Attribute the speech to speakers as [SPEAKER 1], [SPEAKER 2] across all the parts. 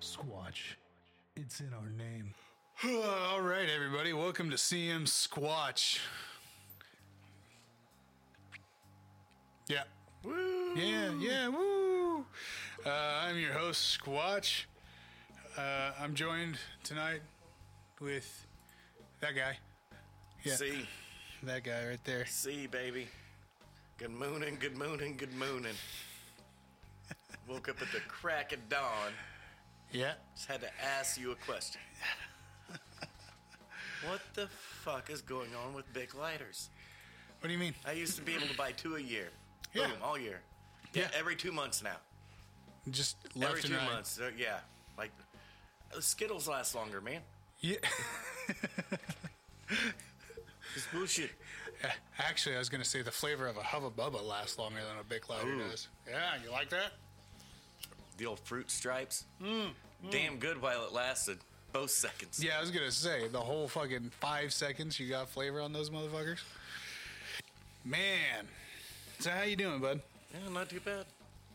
[SPEAKER 1] Squatch. It's in our name.
[SPEAKER 2] All right, everybody, welcome to CM Squatch. Yeah. Woo! Yeah, yeah, woo! Uh, I'm your host, Squatch. Uh, I'm joined tonight with that guy. Yeah,
[SPEAKER 3] See,
[SPEAKER 2] that guy right there.
[SPEAKER 3] see, baby. Good mooning, good mooning, good mooning. Woke up at the crack of dawn.
[SPEAKER 2] Yeah.
[SPEAKER 3] Just had to ask you a question. What the fuck is going on with big lighters?
[SPEAKER 2] What do you mean?
[SPEAKER 3] I used to be able to buy two a year.
[SPEAKER 2] Yeah.
[SPEAKER 3] Boom, all year.
[SPEAKER 2] Yeah.
[SPEAKER 3] Every two months now.
[SPEAKER 2] Just left
[SPEAKER 3] Every
[SPEAKER 2] and
[SPEAKER 3] two
[SPEAKER 2] right.
[SPEAKER 3] months. So, yeah. Like, uh, Skittles last longer, man.
[SPEAKER 2] Yeah.
[SPEAKER 3] It's bullshit.
[SPEAKER 2] Actually, I was gonna say the flavor of a Hubba Bubba lasts longer than a Big Lighter
[SPEAKER 3] Ooh.
[SPEAKER 2] does. Yeah, you like that?
[SPEAKER 3] The old fruit stripes. Damn good while it lasted. Both seconds.
[SPEAKER 2] Mm, Yeah, I was gonna say the whole fucking five seconds you got flavor on those motherfuckers. Man, so how you doing, bud?
[SPEAKER 3] yeah not too bad.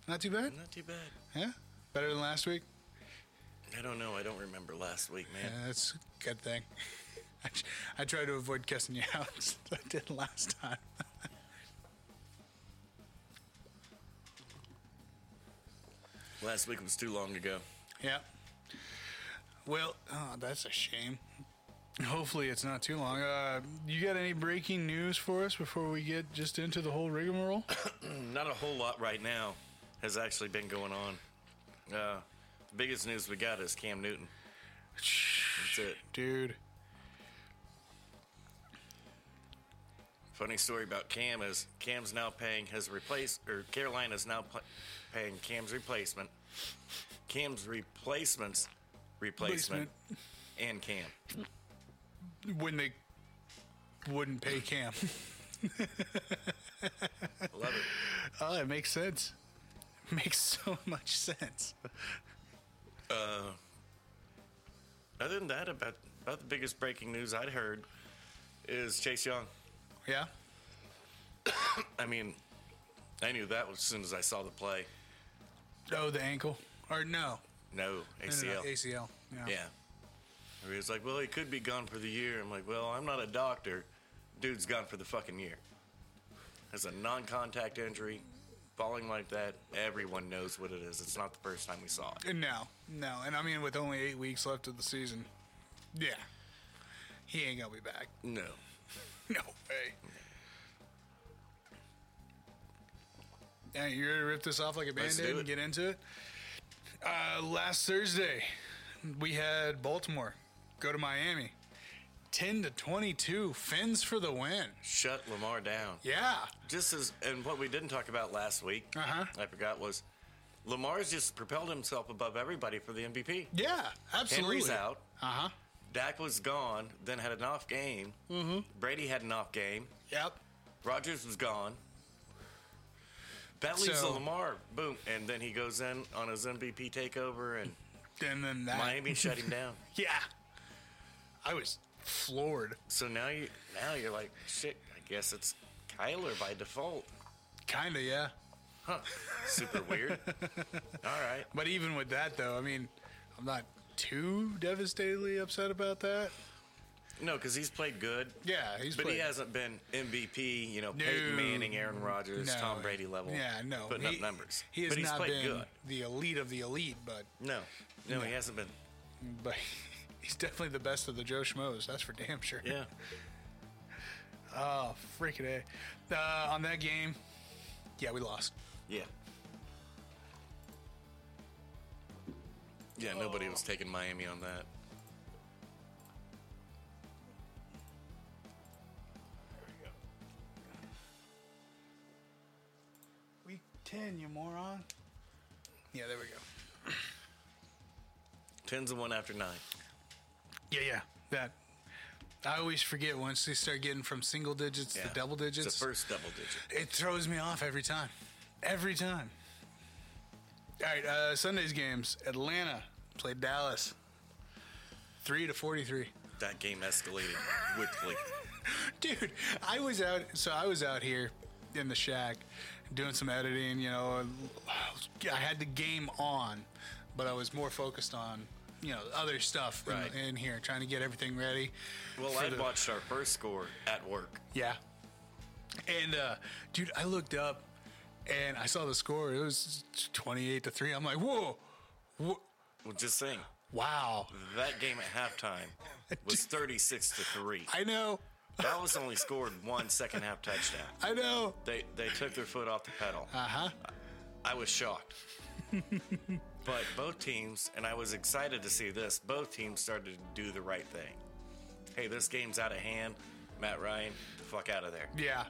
[SPEAKER 2] Not too bad.
[SPEAKER 3] Not too bad.
[SPEAKER 2] Yeah, better than last week.
[SPEAKER 3] I don't know. I don't remember last week, man.
[SPEAKER 2] Yeah, that's a good thing. I, tr- I tried to avoid cussing you out. as I did last time.
[SPEAKER 3] Last week was too long ago.
[SPEAKER 2] Yeah. Well, oh, that's a shame. Hopefully, it's not too long. Uh, you got any breaking news for us before we get just into the whole rigmarole?
[SPEAKER 3] Not a whole lot right now has actually been going on. Uh, the biggest news we got is Cam Newton. That's it.
[SPEAKER 2] Dude.
[SPEAKER 3] Funny story about Cam is Cam's now paying his replace or Carolina's now pl- paying Cam's replacement. Cam's replacements replacement and Cam.
[SPEAKER 2] When they wouldn't pay Cam.
[SPEAKER 3] Love it.
[SPEAKER 2] Oh, that makes sense. Makes so much sense.
[SPEAKER 3] Other than that, about about the biggest breaking news I'd heard is Chase Young.
[SPEAKER 2] Yeah.
[SPEAKER 3] I mean, I knew that as soon as I saw the play.
[SPEAKER 2] Oh, the ankle or no?
[SPEAKER 3] No,
[SPEAKER 2] No, no,
[SPEAKER 3] ACL.
[SPEAKER 2] no, ACL. Yeah.
[SPEAKER 3] Yeah. He was like, well, he could be gone for the year. I'm like, well, I'm not a doctor. Dude's gone for the fucking year. That's a non contact injury. Falling like that, everyone knows what it is. It's not the first time we saw it.
[SPEAKER 2] No, no, and I mean with only eight weeks left of the season, yeah, he ain't gonna be back.
[SPEAKER 3] No.
[SPEAKER 2] No way. Yeah, you ready to rip this off like a
[SPEAKER 3] Let's
[SPEAKER 2] band aid
[SPEAKER 3] do
[SPEAKER 2] and
[SPEAKER 3] it.
[SPEAKER 2] get into it? Uh, last Thursday, we had Baltimore go to Miami, ten to twenty-two. Fins for the win.
[SPEAKER 3] Shut Lamar down.
[SPEAKER 2] Yeah.
[SPEAKER 3] Just as, and what we didn't talk about last week,
[SPEAKER 2] Uh huh.
[SPEAKER 3] I forgot, was Lamar's just propelled himself above everybody for the MVP.
[SPEAKER 2] Yeah, absolutely.
[SPEAKER 3] Henry's out.
[SPEAKER 2] Uh huh.
[SPEAKER 3] Dak was gone, then had an off game. Mm-hmm. Brady had an off game.
[SPEAKER 2] Yep.
[SPEAKER 3] Rogers was gone. That leaves
[SPEAKER 2] So-
[SPEAKER 3] Lamar. Boom. And then he goes in on his MVP takeover, and
[SPEAKER 2] And then that.
[SPEAKER 3] Miami shut him down.
[SPEAKER 2] Yeah. I was floored.
[SPEAKER 3] So now you now you're like, shit. I guess it's Kyler by default.
[SPEAKER 2] Kinda, yeah.
[SPEAKER 3] Huh? Super weird. All right.
[SPEAKER 2] But even with that, though, I mean, I'm not too devastatingly upset about that.
[SPEAKER 3] No, because he's played good,
[SPEAKER 2] Yeah, he's
[SPEAKER 3] but
[SPEAKER 2] played.
[SPEAKER 3] he hasn't been MVP. You know,
[SPEAKER 2] No.
[SPEAKER 3] Peyton Manning, Aaron Rodgers,
[SPEAKER 2] No.
[SPEAKER 3] Tom Brady level.
[SPEAKER 2] Yeah, no.
[SPEAKER 3] putting
[SPEAKER 2] he,
[SPEAKER 3] up numbers.
[SPEAKER 2] He has
[SPEAKER 3] but he's
[SPEAKER 2] not
[SPEAKER 3] played
[SPEAKER 2] been
[SPEAKER 3] good.
[SPEAKER 2] the elite of the elite, but
[SPEAKER 3] No, no, he hasn't been.
[SPEAKER 2] but he's definitely the best of the Joe Schmoes. That's for damn sure.
[SPEAKER 3] Yeah.
[SPEAKER 2] Oh, freaking a! Uh, on that game, yeah, we lost.
[SPEAKER 3] Yeah. Yeah, nobody was taking Miami on that.
[SPEAKER 2] Week ten, you moron. Yeah, there we go.
[SPEAKER 3] Tens and one after nine.
[SPEAKER 2] Yeah, yeah. That I always forget once they start getting from single digits
[SPEAKER 3] Yeah.
[SPEAKER 2] to double digits.
[SPEAKER 3] It's the first double digit.
[SPEAKER 2] it throws me off every time. Every time. All right, uh, Sunday's games. Atlanta played Dallas. 3 to 43.
[SPEAKER 3] That game escalated quickly.
[SPEAKER 2] Dude, I was out so I was out here in the shack doing some editing, you know, and I had the game on, but I was more focused on you know other stuff in-
[SPEAKER 3] Right.
[SPEAKER 2] in, here, trying to get everything ready.
[SPEAKER 3] Well,
[SPEAKER 2] for
[SPEAKER 3] I
[SPEAKER 2] the-
[SPEAKER 3] watched our first score at work.
[SPEAKER 2] Yeah. And uh, dude, I looked up and I saw the score. It was twenty-eight to three. I'm like, whoa, whoa
[SPEAKER 3] Well, just saying,
[SPEAKER 2] wow.
[SPEAKER 3] that game at halftime was 36 to 3.
[SPEAKER 2] I know,
[SPEAKER 3] That was only scored one second half touchdown.
[SPEAKER 2] I know.
[SPEAKER 3] They they took their foot off the pedal.
[SPEAKER 2] Uh huh.
[SPEAKER 3] I was shocked. but both teams, and I was excited to see this, both teams started to do the right thing. Hey, this game's out of hand. Matt Ryan, the fuck out of there.
[SPEAKER 2] Yeah.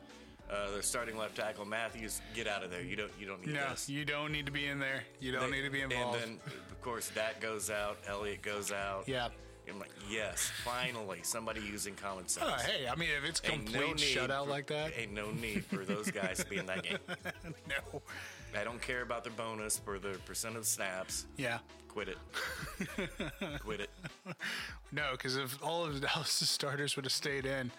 [SPEAKER 3] Uh, their starting left tackle Matthews, get out of there. You don't you don't need
[SPEAKER 2] No,
[SPEAKER 3] this.
[SPEAKER 2] you don't need to be in there. You don't
[SPEAKER 3] They-
[SPEAKER 2] need to be involved.
[SPEAKER 3] And then of course that goes out. Elliott goes out.
[SPEAKER 2] yeah.
[SPEAKER 3] I'm like, yes, finally somebody using common sense.
[SPEAKER 2] Oh, hey, I mean, if it's
[SPEAKER 3] Ain't
[SPEAKER 2] complete
[SPEAKER 3] no need
[SPEAKER 2] shutout
[SPEAKER 3] for-
[SPEAKER 2] like that,
[SPEAKER 3] Ain't no need for those guys to be in that game.
[SPEAKER 2] no.
[SPEAKER 3] I don't care about their bonus or their percent of snaps.
[SPEAKER 2] Yeah.
[SPEAKER 3] Quit it. Quit it.
[SPEAKER 2] No, because if all of Dallas' starters would have stayed in,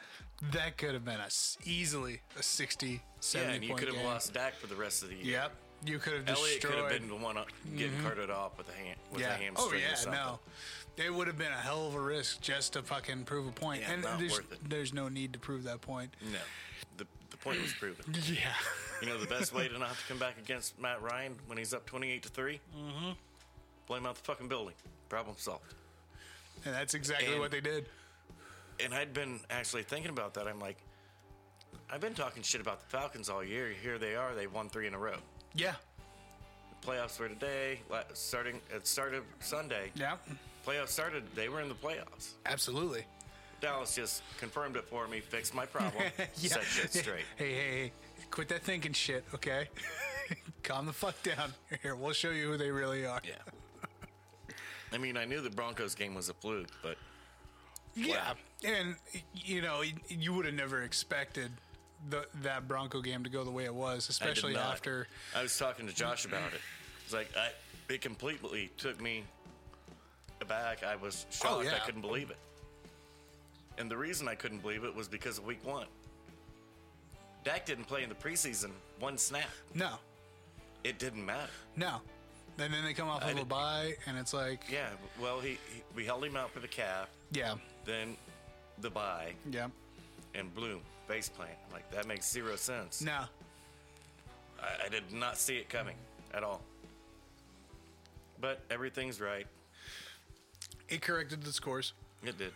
[SPEAKER 2] that could have been a s easily a 60, 70
[SPEAKER 3] Yeah, and you
[SPEAKER 2] point
[SPEAKER 3] could have
[SPEAKER 2] game.
[SPEAKER 3] lost Dak for the rest of the year.
[SPEAKER 2] Yep. You could have
[SPEAKER 3] Elliot could
[SPEAKER 2] destroyed. Mm-hmm.
[SPEAKER 3] have been the one up- getting carted off with a hand with a
[SPEAKER 2] yeah.
[SPEAKER 3] hamstring
[SPEAKER 2] Oh, yeah,
[SPEAKER 3] or something.
[SPEAKER 2] no. It would have been a hell of a risk just to fucking prove a point.
[SPEAKER 3] Yeah,
[SPEAKER 2] and
[SPEAKER 3] not
[SPEAKER 2] there's,
[SPEAKER 3] worth it.
[SPEAKER 2] there's no need to prove that point.
[SPEAKER 3] No. The, the point was proven.
[SPEAKER 2] Yeah.
[SPEAKER 3] You know the best way to not have to come back against Matt Ryan when he's up twenty eight to 3 Mm-hmm. Blame out the fucking building. Problem solved.
[SPEAKER 2] And that's exactly
[SPEAKER 3] And-
[SPEAKER 2] what they did.
[SPEAKER 3] And I'd been actually thinking about that. I'm like, I've been talking shit about the Falcons all year. Here they are. They won three in a row.
[SPEAKER 2] Yeah.
[SPEAKER 3] Playoffs were today. la- Starting it started Sunday.
[SPEAKER 2] Yeah.
[SPEAKER 3] Playoffs started. They were in the playoffs.
[SPEAKER 2] Absolutely.
[SPEAKER 3] Dallas just confirmed it for me. Fixed my problem. Set shit straight.
[SPEAKER 2] Hey, hey, hey. Quit that thinking shit, okay? Calm the fuck down. Here, we'll show you who they really are.
[SPEAKER 3] Yeah. I mean, I knew the Broncos game was a fluke, but
[SPEAKER 2] Yeah, and you know, you would have never expected the, that Bronco game to go the way it was,
[SPEAKER 3] I did
[SPEAKER 2] especially
[SPEAKER 3] not.
[SPEAKER 2] after.
[SPEAKER 3] I was talking to Josh about it. It's like I, it completely took me aback. I was shocked. I
[SPEAKER 2] Oh, yeah.
[SPEAKER 3] couldn't believe it. And the reason I couldn't believe it was because of Week One. Dak didn't play in the preseason one snap.
[SPEAKER 2] No,
[SPEAKER 3] It didn't matter.
[SPEAKER 2] no, and then they come off of a
[SPEAKER 3] did-
[SPEAKER 2] bye, and it's like, yeah,
[SPEAKER 3] Yeah. Well, he, he we held him out for the calf,
[SPEAKER 2] yeah,
[SPEAKER 3] then the bye,
[SPEAKER 2] yeah.
[SPEAKER 3] and Bloom base plant. Like that makes zero sense.
[SPEAKER 2] no,
[SPEAKER 3] I, I did not see it coming at all. But everything's right.
[SPEAKER 2] it corrected the scores.
[SPEAKER 3] It did.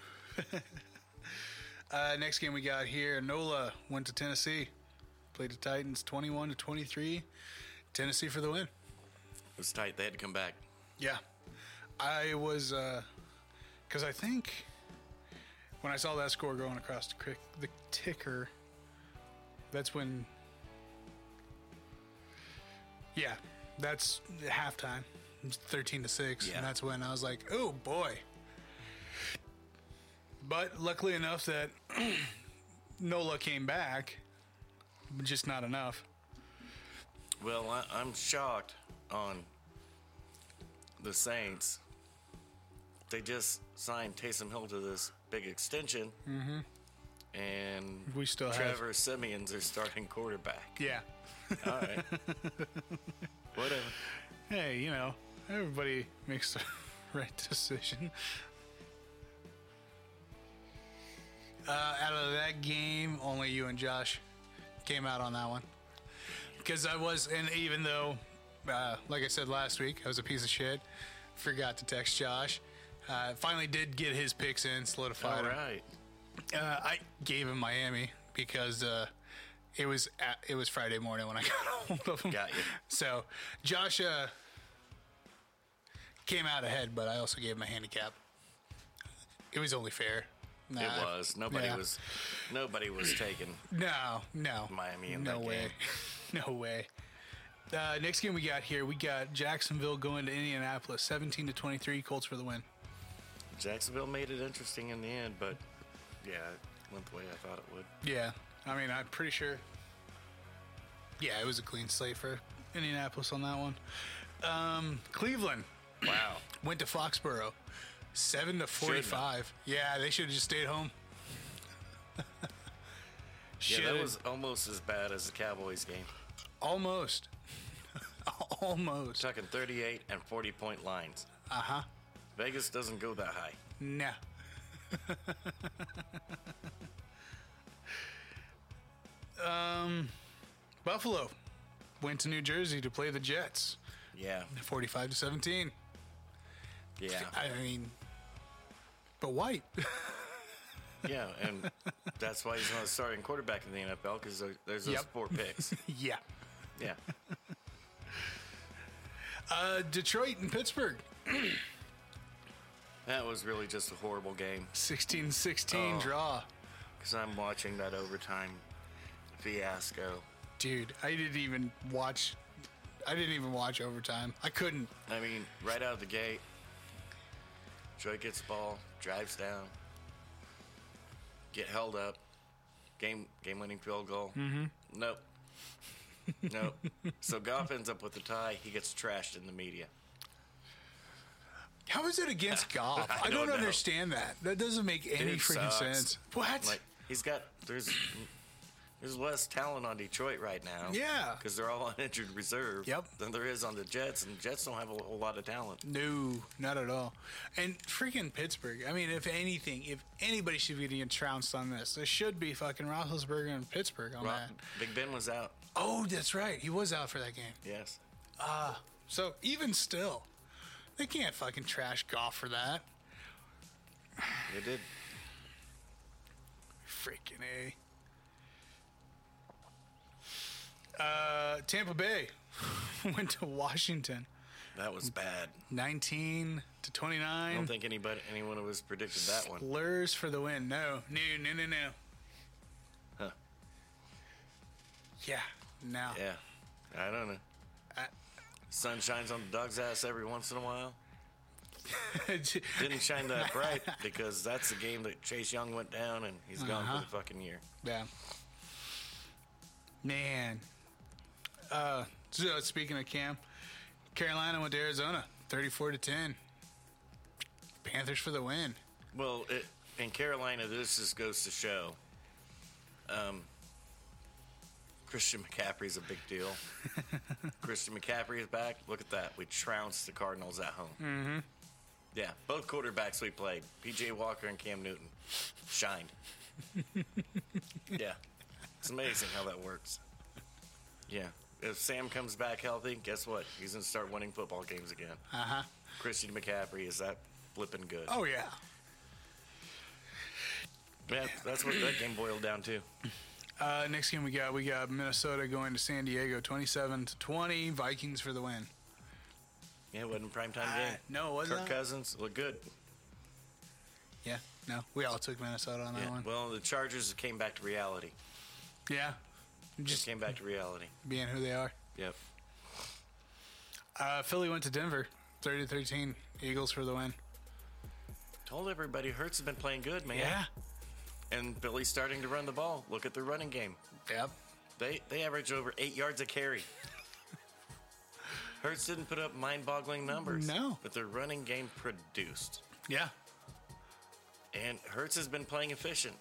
[SPEAKER 2] Uh, next game we got here, Nola went to Tennessee, played the Titans, twenty-one to twenty-three, Tennessee for the win.
[SPEAKER 3] It was tight. They had to come back.
[SPEAKER 2] Yeah, I was because I think when I saw that score going across the, crick, the ticker, that's when. Yeah, that's halftime. It was thirteen to six,
[SPEAKER 3] Yeah.
[SPEAKER 2] and that's when I was like, "Oh boy." But luckily enough that Nola came back, but just not enough.
[SPEAKER 3] Well, I, I'm shocked on the Saints. They just signed Taysom Hill to this big extension. Mm-hmm. And
[SPEAKER 2] We still have-
[SPEAKER 3] Trevor Simeon's their starting quarterback.
[SPEAKER 2] Yeah.
[SPEAKER 3] All right. Whatever.
[SPEAKER 2] Hey, you know, everybody makes the right decision. Uh, out of that game, only you and Josh came out on that one. Because I was, and even though, uh, like I said last week, I was a piece of shit, forgot to text Josh. Uh, finally, did get his picks in,
[SPEAKER 3] All
[SPEAKER 2] solidified. 'em.
[SPEAKER 3] right.
[SPEAKER 2] Uh, I gave him Miami because uh, it was at, it was Friday morning when I got hold of him.
[SPEAKER 3] Got you.
[SPEAKER 2] So Josh uh, came out ahead, but I also gave him a handicap. It was only fair. Nah,
[SPEAKER 3] It was. Nobody
[SPEAKER 2] yeah.
[SPEAKER 3] was. Nobody was taken.
[SPEAKER 2] No, no.
[SPEAKER 3] Miami in
[SPEAKER 2] no
[SPEAKER 3] that
[SPEAKER 2] way.
[SPEAKER 3] game.
[SPEAKER 2] no way. Uh, next game we got here, we got Jacksonville going to Indianapolis, seventeen to twenty-three. Colts for the win.
[SPEAKER 3] Jacksonville made it interesting in the end, but yeah, it went the way I thought it would.
[SPEAKER 2] Yeah, I mean, I'm pretty sure. Yeah, it was a clean slate for Indianapolis on that one. Um, Cleveland
[SPEAKER 3] Wow.
[SPEAKER 2] went to Foxborough, seven to forty-five. Yeah, they should have just stayed home.
[SPEAKER 3] Yeah,
[SPEAKER 2] Should
[SPEAKER 3] that was almost as bad as the Cowboys game.
[SPEAKER 2] almost, almost.
[SPEAKER 3] Talking 38 and 40 point lines.
[SPEAKER 2] Uh huh.
[SPEAKER 3] Vegas doesn't go that high.
[SPEAKER 2] No. um, Buffalo went to New Jersey to play the Jets,
[SPEAKER 3] Yeah,
[SPEAKER 2] 45 to 17.
[SPEAKER 3] yeah,
[SPEAKER 2] I mean, but white.
[SPEAKER 3] yeah, and that's why he's not starting quarterback in the NFL because there's those
[SPEAKER 2] Yep.
[SPEAKER 3] four picks.
[SPEAKER 2] yeah.
[SPEAKER 3] Yeah,
[SPEAKER 2] Uh, Detroit and Pittsburgh,
[SPEAKER 3] that was really just a horrible game
[SPEAKER 2] 16-16
[SPEAKER 3] Oh.
[SPEAKER 2] draw.
[SPEAKER 3] because I'm watching that overtime fiasco.
[SPEAKER 2] Dude, I didn't even watch. I didn't even watch overtime. I couldn't.
[SPEAKER 3] I mean, right out of the gate, Troy gets the ball, drives down, get held up, game game winning field goal. Mm-hmm. Nope. Nope. so Goff ends up with the tie. He gets trashed in the media.
[SPEAKER 2] How is it against golf? I,
[SPEAKER 3] I
[SPEAKER 2] don't,
[SPEAKER 3] don't know.
[SPEAKER 2] understand that. That doesn't make any
[SPEAKER 3] Dude
[SPEAKER 2] freaking
[SPEAKER 3] sucks.
[SPEAKER 2] sense. What?
[SPEAKER 3] Like he's got there's there's less talent on Detroit right now.
[SPEAKER 2] Yeah.
[SPEAKER 3] Because they're all on injured reserve.
[SPEAKER 2] Yep.
[SPEAKER 3] Than there is on the Jets, and the Jets don't have a whole lot of talent.
[SPEAKER 2] No, not at all. And freaking Pittsburgh. I mean, if anything, if anybody should be getting trounced on this, there should be fucking Roethlisberger and Pittsburgh on
[SPEAKER 3] Ro-
[SPEAKER 2] that.
[SPEAKER 3] Big Ben was out.
[SPEAKER 2] Oh, that's right. He was out for that game.
[SPEAKER 3] Yes.
[SPEAKER 2] So even still, they can't fucking trash golf for that.
[SPEAKER 3] They did.
[SPEAKER 2] Freaking a. Uh, Tampa Bay went to Washington,
[SPEAKER 3] That was bad.
[SPEAKER 2] nineteen to twenty
[SPEAKER 3] I don't
[SPEAKER 2] nine.
[SPEAKER 3] think anybody, anyone was predicted that one.
[SPEAKER 2] Lures for the win. No, no, no, no, no.
[SPEAKER 3] Huh.
[SPEAKER 2] Yeah, no.
[SPEAKER 3] Yeah, I don't know. Sun shines on the dog's ass every once in a while. Didn't shine that bright because that's the game that Chase Young went down and he's gone for
[SPEAKER 2] Uh-huh.
[SPEAKER 3] the fucking year.
[SPEAKER 2] yeah. Man. Uh, so speaking of Cam, Carolina went to Arizona, thirty-four to ten. Panthers for the win.
[SPEAKER 3] Well, it, in Carolina, this just goes to show. Um, Christian McCaffrey's a big deal. Christian McCaffrey is back. Look at that. We trounced the Cardinals at home. Mm-hmm. Yeah, both quarterbacks we played, PJ Walker and Cam Newton, shined. yeah, it's amazing how that works. Yeah, if Sam comes back healthy, guess what? He's going to start winning football games again.
[SPEAKER 2] Uh huh.
[SPEAKER 3] Christian McCaffrey is that flipping good.
[SPEAKER 2] Oh yeah.
[SPEAKER 3] Yeah, that's what that game boiled down to.
[SPEAKER 2] Uh, next game we got we got Minnesota going to San Diego, twenty-seven to twenty. Vikings for the win.
[SPEAKER 3] Yeah, it wasn't a primetime
[SPEAKER 2] Uh,
[SPEAKER 3] game.
[SPEAKER 2] no, it was
[SPEAKER 3] Kirk
[SPEAKER 2] not.
[SPEAKER 3] Cousins looked good.
[SPEAKER 2] Yeah. No, we all took Minnesota on that
[SPEAKER 3] Yeah.
[SPEAKER 2] one.
[SPEAKER 3] Well, the Chargers came back to reality.
[SPEAKER 2] yeah.
[SPEAKER 3] Just
[SPEAKER 2] Just
[SPEAKER 3] came back to reality.
[SPEAKER 2] being who they are.
[SPEAKER 3] Yep.
[SPEAKER 2] Uh, Philly went to Denver, 30-13. Eagles for the win.
[SPEAKER 3] Told everybody Hertz has been playing good, man. And Billy's starting to run the ball. Look at their running game.
[SPEAKER 2] Yep.
[SPEAKER 3] They they average over eight yards a carry. Hertz didn't put up mind-boggling numbers.
[SPEAKER 2] No.
[SPEAKER 3] But their running game produced.
[SPEAKER 2] Yeah.
[SPEAKER 3] And Hertz has been playing efficient.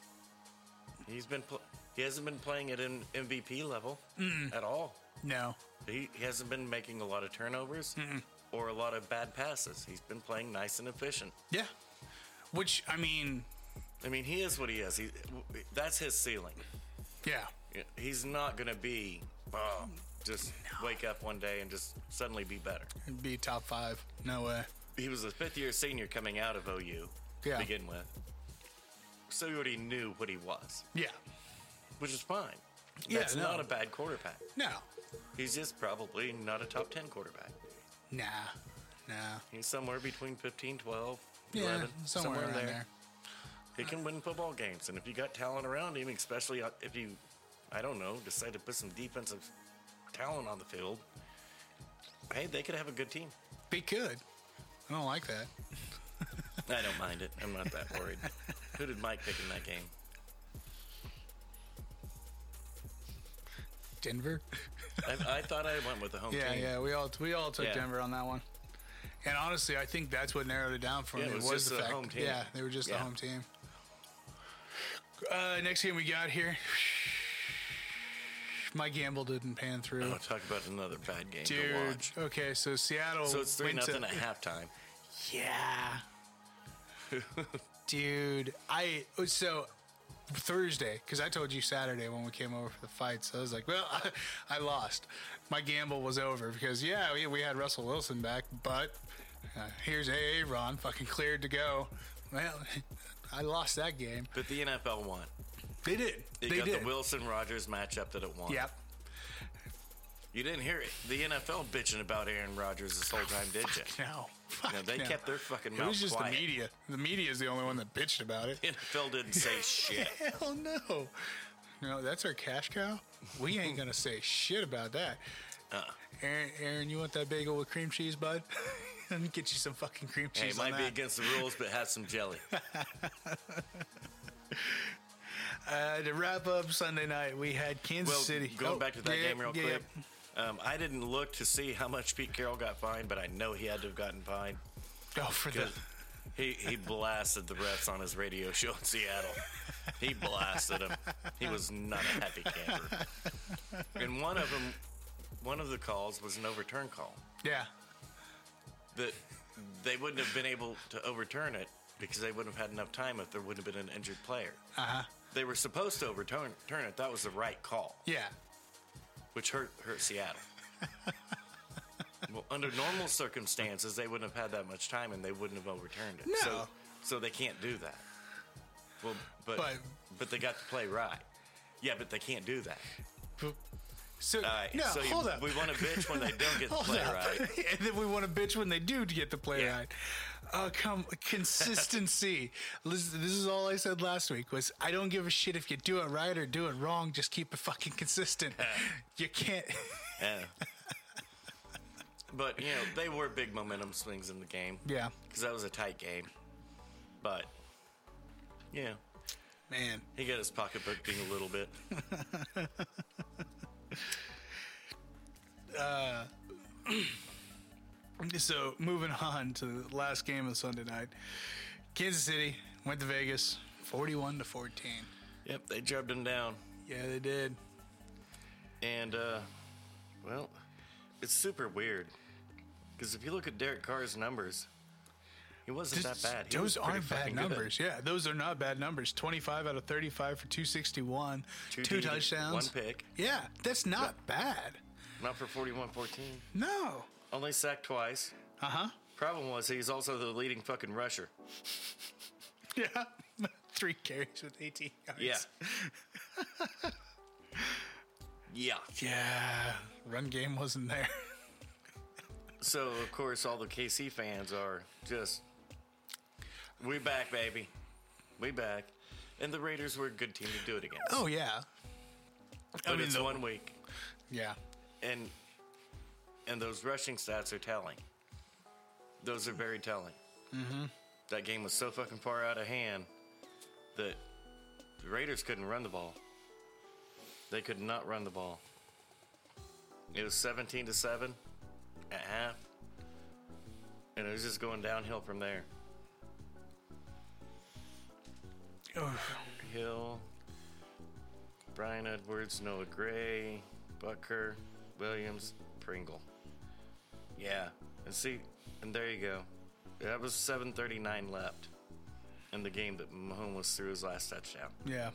[SPEAKER 3] He's been pl- he hasn't been playing at an MVP level at all.
[SPEAKER 2] No.
[SPEAKER 3] He, he hasn't been making a lot of turnovers or a lot of bad passes. He's been playing nice and efficient.
[SPEAKER 2] Yeah. Which I mean,
[SPEAKER 3] I mean, he is what he is. He, that's his ceiling.
[SPEAKER 2] yeah.
[SPEAKER 3] He's not going to be oh, just wake up one day and just suddenly be better.
[SPEAKER 2] It'd be top five. No way.
[SPEAKER 3] He was a fifth year senior coming out of OU
[SPEAKER 2] Yeah.
[SPEAKER 3] to begin with. So he already knew what he was,
[SPEAKER 2] Yeah.
[SPEAKER 3] which is fine.
[SPEAKER 2] Yeah,
[SPEAKER 3] That's
[SPEAKER 2] no.
[SPEAKER 3] not a bad quarterback.
[SPEAKER 2] No.
[SPEAKER 3] He's just probably not a top 10 quarterback.
[SPEAKER 2] Nah. Nah.
[SPEAKER 3] He's somewhere between 15, 12,
[SPEAKER 2] Yeah.
[SPEAKER 3] 11,
[SPEAKER 2] somewhere, around there.
[SPEAKER 3] He can win football games, and if you got talent around him, especially uh, if you, I don't know, decide to put some defensive talent on the field, hey, they could have a good team.
[SPEAKER 2] Be good. I don't like that.
[SPEAKER 3] I don't mind it. I'm not that worried. Who did Mike pick in that game?
[SPEAKER 2] Denver.
[SPEAKER 3] I, I thought I went with the home
[SPEAKER 2] Yeah,
[SPEAKER 3] team.
[SPEAKER 2] yeah, we all we all took
[SPEAKER 3] Yeah.
[SPEAKER 2] Denver on that one. And honestly, I think that's what narrowed it down for
[SPEAKER 3] Yeah,
[SPEAKER 2] me.
[SPEAKER 3] it was just
[SPEAKER 2] the
[SPEAKER 3] the
[SPEAKER 2] fact,
[SPEAKER 3] home team.
[SPEAKER 2] yeah, they were just
[SPEAKER 3] Yeah.
[SPEAKER 2] the home team. Uh, next game we got here. My gamble didn't pan through,
[SPEAKER 3] I'll talk about another bad game
[SPEAKER 2] dude.
[SPEAKER 3] to Oh, watch.
[SPEAKER 2] Okay, so Seattle.
[SPEAKER 3] So it's 3
[SPEAKER 2] went to-
[SPEAKER 3] nothing at halftime.
[SPEAKER 2] Yeah. Dude, I so Thursday because I told you Saturday when we came over for the fight. So I was like, well, I, I lost. My gamble was over because yeah, we, we had Russell Wilson back, but uh, here's AA Ron fucking cleared to go. Well, I lost that game.
[SPEAKER 3] But the NFL won.
[SPEAKER 2] They did.
[SPEAKER 3] You
[SPEAKER 2] they
[SPEAKER 3] got
[SPEAKER 2] did.
[SPEAKER 3] the Wilson Rogers matchup that it won.
[SPEAKER 2] Yep.
[SPEAKER 3] You didn't hear it. the NFL bitching about Aaron Rodgers this whole time, did you?
[SPEAKER 2] No. Fuck
[SPEAKER 3] No, they
[SPEAKER 2] no.
[SPEAKER 3] kept their fucking
[SPEAKER 2] It
[SPEAKER 3] mouth
[SPEAKER 2] was just
[SPEAKER 3] quiet.
[SPEAKER 2] the media. The media is the only one that bitched about it.
[SPEAKER 3] NFL didn't say shit.
[SPEAKER 2] Hell no. No, that's our cash cow. We ain't gonna say shit about that.
[SPEAKER 3] Uh.
[SPEAKER 2] Aaron, Aaron, you want that bagel with cream cheese, bud? Let me get you some fucking cream
[SPEAKER 3] Hey,
[SPEAKER 2] cheese.
[SPEAKER 3] it
[SPEAKER 2] on
[SPEAKER 3] might be
[SPEAKER 2] that.
[SPEAKER 3] against the rules, but has some jelly.
[SPEAKER 2] Uh, to wrap up Sunday night, we had Kansas
[SPEAKER 3] Well,
[SPEAKER 2] City.
[SPEAKER 3] going
[SPEAKER 2] Oh,
[SPEAKER 3] back to that
[SPEAKER 2] yeah,
[SPEAKER 3] game real
[SPEAKER 2] yeah,
[SPEAKER 3] quick. Um, I didn't look to see how much Pete Carroll got fined, but I know he had to have gotten fined.
[SPEAKER 2] yeah. Oh, for the.
[SPEAKER 3] He he blasted the refs on his radio show in Seattle. He blasted them. He was not a happy camper. And one of them, one of the calls was an overturn call
[SPEAKER 2] Yeah.
[SPEAKER 3] that they wouldn't have been able to overturn it because they wouldn't have had enough time if there wouldn't have been an injured player.
[SPEAKER 2] Uh huh.
[SPEAKER 3] They were supposed to overturn turn it. That was the right call,
[SPEAKER 2] Yeah.
[SPEAKER 3] which hurt hurt Seattle. well, under normal circumstances, they wouldn't have had that much time and they wouldn't have overturned it. So,
[SPEAKER 2] No.
[SPEAKER 3] so they can't do that. Well, but, but
[SPEAKER 2] But-
[SPEAKER 3] they got to play right. Yeah, but they can't do that.
[SPEAKER 2] So,
[SPEAKER 3] All right,
[SPEAKER 2] no,
[SPEAKER 3] so you-
[SPEAKER 2] hold up.
[SPEAKER 3] we want to bitch when they don't get to
[SPEAKER 2] Hold
[SPEAKER 3] play
[SPEAKER 2] up.
[SPEAKER 3] right.
[SPEAKER 2] and then we want to bitch when they do get the play
[SPEAKER 3] Yeah.
[SPEAKER 2] right. Uh, come consistency. Listen, this is all I said last week was I don't give a shit if you do it right or do it wrong. Just keep it fucking consistent. you can't.
[SPEAKER 3] Yeah. But you know they were big momentum swings in the game.
[SPEAKER 2] Yeah,
[SPEAKER 3] because that was a tight game. But yeah,
[SPEAKER 2] man.
[SPEAKER 3] he got his pocketbook ding a little bit.
[SPEAKER 2] So moving on to the last game of Sunday night, Kansas City went to Vegas, forty-one to fourteen.
[SPEAKER 3] Yep, they drubbed him down,
[SPEAKER 2] Yeah, they did.
[SPEAKER 3] and uh, well, it's super weird because if you look at Derek Carr's numbers, he wasn't
[SPEAKER 2] This-
[SPEAKER 3] that bad. He was
[SPEAKER 2] Those
[SPEAKER 3] pretty
[SPEAKER 2] aren't bad
[SPEAKER 3] fucking good.
[SPEAKER 2] numbers. Yeah, those are not bad numbers. 25 out of 35 for 261, two,
[SPEAKER 3] TDs,
[SPEAKER 2] touchdowns.
[SPEAKER 3] one pick,
[SPEAKER 2] Yeah, that's not bad.
[SPEAKER 3] not for 41-14.
[SPEAKER 2] No.
[SPEAKER 3] Only sacked twice.
[SPEAKER 2] Uh huh.
[SPEAKER 3] Problem was he's also the leading fucking rusher.
[SPEAKER 2] Yeah. Three carries with 18 yards.
[SPEAKER 3] Yeah. yeah.
[SPEAKER 2] Yeah. Run game wasn't there.
[SPEAKER 3] So of course, all the KC fans are just, we back, baby, we back, and the Raiders were a good team to do it against.
[SPEAKER 2] Oh, yeah.
[SPEAKER 3] but
[SPEAKER 2] mean,
[SPEAKER 3] it's
[SPEAKER 2] the-
[SPEAKER 3] one week,
[SPEAKER 2] Yeah.
[SPEAKER 3] and and those rushing stats are telling. Those are very telling. Mm-hmm. That game was so fucking far out of hand that the Raiders couldn't run the ball. They could not run the ball. It was seventeen to seven at half, and it was just going downhill from there.
[SPEAKER 2] Oh,
[SPEAKER 3] Hill, Brian Edwards, Noah Gray, Butker, Williams, Pringle. Yeah, and see, and there you go. That was 7:39 left in the game that Mahomes threw his last touchdown.
[SPEAKER 2] yeah.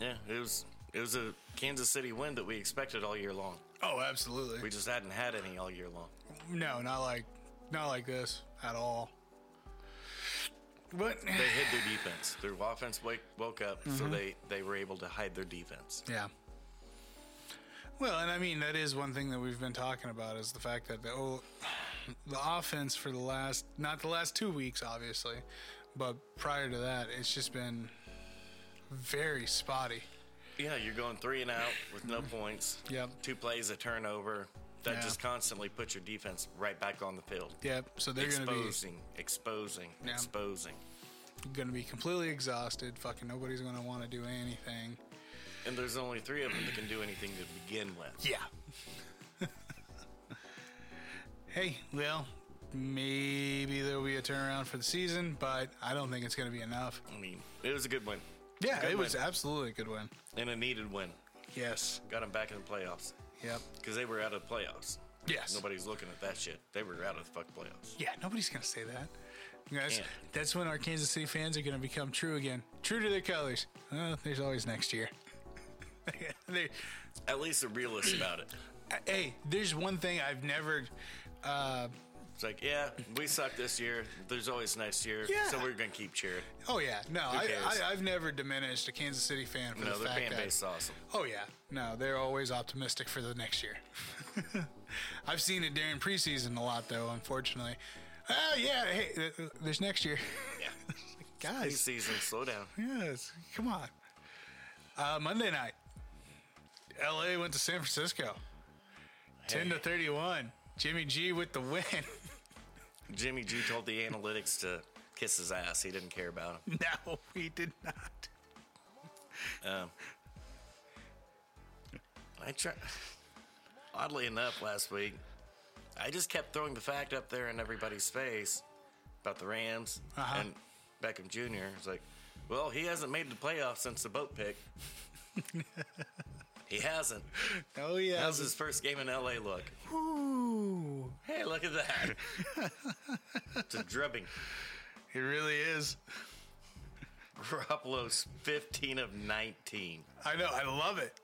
[SPEAKER 3] Yeah, it was it was a Kansas City win that we expected all year long.
[SPEAKER 2] Oh, absolutely.
[SPEAKER 3] We just hadn't had any all year long.
[SPEAKER 2] no, not like, not like this at all. But
[SPEAKER 3] They hid their defense. Their offense wake, woke up, so they they were able to hide their defense.
[SPEAKER 2] Yeah. Well, and I mean that is one thing that we've been talking about is the fact that the oh, the offense for the last not the last two weeks, obviously, but prior to that, it's just been very spotty.
[SPEAKER 3] Yeah, you're going three and out with no points.
[SPEAKER 2] Mm-hmm. Yep.
[SPEAKER 3] Two plays, a turnover. That
[SPEAKER 2] Yeah.
[SPEAKER 3] just constantly puts your defense right back on the field.
[SPEAKER 2] Yep. So they're going to be
[SPEAKER 3] exposing, exposing,
[SPEAKER 2] Yeah.
[SPEAKER 3] exposing.
[SPEAKER 2] going to be completely exhausted. Fucking nobody's going to want to do anything.
[SPEAKER 3] And there's only three of them that can do anything to begin with.
[SPEAKER 2] Yeah. hey, well, maybe there'll be a turnaround for the season, but I don't think it's going to be enough.
[SPEAKER 3] I mean, it was a good win.
[SPEAKER 2] Yeah,
[SPEAKER 3] Good
[SPEAKER 2] it was
[SPEAKER 3] win.
[SPEAKER 2] absolutely a good win.
[SPEAKER 3] And a needed win.
[SPEAKER 2] Yes.
[SPEAKER 3] Got them back in the playoffs
[SPEAKER 2] Yep.
[SPEAKER 3] because they were out of the playoffs.
[SPEAKER 2] Yes.
[SPEAKER 3] Nobody's looking at that shit. They were out of the fuck playoffs.
[SPEAKER 2] Yeah, nobody's gonna say that. You know, That's,
[SPEAKER 3] Yeah.
[SPEAKER 2] that's when our Kansas City fans are gonna become true again, true to their colors. Oh, there's always next year. they,
[SPEAKER 3] At least they're realists about it.
[SPEAKER 2] hey, there's one thing I've never. Uh,
[SPEAKER 3] It's like, yeah, we suck this year. There's always next year.
[SPEAKER 2] Yeah.
[SPEAKER 3] So we're going to keep cheering.
[SPEAKER 2] oh yeah, no, I,
[SPEAKER 3] cares?
[SPEAKER 2] I, I've never diminished a Kansas City fan for
[SPEAKER 3] No,
[SPEAKER 2] the
[SPEAKER 3] their
[SPEAKER 2] fact
[SPEAKER 3] fan
[SPEAKER 2] that.
[SPEAKER 3] base is awesome.
[SPEAKER 2] Oh yeah, no, they're always optimistic for the next year. I've seen it during preseason a lot though, unfortunately. Oh yeah, hey, th- th- there's next year,
[SPEAKER 3] Yeah.
[SPEAKER 2] guys.
[SPEAKER 3] Season, slow down.
[SPEAKER 2] Yes, come on. Uh, Monday night, LA went to San Francisco, ten to thirty-one. Jimmy G with the win.
[SPEAKER 3] Jimmy G told the analytics to kiss his ass. He didn't care about him.
[SPEAKER 2] no, we did not.
[SPEAKER 3] Um, I try. Oddly enough, last week, I just kept throwing the fact up there in everybody's face about the Rams
[SPEAKER 2] Uh-huh.
[SPEAKER 3] and Beckham Jr. It's like, well, he hasn't made the playoffs since the boat pick. he hasn't.
[SPEAKER 2] Oh yeah,
[SPEAKER 3] That was his first game in LA. Look,
[SPEAKER 2] Ooh,
[SPEAKER 3] hey, look at that. it's a drubbing.
[SPEAKER 2] it really is.
[SPEAKER 3] Garoppolo's 15 of 19.
[SPEAKER 2] I know. I love it.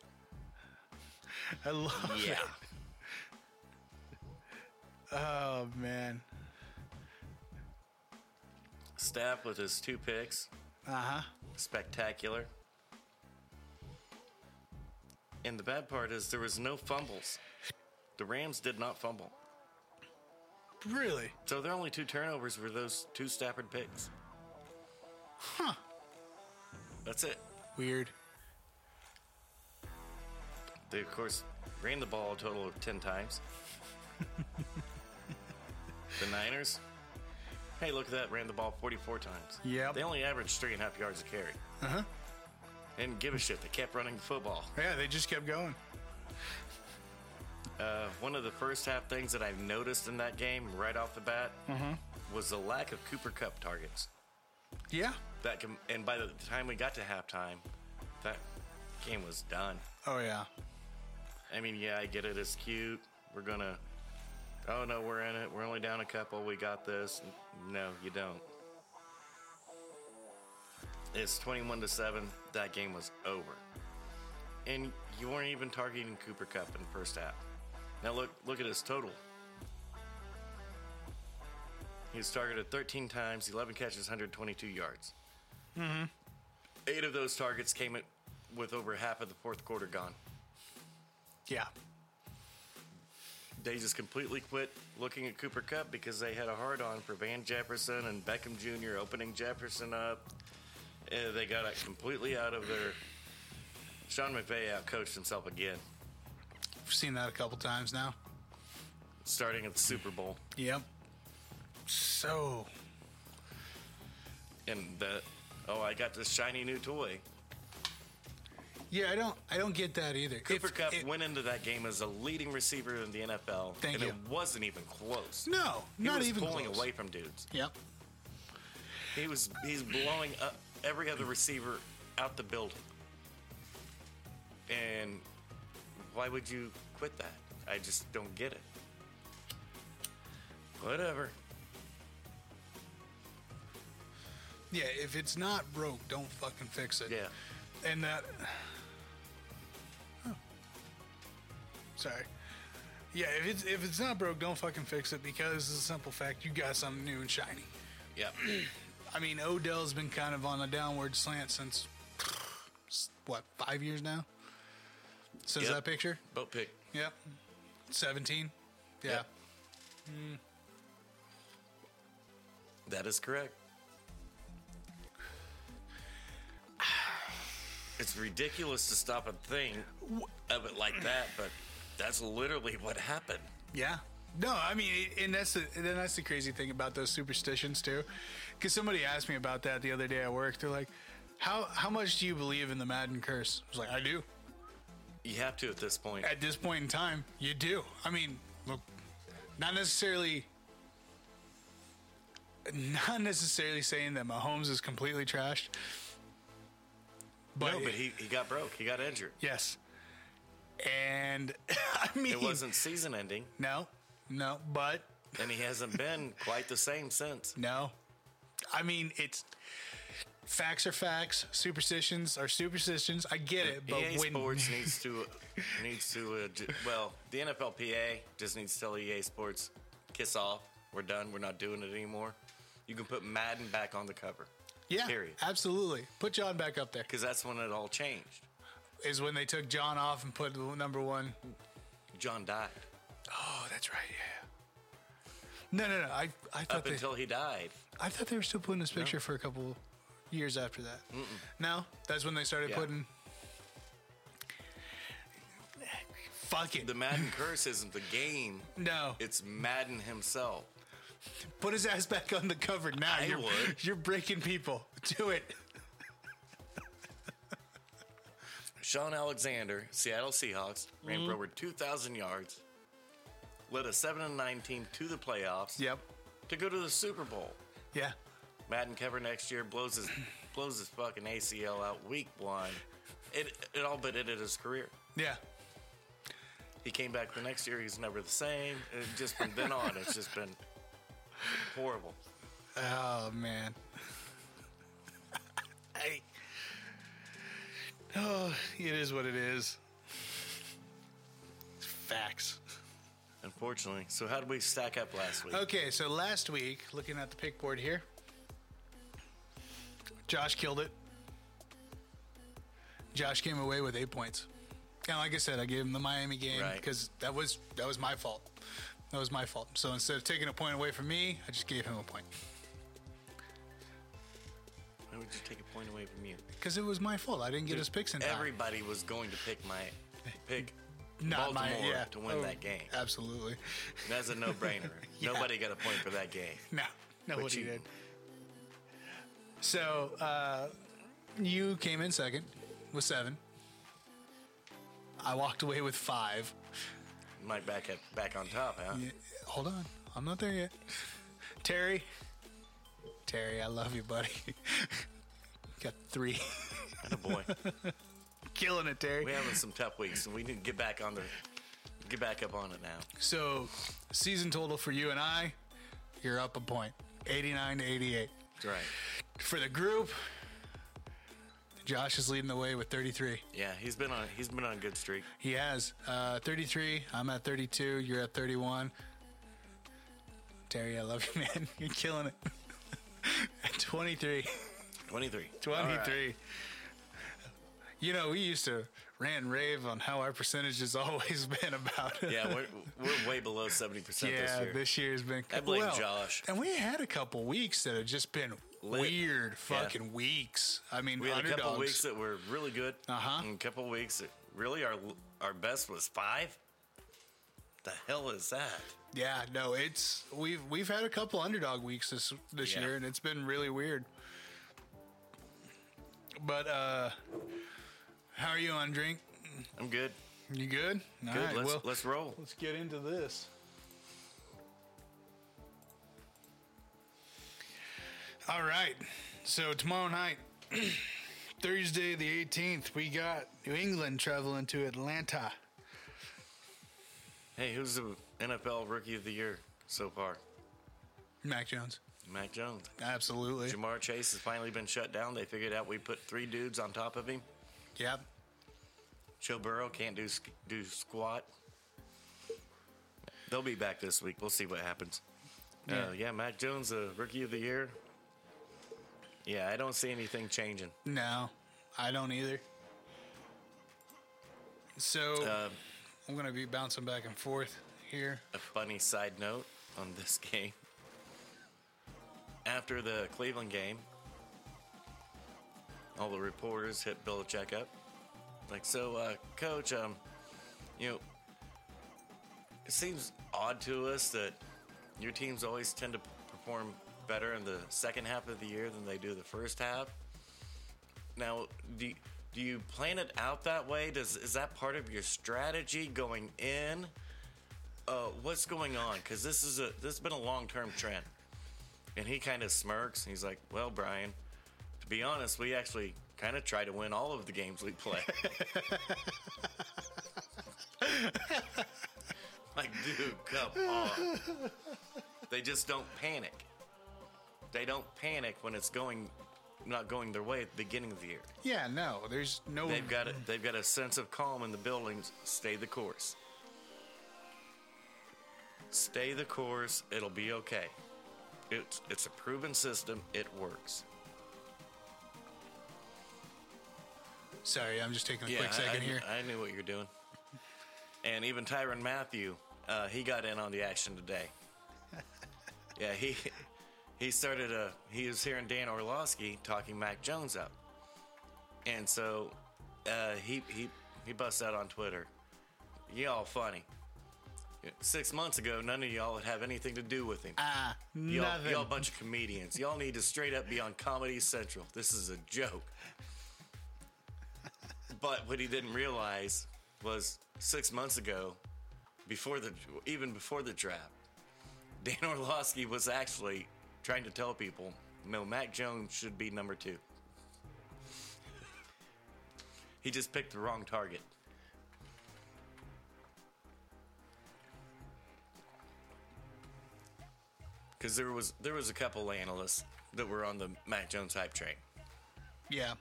[SPEAKER 2] I love
[SPEAKER 3] Yeah.
[SPEAKER 2] it. Oh man.
[SPEAKER 3] Staff with his two picks.
[SPEAKER 2] Uh huh.
[SPEAKER 3] Spectacular. And the bad part is there was no fumbles. The Rams did not fumble.
[SPEAKER 2] Really?
[SPEAKER 3] So their only two turnovers were those two Stafford picks.
[SPEAKER 2] Huh.
[SPEAKER 3] That's it.
[SPEAKER 2] Weird.
[SPEAKER 3] They, of course, ran the ball a total of 10 times. the Niners, hey, look at that, ran the ball 44 times.
[SPEAKER 2] Yep.
[SPEAKER 3] They only averaged three and a half yards a carry.
[SPEAKER 2] Uh huh.
[SPEAKER 3] Didn't give a shit. They kept running the football.
[SPEAKER 2] Yeah, they just kept going.
[SPEAKER 3] Uh, one of the first half things that I noticed in that game right off the bat was the lack of Cooper Cup targets.
[SPEAKER 2] Yeah.
[SPEAKER 3] That com- And by the time we got to halftime, that game was done.
[SPEAKER 2] Oh yeah.
[SPEAKER 3] I mean, yeah, I get it. It's cute. We're gonna. Oh no, we're in it. We're only down a couple. We got this. No, you don't. It's 21 to seven. That game was over, and you weren't even targeting Cooper Cup in the first half. Now look, look at his total. He was targeted 13 times, 11 catches, 122 yards. Mm-hmm. Eight of those targets came at, with over half of the fourth quarter gone.
[SPEAKER 2] Yeah.
[SPEAKER 3] They just completely quit looking at Cooper Cup because they had a hard on for Van Jefferson and Beckham Jr. opening Jefferson up. Uh, they got it completely out of their. Sean McVay outcoached himself again,
[SPEAKER 2] I've seen that a couple times now.
[SPEAKER 3] starting at the Super Bowl.
[SPEAKER 2] Yep. So
[SPEAKER 3] And the, oh, I got this shiny new toy.
[SPEAKER 2] yeah, I don't I don't get that either.
[SPEAKER 3] Cooper
[SPEAKER 2] If-
[SPEAKER 3] Cup
[SPEAKER 2] it-
[SPEAKER 3] went into that game as a leading receiver in the NFL,
[SPEAKER 2] Thank
[SPEAKER 3] and
[SPEAKER 2] you.
[SPEAKER 3] it wasn't even close.
[SPEAKER 2] No,
[SPEAKER 3] he
[SPEAKER 2] not
[SPEAKER 3] was
[SPEAKER 2] even
[SPEAKER 3] pulling
[SPEAKER 2] close.
[SPEAKER 3] away from dudes.
[SPEAKER 2] Yep.
[SPEAKER 3] He was he's blowing up every other receiver out the building. And why would you quit that? I just don't get it. Whatever.
[SPEAKER 2] Yeah, if it's not broke, don't fucking fix it.
[SPEAKER 3] Yeah.
[SPEAKER 2] And that. Oh. Sorry. Yeah, if it's if it's not broke, don't fucking fix it because it's a simple fact you got something new and shiny.
[SPEAKER 3] Yep.
[SPEAKER 2] I mean, Odell's been kind of on a downward slant since what five years now? Since
[SPEAKER 3] Yep.
[SPEAKER 2] that picture?
[SPEAKER 3] Boat pick.
[SPEAKER 2] Yep. Seventeen. Yeah.
[SPEAKER 3] Yep. That is correct. It's ridiculous to stop and think of it like that, but that's literally what happened.
[SPEAKER 2] Yeah. No, I mean, it- and that's the and that's the crazy thing about those superstitions too, because somebody asked me about that the other day at work. They're like, "How how much do you believe in the Madden curse?" I was like, "I do."
[SPEAKER 3] You have to at this point.
[SPEAKER 2] At this point in time, you do. I mean, look, not necessarily, not necessarily saying that Mahomes is completely trashed, but,
[SPEAKER 3] no, but he, he got broke. He got injured.
[SPEAKER 2] yes, And I mean,
[SPEAKER 3] It wasn't season ending,
[SPEAKER 2] No, no, but
[SPEAKER 3] and he hasn't been quite the same since.
[SPEAKER 2] no. I mean, it's facts are facts, superstitions are superstitions. I get it, but
[SPEAKER 3] EA
[SPEAKER 2] when
[SPEAKER 3] E Sports needs to needs to uh, j- well, the NFLPA just needs to tell EA Sports kiss off. We're done. We're not doing it anymore. You can put Madden back on the cover.
[SPEAKER 2] yeah,
[SPEAKER 3] Period.
[SPEAKER 2] absolutely. Put John back up there
[SPEAKER 3] Because that's when it all changed.
[SPEAKER 2] is when they took John off and put number one.
[SPEAKER 3] John died.
[SPEAKER 2] Oh, that's right. Yeah. No, no, no. I, I thought
[SPEAKER 3] Up
[SPEAKER 2] they,
[SPEAKER 3] until he died.
[SPEAKER 2] I thought they were still putting this picture for a couple years after that. No, that's when they started
[SPEAKER 3] Yeah.
[SPEAKER 2] putting. Fuck it.
[SPEAKER 3] The Madden curse isn't the game.
[SPEAKER 2] no,
[SPEAKER 3] It's Madden himself.
[SPEAKER 2] put his ass back on the cover now.
[SPEAKER 3] I
[SPEAKER 2] you're
[SPEAKER 3] would.
[SPEAKER 2] you're breaking people. Do it.
[SPEAKER 3] Sean Alexander, Seattle Seahawks, ran
[SPEAKER 2] Mm-hmm.
[SPEAKER 3] for over 2,000 yards, led a 7 and 9 team to the playoffs
[SPEAKER 2] Yep.
[SPEAKER 3] to go to the Super Bowl.
[SPEAKER 2] Yeah.
[SPEAKER 3] Madden cover next year blows his blows his fucking ACL out week one. It it all but ended his career.
[SPEAKER 2] Yeah.
[SPEAKER 3] He came back the next year. He's never the same. It just from then on, it's just been horrible.
[SPEAKER 2] Oh man. I. Oh, it is what it is. Facts.
[SPEAKER 3] Unfortunately. So how did we stack up last week?
[SPEAKER 2] Okay, so last week, looking at the pick board here, Josh killed it. Josh came away with eight points. And like I said, I gave him the Miami game
[SPEAKER 3] Right.
[SPEAKER 2] because that was that was my fault. That was my fault. So instead of taking a point away from me, I just gave him a point
[SPEAKER 3] Why would you take a point away from you?
[SPEAKER 2] because it was my fault. I didn't get his picks in time.
[SPEAKER 3] Everybody was going to pick my pick
[SPEAKER 2] Not my-
[SPEAKER 3] Baltimore
[SPEAKER 2] yeah.
[SPEAKER 3] to win
[SPEAKER 2] Oh.
[SPEAKER 3] that game.
[SPEAKER 2] Absolutely.
[SPEAKER 3] That's a no-brainer. Nobody got a point for that game.
[SPEAKER 2] No,
[SPEAKER 3] But
[SPEAKER 2] nobody
[SPEAKER 3] you-
[SPEAKER 2] did. So uh, you came in second with seven. I walked away with five.
[SPEAKER 3] Mike back at back on top, huh?
[SPEAKER 2] Yeah, Hold on, I'm not there yet. Terry, Terry, I love you, buddy. Got three,
[SPEAKER 3] Atta boy.
[SPEAKER 2] killing it, Terry.
[SPEAKER 3] We're having some tough weeks, and we need to get back on the get back up on it now.
[SPEAKER 2] So season total for you and I, you're up a point, 89 to 88.
[SPEAKER 3] Right.
[SPEAKER 2] For the group, Josh is leading the way with 33.
[SPEAKER 3] Yeah, he's been on he's been on a good streak.
[SPEAKER 2] He has uh, 33. I'm at 32. You're at 31. Terry, I love you, man. You're killing it. At 23.
[SPEAKER 3] Twenty three.
[SPEAKER 2] 23. You know, we used to rant and rave on how our percentage has always been about.
[SPEAKER 3] Yeah, we're we're way below seventy percent this
[SPEAKER 2] Yeah,
[SPEAKER 3] year.
[SPEAKER 2] this year has been.
[SPEAKER 3] I blame Josh.
[SPEAKER 2] And we had a couple weeks that have just been
[SPEAKER 3] Lit.
[SPEAKER 2] weird,
[SPEAKER 3] Yeah.
[SPEAKER 2] fucking weeks. I mean,
[SPEAKER 3] we had
[SPEAKER 2] underdogs.
[SPEAKER 3] a couple weeks that were really good.
[SPEAKER 2] Uh-huh.
[SPEAKER 3] And a couple weeks that really our our best was five. The hell is that?
[SPEAKER 2] Yeah, no, it's we've we've had a couple underdog weeks this this
[SPEAKER 3] Yeah.
[SPEAKER 2] year, and it's been really weird. But uh how are you on drink?
[SPEAKER 3] I'm good.
[SPEAKER 2] You good? All
[SPEAKER 3] Good.
[SPEAKER 2] right,
[SPEAKER 3] let's
[SPEAKER 2] well,
[SPEAKER 3] let's roll.
[SPEAKER 2] let's get into this. All right, so tomorrow night, Thursday the 18th, we got New England traveling to Atlanta.
[SPEAKER 3] Hey, who's the NFL Rookie of the Year so far?
[SPEAKER 2] Mac Jones,
[SPEAKER 3] Mac Jones.
[SPEAKER 2] absolutely.
[SPEAKER 3] Jamar Chase has finally been shut down. They figured out we put three dudes on top of him.
[SPEAKER 2] Yep.
[SPEAKER 3] Joe Burrow can't do sk- do squat. They'll be back this week. We'll see what happens. Yeah,
[SPEAKER 2] Yeah.
[SPEAKER 3] uh, yeah Mac Jones, the rookie of the year. Yeah, I don't see anything changing.
[SPEAKER 2] No, I don't either. So
[SPEAKER 3] Uh,
[SPEAKER 2] I'm gonna be bouncing back and forth here.
[SPEAKER 3] a funny side note on this game. After the Cleveland game, all the reporters hit Belichick up. Like, so, uh, coach, um, you know, it seems odd to us that your teams always tend to perform better in the second half of the year than they do the first half. Now, do do you plan it out that way? Does is that part of your strategy going in? Uh, what's going on? Because this is a this has been a long term trend. And he kind of smirks. And he's like, "Well, Brian, to be honest, we actually kind of try to win all of the games we play." Like, dude, come on. They just don't panic. They don't panic when it's going not going their way at the beginning of the year.
[SPEAKER 2] Yeah, no, there's no.
[SPEAKER 3] They've got a, they've got a sense of calm in the buildings. Stay the course. Stay the course. It'll be okay. It's it's a proven system. It works.
[SPEAKER 2] Sorry, I'm just taking a quick
[SPEAKER 3] I-
[SPEAKER 2] second
[SPEAKER 3] I, kn-
[SPEAKER 2] here.
[SPEAKER 3] I knew what you're doing. And even Tyron Matthew, uh, he got in on the action today. yeah, he he started a he was hearing Dan Orlovsky talking Mac Jones up, and so uh, he he he busts out on Twitter, y'all funny. Six months ago, none of y'all would have anything to do with him.
[SPEAKER 2] ah,
[SPEAKER 3] Y'all,
[SPEAKER 2] nothing.
[SPEAKER 3] y'all bunch of comedians. Y'all need to straight up be on Comedy Central. This is a joke. But what he didn't realize was six months ago, before the even before the draft, Dan Orlovsky was actually trying to tell people, no, Mac Jones should be number two. He just picked the wrong target. Because there was there was a couple analysts that were on the Mac Jones hype train.
[SPEAKER 2] yeah,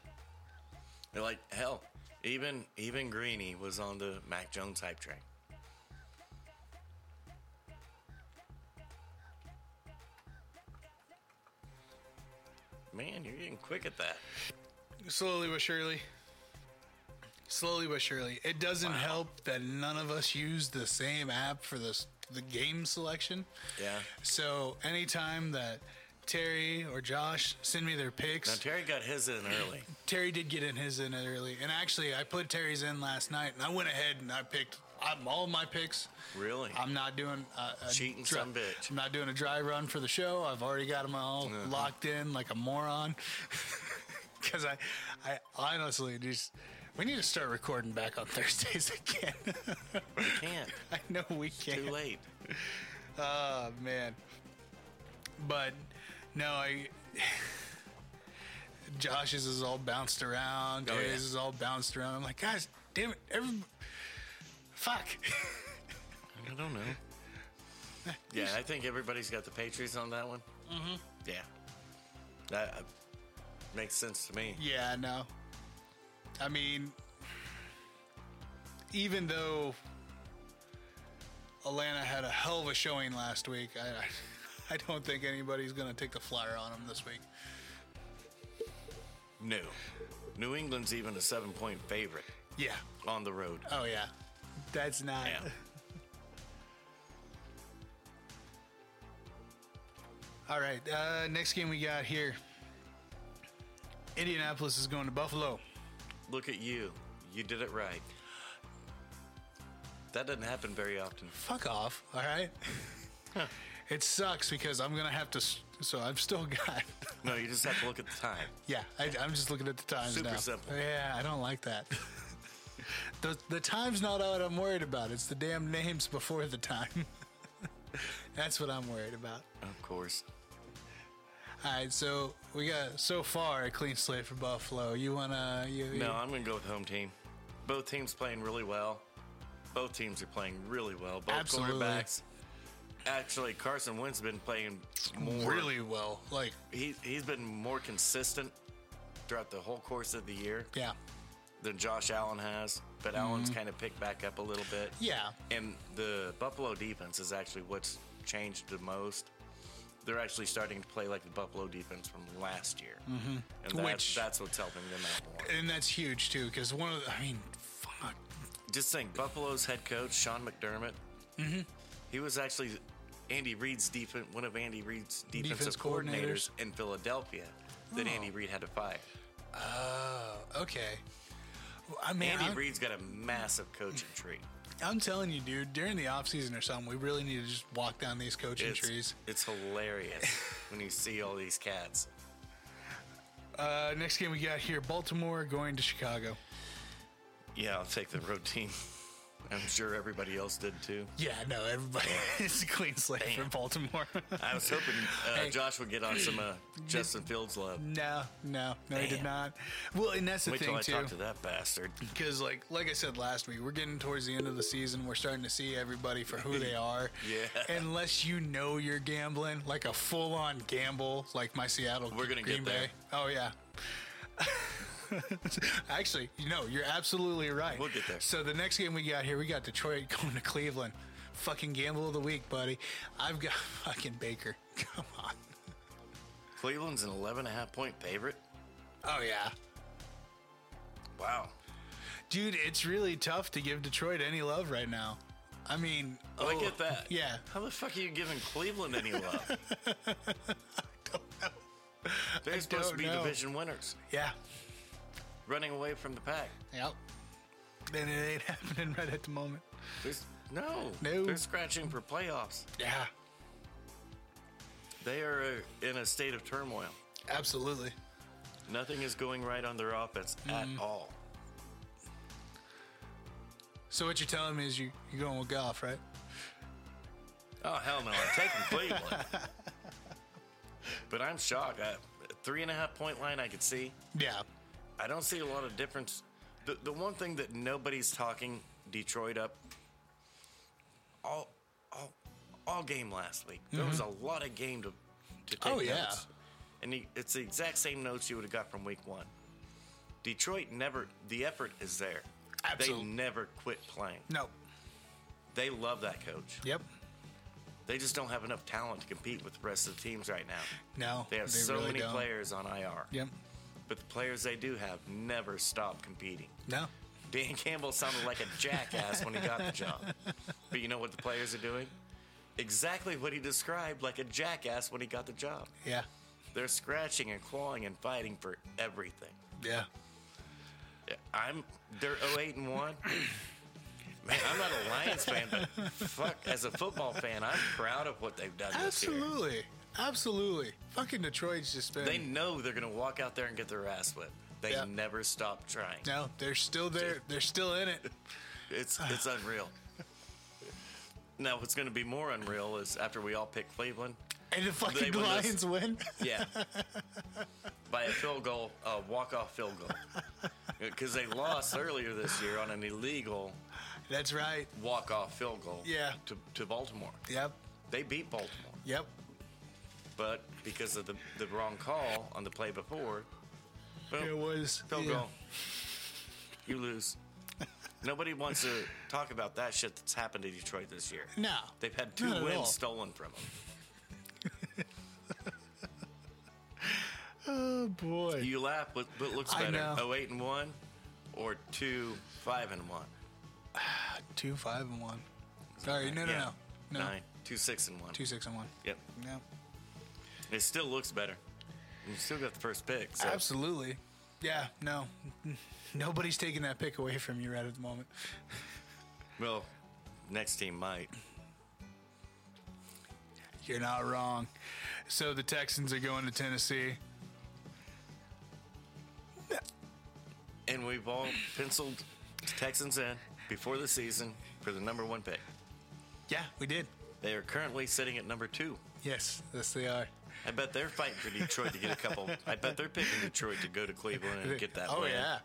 [SPEAKER 3] They're like, hell, even even Greeny was on the Mac Jones hype train. Man, you're getting quick at that.
[SPEAKER 2] slowly but surely. Slowly but surely. It doesn't help that none of us use the same app for this the game selection.
[SPEAKER 3] Yeah.
[SPEAKER 2] So anytime that Terry or Josh send me their
[SPEAKER 3] Now
[SPEAKER 2] picks,
[SPEAKER 3] Terry got his in early.
[SPEAKER 2] Terry did get in his in early, and actually I put Terry's in last night, and I went ahead and I picked I'm, all my picks.
[SPEAKER 3] Really?
[SPEAKER 2] I'm not doing uh, a
[SPEAKER 3] Cheating
[SPEAKER 2] dry-
[SPEAKER 3] some bitch. Uh-huh.
[SPEAKER 2] I'm not doing a dry run for the show. I've already got them all locked in like a moron. Because I, I honestly just we need to start recording back on Thursdays again.
[SPEAKER 3] I can't.
[SPEAKER 2] I know we can't.
[SPEAKER 3] Too late.
[SPEAKER 2] Oh man. But no, I Josh's is all bounced around.
[SPEAKER 3] Oh,
[SPEAKER 2] Terry's
[SPEAKER 3] yeah.
[SPEAKER 2] is all bounced around. I'm like, guys, damn it, every fuck.
[SPEAKER 3] I don't know. Yeah, I think everybody's got the Patriots on that one. Mm-hmm. Yeah. That uh, makes sense to me.
[SPEAKER 2] yeah, no. I mean even though Atlanta had a hell of a showing last week, I I don't think anybody's gonna take the flyer on them this week.
[SPEAKER 3] No. New England's even a seven point favorite
[SPEAKER 2] Yeah.
[SPEAKER 3] on the road.
[SPEAKER 2] Oh yeah. That's not
[SPEAKER 3] Yeah.
[SPEAKER 2] All right. Uh, next game we got here. Indianapolis is going to Buffalo.
[SPEAKER 3] Look at you. You did it right. That doesn't happen very often.
[SPEAKER 2] Fuck off. All right. it sucks because I'm gonna have to. s- So I've still got.
[SPEAKER 3] No, you just have to look at the time.
[SPEAKER 2] Yeah, I, I'm just looking at the times
[SPEAKER 3] Super
[SPEAKER 2] now.
[SPEAKER 3] simple.
[SPEAKER 2] Yeah, I don't like that. the the time's not what I'm worried about. It's the damn names before the time. That's what I'm worried about.
[SPEAKER 3] Of course.
[SPEAKER 2] All right, so we got so far a clean slate for Buffalo. You wanna? You, you-
[SPEAKER 3] No, I'm going to go with home team. Both teams playing really well. Both teams are playing really well. Both
[SPEAKER 2] Absolutely.
[SPEAKER 3] quarterbacks. Actually, Carson Wentz has been playing more.
[SPEAKER 2] really well. Like,
[SPEAKER 3] He, he's been more consistent throughout the whole course of the year
[SPEAKER 2] yeah,
[SPEAKER 3] than Josh Allen has. But Allen's kind of picked back up a little bit.
[SPEAKER 2] yeah,
[SPEAKER 3] And the Buffalo defense is actually what's changed the most. They're actually starting to play like the Buffalo defense from last year, mm-hmm. and that's,
[SPEAKER 2] Which-
[SPEAKER 3] that's what's helping them out more.
[SPEAKER 2] and that's huge too. Because one of, the, I mean, fuck,
[SPEAKER 3] Just think, Buffalo's head coach Sean McDermott,
[SPEAKER 2] Mm-hmm.
[SPEAKER 3] he was actually Andy Reid's defense, one of Andy Reid's defensive
[SPEAKER 2] Defense
[SPEAKER 3] coordinators,
[SPEAKER 2] coordinators. Oh.
[SPEAKER 3] in Philadelphia that Andy Reid had to fire.
[SPEAKER 2] okay. I mean,
[SPEAKER 3] Andy
[SPEAKER 2] I'm,
[SPEAKER 3] Reid's got a massive coaching tree.
[SPEAKER 2] I'm telling you, dude. During the off season or something, we really need to just walk down these coaching
[SPEAKER 3] It's,
[SPEAKER 2] trees.
[SPEAKER 3] it's hilarious when you see all these cats.
[SPEAKER 2] Uh, next game we got here: Baltimore going to Chicago.
[SPEAKER 3] Yeah, I'll take the road team. I'm sure everybody else did too.
[SPEAKER 2] Yeah, no, everybody. it's a clean slate for Baltimore.
[SPEAKER 3] I was hoping uh,
[SPEAKER 2] Hey.
[SPEAKER 3] Josh would get on some uh, Justin Fields love.
[SPEAKER 2] no, no, no, he did
[SPEAKER 3] Damn.
[SPEAKER 2] not. Well, and that's the
[SPEAKER 3] Wait till
[SPEAKER 2] thing
[SPEAKER 3] I
[SPEAKER 2] too.
[SPEAKER 3] talk to that bastard.
[SPEAKER 2] because like like I said last week, we're getting towards the end of the season. We're starting to see everybody for who they are.
[SPEAKER 3] Yeah.
[SPEAKER 2] Unless you know you're gambling, like a full on gamble, like my Seattle.
[SPEAKER 3] We're gonna
[SPEAKER 2] Green
[SPEAKER 3] get there.
[SPEAKER 2] Bay. Oh yeah. Actually, no, you're absolutely right.
[SPEAKER 3] We'll get there.
[SPEAKER 2] So the next game we got here, we got Detroit going to Cleveland. Fucking gamble of the week, buddy. I've got fucking Baker. Come on.
[SPEAKER 3] Cleveland's an 11 and a half point favorite.
[SPEAKER 2] Oh yeah.
[SPEAKER 3] Wow.
[SPEAKER 2] Dude, it's really tough to give Detroit any love right now. I mean,
[SPEAKER 3] Look
[SPEAKER 2] oh,
[SPEAKER 3] at that.
[SPEAKER 2] Yeah.
[SPEAKER 3] How the fuck are you giving Cleveland any love? They're supposed
[SPEAKER 2] don't
[SPEAKER 3] to be
[SPEAKER 2] know.
[SPEAKER 3] division winners,
[SPEAKER 2] Yeah.
[SPEAKER 3] running away from the pack.
[SPEAKER 2] Yep. Then it ain't happening right at the moment.
[SPEAKER 3] There's, no,
[SPEAKER 2] No.
[SPEAKER 3] they're scratching for playoffs.
[SPEAKER 2] Yeah.
[SPEAKER 3] They are uh, in a state of turmoil.
[SPEAKER 2] Absolutely.
[SPEAKER 3] Nothing is going right on their offense at
[SPEAKER 2] Mm-hmm.
[SPEAKER 3] all.
[SPEAKER 2] So what you're telling me is you you're going with golf, right?
[SPEAKER 3] Oh hell no! I'm taking Cleveland. but I'm shocked. I, three and a half point line I could see.
[SPEAKER 2] Yeah.
[SPEAKER 3] I don't see a lot of difference. The the one thing that nobody's talking Detroit up all all all game last week. There was a lot of game to to take
[SPEAKER 2] Mm-hmm. Oh, yeah.
[SPEAKER 3] notes. And the- it's the exact same notes you would have got from week one. Detroit never the effort is there.
[SPEAKER 2] Absolute-
[SPEAKER 3] They never quit playing.
[SPEAKER 2] No.
[SPEAKER 3] They love that coach.
[SPEAKER 2] Yep.
[SPEAKER 3] They just don't have enough talent to compete with the rest of the teams right now.
[SPEAKER 2] No.
[SPEAKER 3] They have so
[SPEAKER 2] really
[SPEAKER 3] many
[SPEAKER 2] don't.
[SPEAKER 3] players on IR.
[SPEAKER 2] Yep.
[SPEAKER 3] But the players they do have never stop competing.
[SPEAKER 2] No.
[SPEAKER 3] Dan Campbell sounded like a jackass when he got the job. But you know what the players are doing? Exactly what he described like a jackass when he got the job.
[SPEAKER 2] Yeah.
[SPEAKER 3] They're scratching and clawing and fighting for everything.
[SPEAKER 2] Yeah.
[SPEAKER 3] I'm they're 08 and 1. Man, I'm not a Lions fan, but fuck, as a football fan, I'm proud of what they've done this year.
[SPEAKER 2] Absolutely. Absolutely. Fucking Detroit's just been
[SPEAKER 3] They know they're going to walk out there and get their ass whipped. They
[SPEAKER 2] Yeah.
[SPEAKER 3] never stop trying.
[SPEAKER 2] No, they're still there. They're still in it.
[SPEAKER 3] It's it's unreal. Now, what's going to be more unreal is after we all pick Cleveland.
[SPEAKER 2] And the fucking
[SPEAKER 3] win this.
[SPEAKER 2] Lions win.
[SPEAKER 3] Yeah. By a field goal, a walk off field goal. Because they lost earlier this year on an illegal
[SPEAKER 2] That's right.
[SPEAKER 3] walk off field goal
[SPEAKER 2] Yeah.
[SPEAKER 3] to, to Baltimore.
[SPEAKER 2] Yep.
[SPEAKER 3] They beat Baltimore.
[SPEAKER 2] Yep.
[SPEAKER 3] But because of the, the wrong call on the play before, boom,
[SPEAKER 2] It was
[SPEAKER 3] Oh. Field
[SPEAKER 2] yeah.
[SPEAKER 3] goal. You lose. Nobody wants to talk about that shit that's happened to Detroit this year.
[SPEAKER 2] No.
[SPEAKER 3] They've had two
[SPEAKER 2] Not at
[SPEAKER 3] wins
[SPEAKER 2] all.
[SPEAKER 3] stolen from them.
[SPEAKER 2] Oh boy.
[SPEAKER 3] You laugh, but what looks
[SPEAKER 2] I
[SPEAKER 3] better?
[SPEAKER 2] know.
[SPEAKER 3] Oh eight and 1 or 2 5 and 1?
[SPEAKER 2] Two five and one. Sorry. No. No.
[SPEAKER 3] Yeah.
[SPEAKER 2] No. No.
[SPEAKER 3] 9 2 6 and 1.
[SPEAKER 2] Two six and one.
[SPEAKER 3] Yep.
[SPEAKER 2] No.
[SPEAKER 3] It still looks better. You still got the first pick. So
[SPEAKER 2] Absolutely. Yeah, no. Nobody's taking that pick away from you right at the moment.
[SPEAKER 3] Well, next team might.
[SPEAKER 2] You're not wrong. So the Texans are going to Tennessee.
[SPEAKER 3] And we've all penciled Texans in before the season for the number 1 pick.
[SPEAKER 2] Yeah, we did.
[SPEAKER 3] They are currently sitting at number 2.
[SPEAKER 2] Yes, yes they are.
[SPEAKER 3] I bet they're fighting for Detroit to get a couple. I bet they're picking Detroit to go to Cleveland and get that
[SPEAKER 2] oh
[SPEAKER 3] win.
[SPEAKER 2] yeah.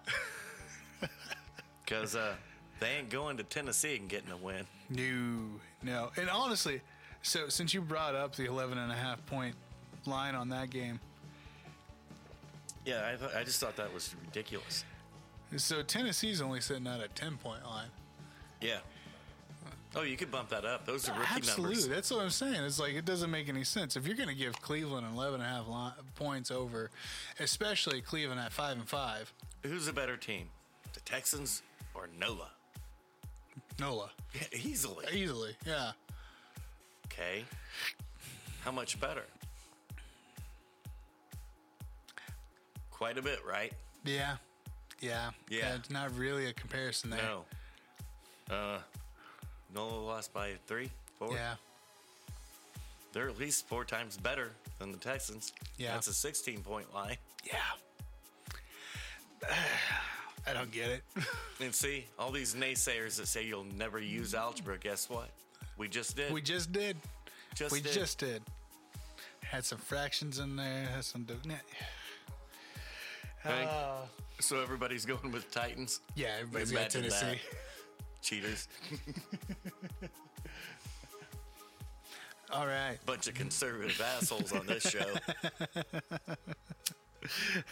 [SPEAKER 3] because uh, they ain't going to Tennessee and getting a win.
[SPEAKER 2] No. No. And honestly, so since you brought up the 11 and a half point line on that game.
[SPEAKER 3] Yeah, I, th- I just thought that was ridiculous.
[SPEAKER 2] So Tennessee's only sitting at a 10 point line.
[SPEAKER 3] Yeah. Oh, you could bump that up. Those are rookie
[SPEAKER 2] Absolutely.
[SPEAKER 3] numbers.
[SPEAKER 2] That's what I'm saying. It's like it doesn't make any sense. If you're going to give Cleveland 11 and a half li- points over, especially Cleveland at 5 and 5,
[SPEAKER 3] Who's a better team, the Texans or Nola?
[SPEAKER 2] Nola.
[SPEAKER 3] Yeah, easily.
[SPEAKER 2] Easily. Yeah.
[SPEAKER 3] Okay. How much better? Quite a bit, right?
[SPEAKER 2] Yeah. Yeah.
[SPEAKER 3] Yeah.
[SPEAKER 2] It's not really a comparison there.
[SPEAKER 3] No. Uh, Nola lost by three, four.
[SPEAKER 2] Yeah.
[SPEAKER 3] They're at least four times better than the Texans.
[SPEAKER 2] Yeah.
[SPEAKER 3] That's a 16 point line.
[SPEAKER 2] Yeah. I don't get it.
[SPEAKER 3] And see, all these naysayers that say you'll never use algebra, guess what? We just did.
[SPEAKER 2] we just did.
[SPEAKER 3] just
[SPEAKER 2] we
[SPEAKER 3] did.
[SPEAKER 2] just did. Had some fractions in there. Had some. div- nah.
[SPEAKER 3] Hank, Uh, so everybody's going with Titans.
[SPEAKER 2] Yeah, everybody's got
[SPEAKER 3] Imagine that.
[SPEAKER 2] Tennessee.
[SPEAKER 3] Cheaters.
[SPEAKER 2] All right.
[SPEAKER 3] Bunch of conservative assholes on this show.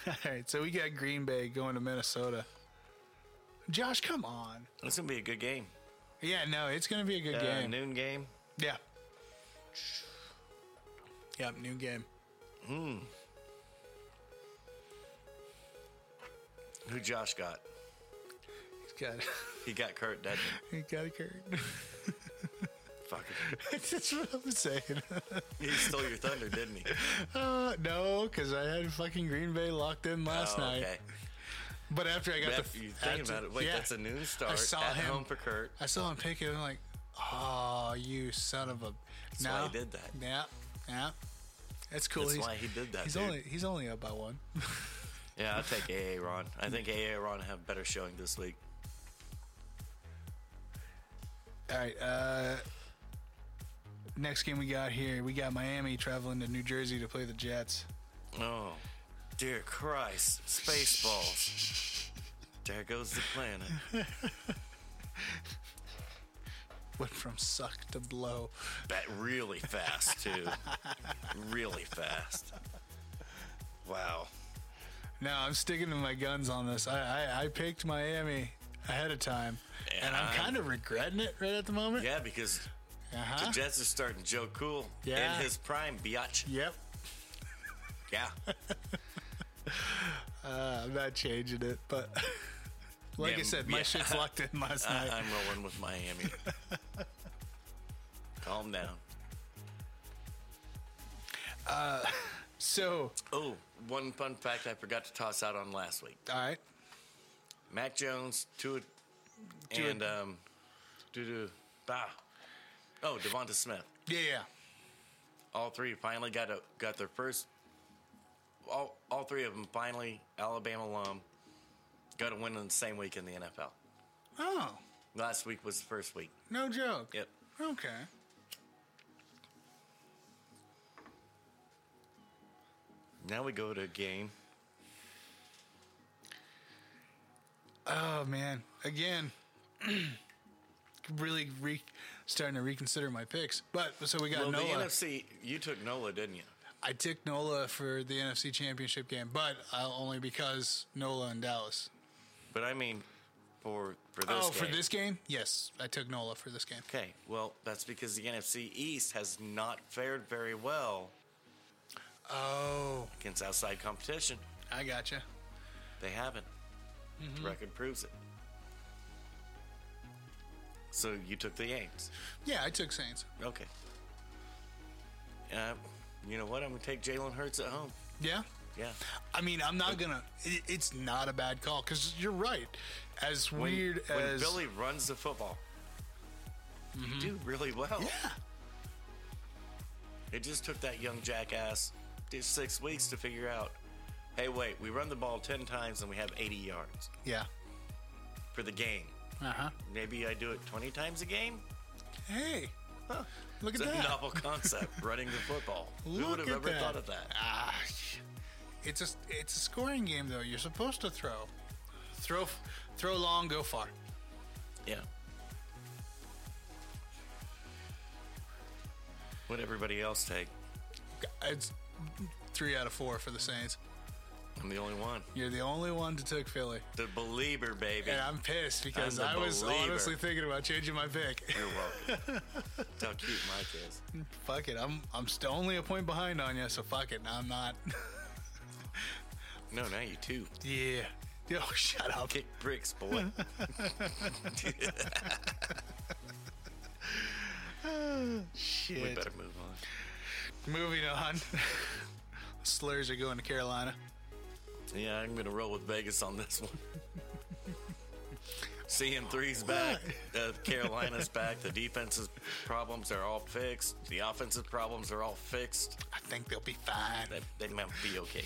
[SPEAKER 2] All right. So we got Green Bay going to Minnesota. Josh, come on.
[SPEAKER 3] It's gonna be a good game.
[SPEAKER 2] Yeah, no, it's going to be a good
[SPEAKER 3] Uh,
[SPEAKER 2] game.
[SPEAKER 3] Noon game.
[SPEAKER 2] Yeah. Yep, new game.
[SPEAKER 3] Who Josh got?
[SPEAKER 2] He's got
[SPEAKER 3] He got Kurt, doesn't he?
[SPEAKER 2] he got a curtain.
[SPEAKER 3] Fuck
[SPEAKER 2] That's what I'm saying.
[SPEAKER 3] He stole your thunder, didn't he?
[SPEAKER 2] Uh, no, because I had fucking Green Bay locked in last
[SPEAKER 3] Oh,
[SPEAKER 2] night.
[SPEAKER 3] okay.
[SPEAKER 2] But after I got
[SPEAKER 3] That,
[SPEAKER 2] the
[SPEAKER 3] you think
[SPEAKER 2] after-
[SPEAKER 3] about it. Wait,
[SPEAKER 2] yeah.
[SPEAKER 3] that's a noon start.
[SPEAKER 2] saw
[SPEAKER 3] at
[SPEAKER 2] him.
[SPEAKER 3] home for Kurt.
[SPEAKER 2] I saw him pick it. and I'm like, oh, you son of a.
[SPEAKER 3] That's why he did that.
[SPEAKER 2] Yeah, yeah. That's cool.
[SPEAKER 3] That's
[SPEAKER 2] he's,
[SPEAKER 3] why he did that.
[SPEAKER 2] he's
[SPEAKER 3] dude.
[SPEAKER 2] only he's only up by one.
[SPEAKER 3] Yeah, I'll take AA Ron. I think AA Ron have better showing this week.
[SPEAKER 2] All right. Uh, next game we got here, we got Miami traveling to New Jersey to play the Jets.
[SPEAKER 3] Oh, dear Christ. Spaceballs. there goes the planet.
[SPEAKER 2] Went from suck to blow.
[SPEAKER 3] That really fast, too. really fast. Wow.
[SPEAKER 2] No, I'm sticking to my guns on this. I I, I picked Miami ahead of time, and,
[SPEAKER 3] And
[SPEAKER 2] I'm
[SPEAKER 3] I'm-
[SPEAKER 2] kind of regretting it right at the moment.
[SPEAKER 3] Yeah, because
[SPEAKER 2] Uh-huh.
[SPEAKER 3] the Jets are starting Joe Cool
[SPEAKER 2] Yeah.
[SPEAKER 3] in his prime, biatch.
[SPEAKER 2] Yep.
[SPEAKER 3] Yeah.
[SPEAKER 2] Uh, I'm not changing it, but like I
[SPEAKER 3] Yeah,
[SPEAKER 2] said, my
[SPEAKER 3] yeah. Uh-huh.
[SPEAKER 2] shit's locked in last
[SPEAKER 3] I-
[SPEAKER 2] night.
[SPEAKER 3] I'm rolling with Miami. Calm down.
[SPEAKER 2] so,
[SPEAKER 3] Oh, one fun fact I forgot to toss out on last week.
[SPEAKER 2] all right.
[SPEAKER 3] Mac Jones, Tua,
[SPEAKER 2] Tua-
[SPEAKER 3] and um, doo-doo, bah. Oh, Devonta Smith.
[SPEAKER 2] Yeah, yeah.
[SPEAKER 3] All three finally got a, got their first. All all three of them finally Alabama alum got a win on the same week in the NFL.
[SPEAKER 2] Oh,
[SPEAKER 3] Last week was the first week.
[SPEAKER 2] no joke.
[SPEAKER 3] Yep.
[SPEAKER 2] Okay.
[SPEAKER 3] Now we go to a game.
[SPEAKER 2] Oh man, again, really re- starting to reconsider my picks. But so we got
[SPEAKER 3] Well,
[SPEAKER 2] Nola.
[SPEAKER 3] the NFC, you took Nola, didn't you?
[SPEAKER 2] I took Nola for the NFC Championship game, but i only because Nola and Dallas.
[SPEAKER 3] But I mean, for for this.
[SPEAKER 2] oh, for
[SPEAKER 3] game.
[SPEAKER 2] this game, yes, I took Nola for this game.
[SPEAKER 3] Okay, well, that's because the NFC East has not fared very well
[SPEAKER 2] Oh,
[SPEAKER 3] against outside competition.
[SPEAKER 2] I gotcha.
[SPEAKER 3] They haven't.
[SPEAKER 2] Mm-hmm.
[SPEAKER 3] The record proves it. So you took the Yanks.
[SPEAKER 2] Yeah, I took Saints.
[SPEAKER 3] Okay. Uh, you know what? I'm going to take Jalen Hurts at home.
[SPEAKER 2] Yeah.
[SPEAKER 3] Yeah.
[SPEAKER 2] I mean, I'm not gonna. It, it's not a bad call because you're right. As
[SPEAKER 3] When,
[SPEAKER 2] weird
[SPEAKER 3] when
[SPEAKER 2] as Mm-hmm.
[SPEAKER 3] Billy runs the football, you do really well.
[SPEAKER 2] yeah,
[SPEAKER 3] It just took that young jackass just six weeks to figure out hey, wait, we run the ball 10 times and we have 80 yards
[SPEAKER 2] yeah,
[SPEAKER 3] for the game.
[SPEAKER 2] uh
[SPEAKER 3] Uh-huh.
[SPEAKER 2] huh.
[SPEAKER 3] Maybe I do it 20 times a game?
[SPEAKER 2] Hey,
[SPEAKER 3] Huh.
[SPEAKER 2] look at
[SPEAKER 3] It's a
[SPEAKER 2] that.
[SPEAKER 3] novel concept, running the football. Who
[SPEAKER 2] Look
[SPEAKER 3] would have
[SPEAKER 2] at
[SPEAKER 3] ever
[SPEAKER 2] that.
[SPEAKER 3] thought of that?
[SPEAKER 2] Ah, sh- it's a it's a scoring game though. You're supposed to throw, throw, f- throw long, go far.
[SPEAKER 3] Yeah. Would everybody else take?
[SPEAKER 2] It's three out of four for the Saints.
[SPEAKER 3] I'm the only one.
[SPEAKER 2] You're the only one to took Philly,
[SPEAKER 3] The believer, baby.
[SPEAKER 2] and I'm pissed because
[SPEAKER 3] I'm
[SPEAKER 2] I
[SPEAKER 3] the
[SPEAKER 2] was
[SPEAKER 3] believer.
[SPEAKER 2] honestly thinking about changing my pick.
[SPEAKER 3] You're welcome. That's how cute Mike is.
[SPEAKER 2] fuck it, I'm I'm still only a point behind on you, so fuck it. I'm not.
[SPEAKER 3] No, now you too.
[SPEAKER 2] yeah. Yo, shut up.
[SPEAKER 3] Kick bricks, boy. we
[SPEAKER 2] Shit.
[SPEAKER 3] better move on.
[SPEAKER 2] Moving on. Slurs are going to Carolina.
[SPEAKER 3] Yeah, I'm gonna roll with Vegas on this one. CM3's back, uh, Carolina's back. The defense's problems are all fixed. The offensive problems are all fixed.
[SPEAKER 2] I think they'll be fine.
[SPEAKER 3] That they might be okay.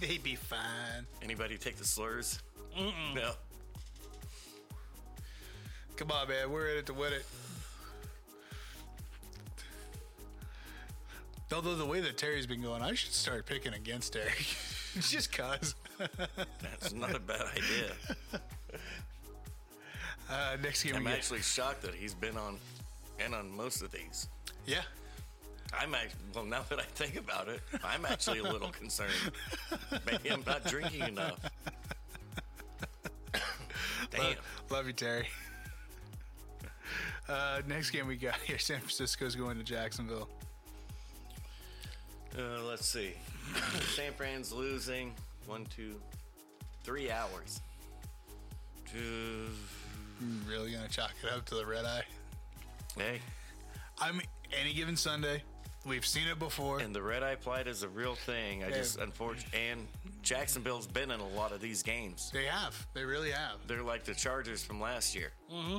[SPEAKER 2] They be fine.
[SPEAKER 3] Anybody take the slurs? No.
[SPEAKER 2] Come on, man. We're in it to win it. Although the way that Terry's been going, I should start picking against Terry. Just cause.
[SPEAKER 3] That's not a bad idea.
[SPEAKER 2] Uh, next game we
[SPEAKER 3] I'm
[SPEAKER 2] get-
[SPEAKER 3] actually shocked that he's been on and on most of these.
[SPEAKER 2] Yeah.
[SPEAKER 3] I'm actually, well, now that I think about it, I'm actually a little concerned. Maybe I'm not drinking enough. Damn.
[SPEAKER 2] Uh, Love you, Terry. Uh, next game we got here, San Francisco's going to Jacksonville.
[SPEAKER 3] Uh, let's see. San Fran's losing one, two, three hours. Two.
[SPEAKER 2] You really gonna chalk it up to the red eye?
[SPEAKER 3] Hey,
[SPEAKER 2] I mean, any given Sunday, we've seen it before.
[SPEAKER 3] and the red eye plight is a real thing. I just,
[SPEAKER 2] Yeah.
[SPEAKER 3] unfortunately, and Jacksonville's been in a lot of these games.
[SPEAKER 2] they have. They really have.
[SPEAKER 3] They're like the Chargers from last year, mm-hmm.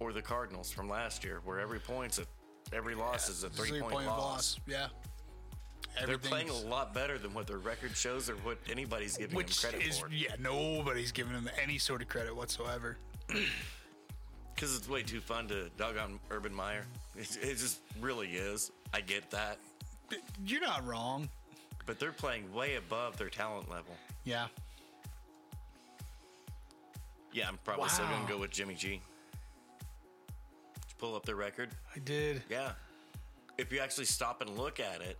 [SPEAKER 3] or the Cardinals from last year, where every point's a, every loss is a three-point
[SPEAKER 2] Three-point
[SPEAKER 3] loss.
[SPEAKER 2] Yeah.
[SPEAKER 3] They're
[SPEAKER 2] Everything's-
[SPEAKER 3] playing a lot better than what their record shows or what anybody's giving
[SPEAKER 2] which
[SPEAKER 3] them credit
[SPEAKER 2] is
[SPEAKER 3] for.
[SPEAKER 2] yeah, nobody's giving them any sort of credit whatsoever.
[SPEAKER 3] Because it's way too fun to dog on Urban Meyer. It, it just really is. I get that,
[SPEAKER 2] You're not wrong.
[SPEAKER 3] but they're playing way above their talent level.
[SPEAKER 2] Yeah.
[SPEAKER 3] Yeah, I'm probably still gonna
[SPEAKER 2] Wow.
[SPEAKER 3] go with Jimmy G. Did you pull up their record.
[SPEAKER 2] I did.
[SPEAKER 3] Yeah. If you actually stop and look at it,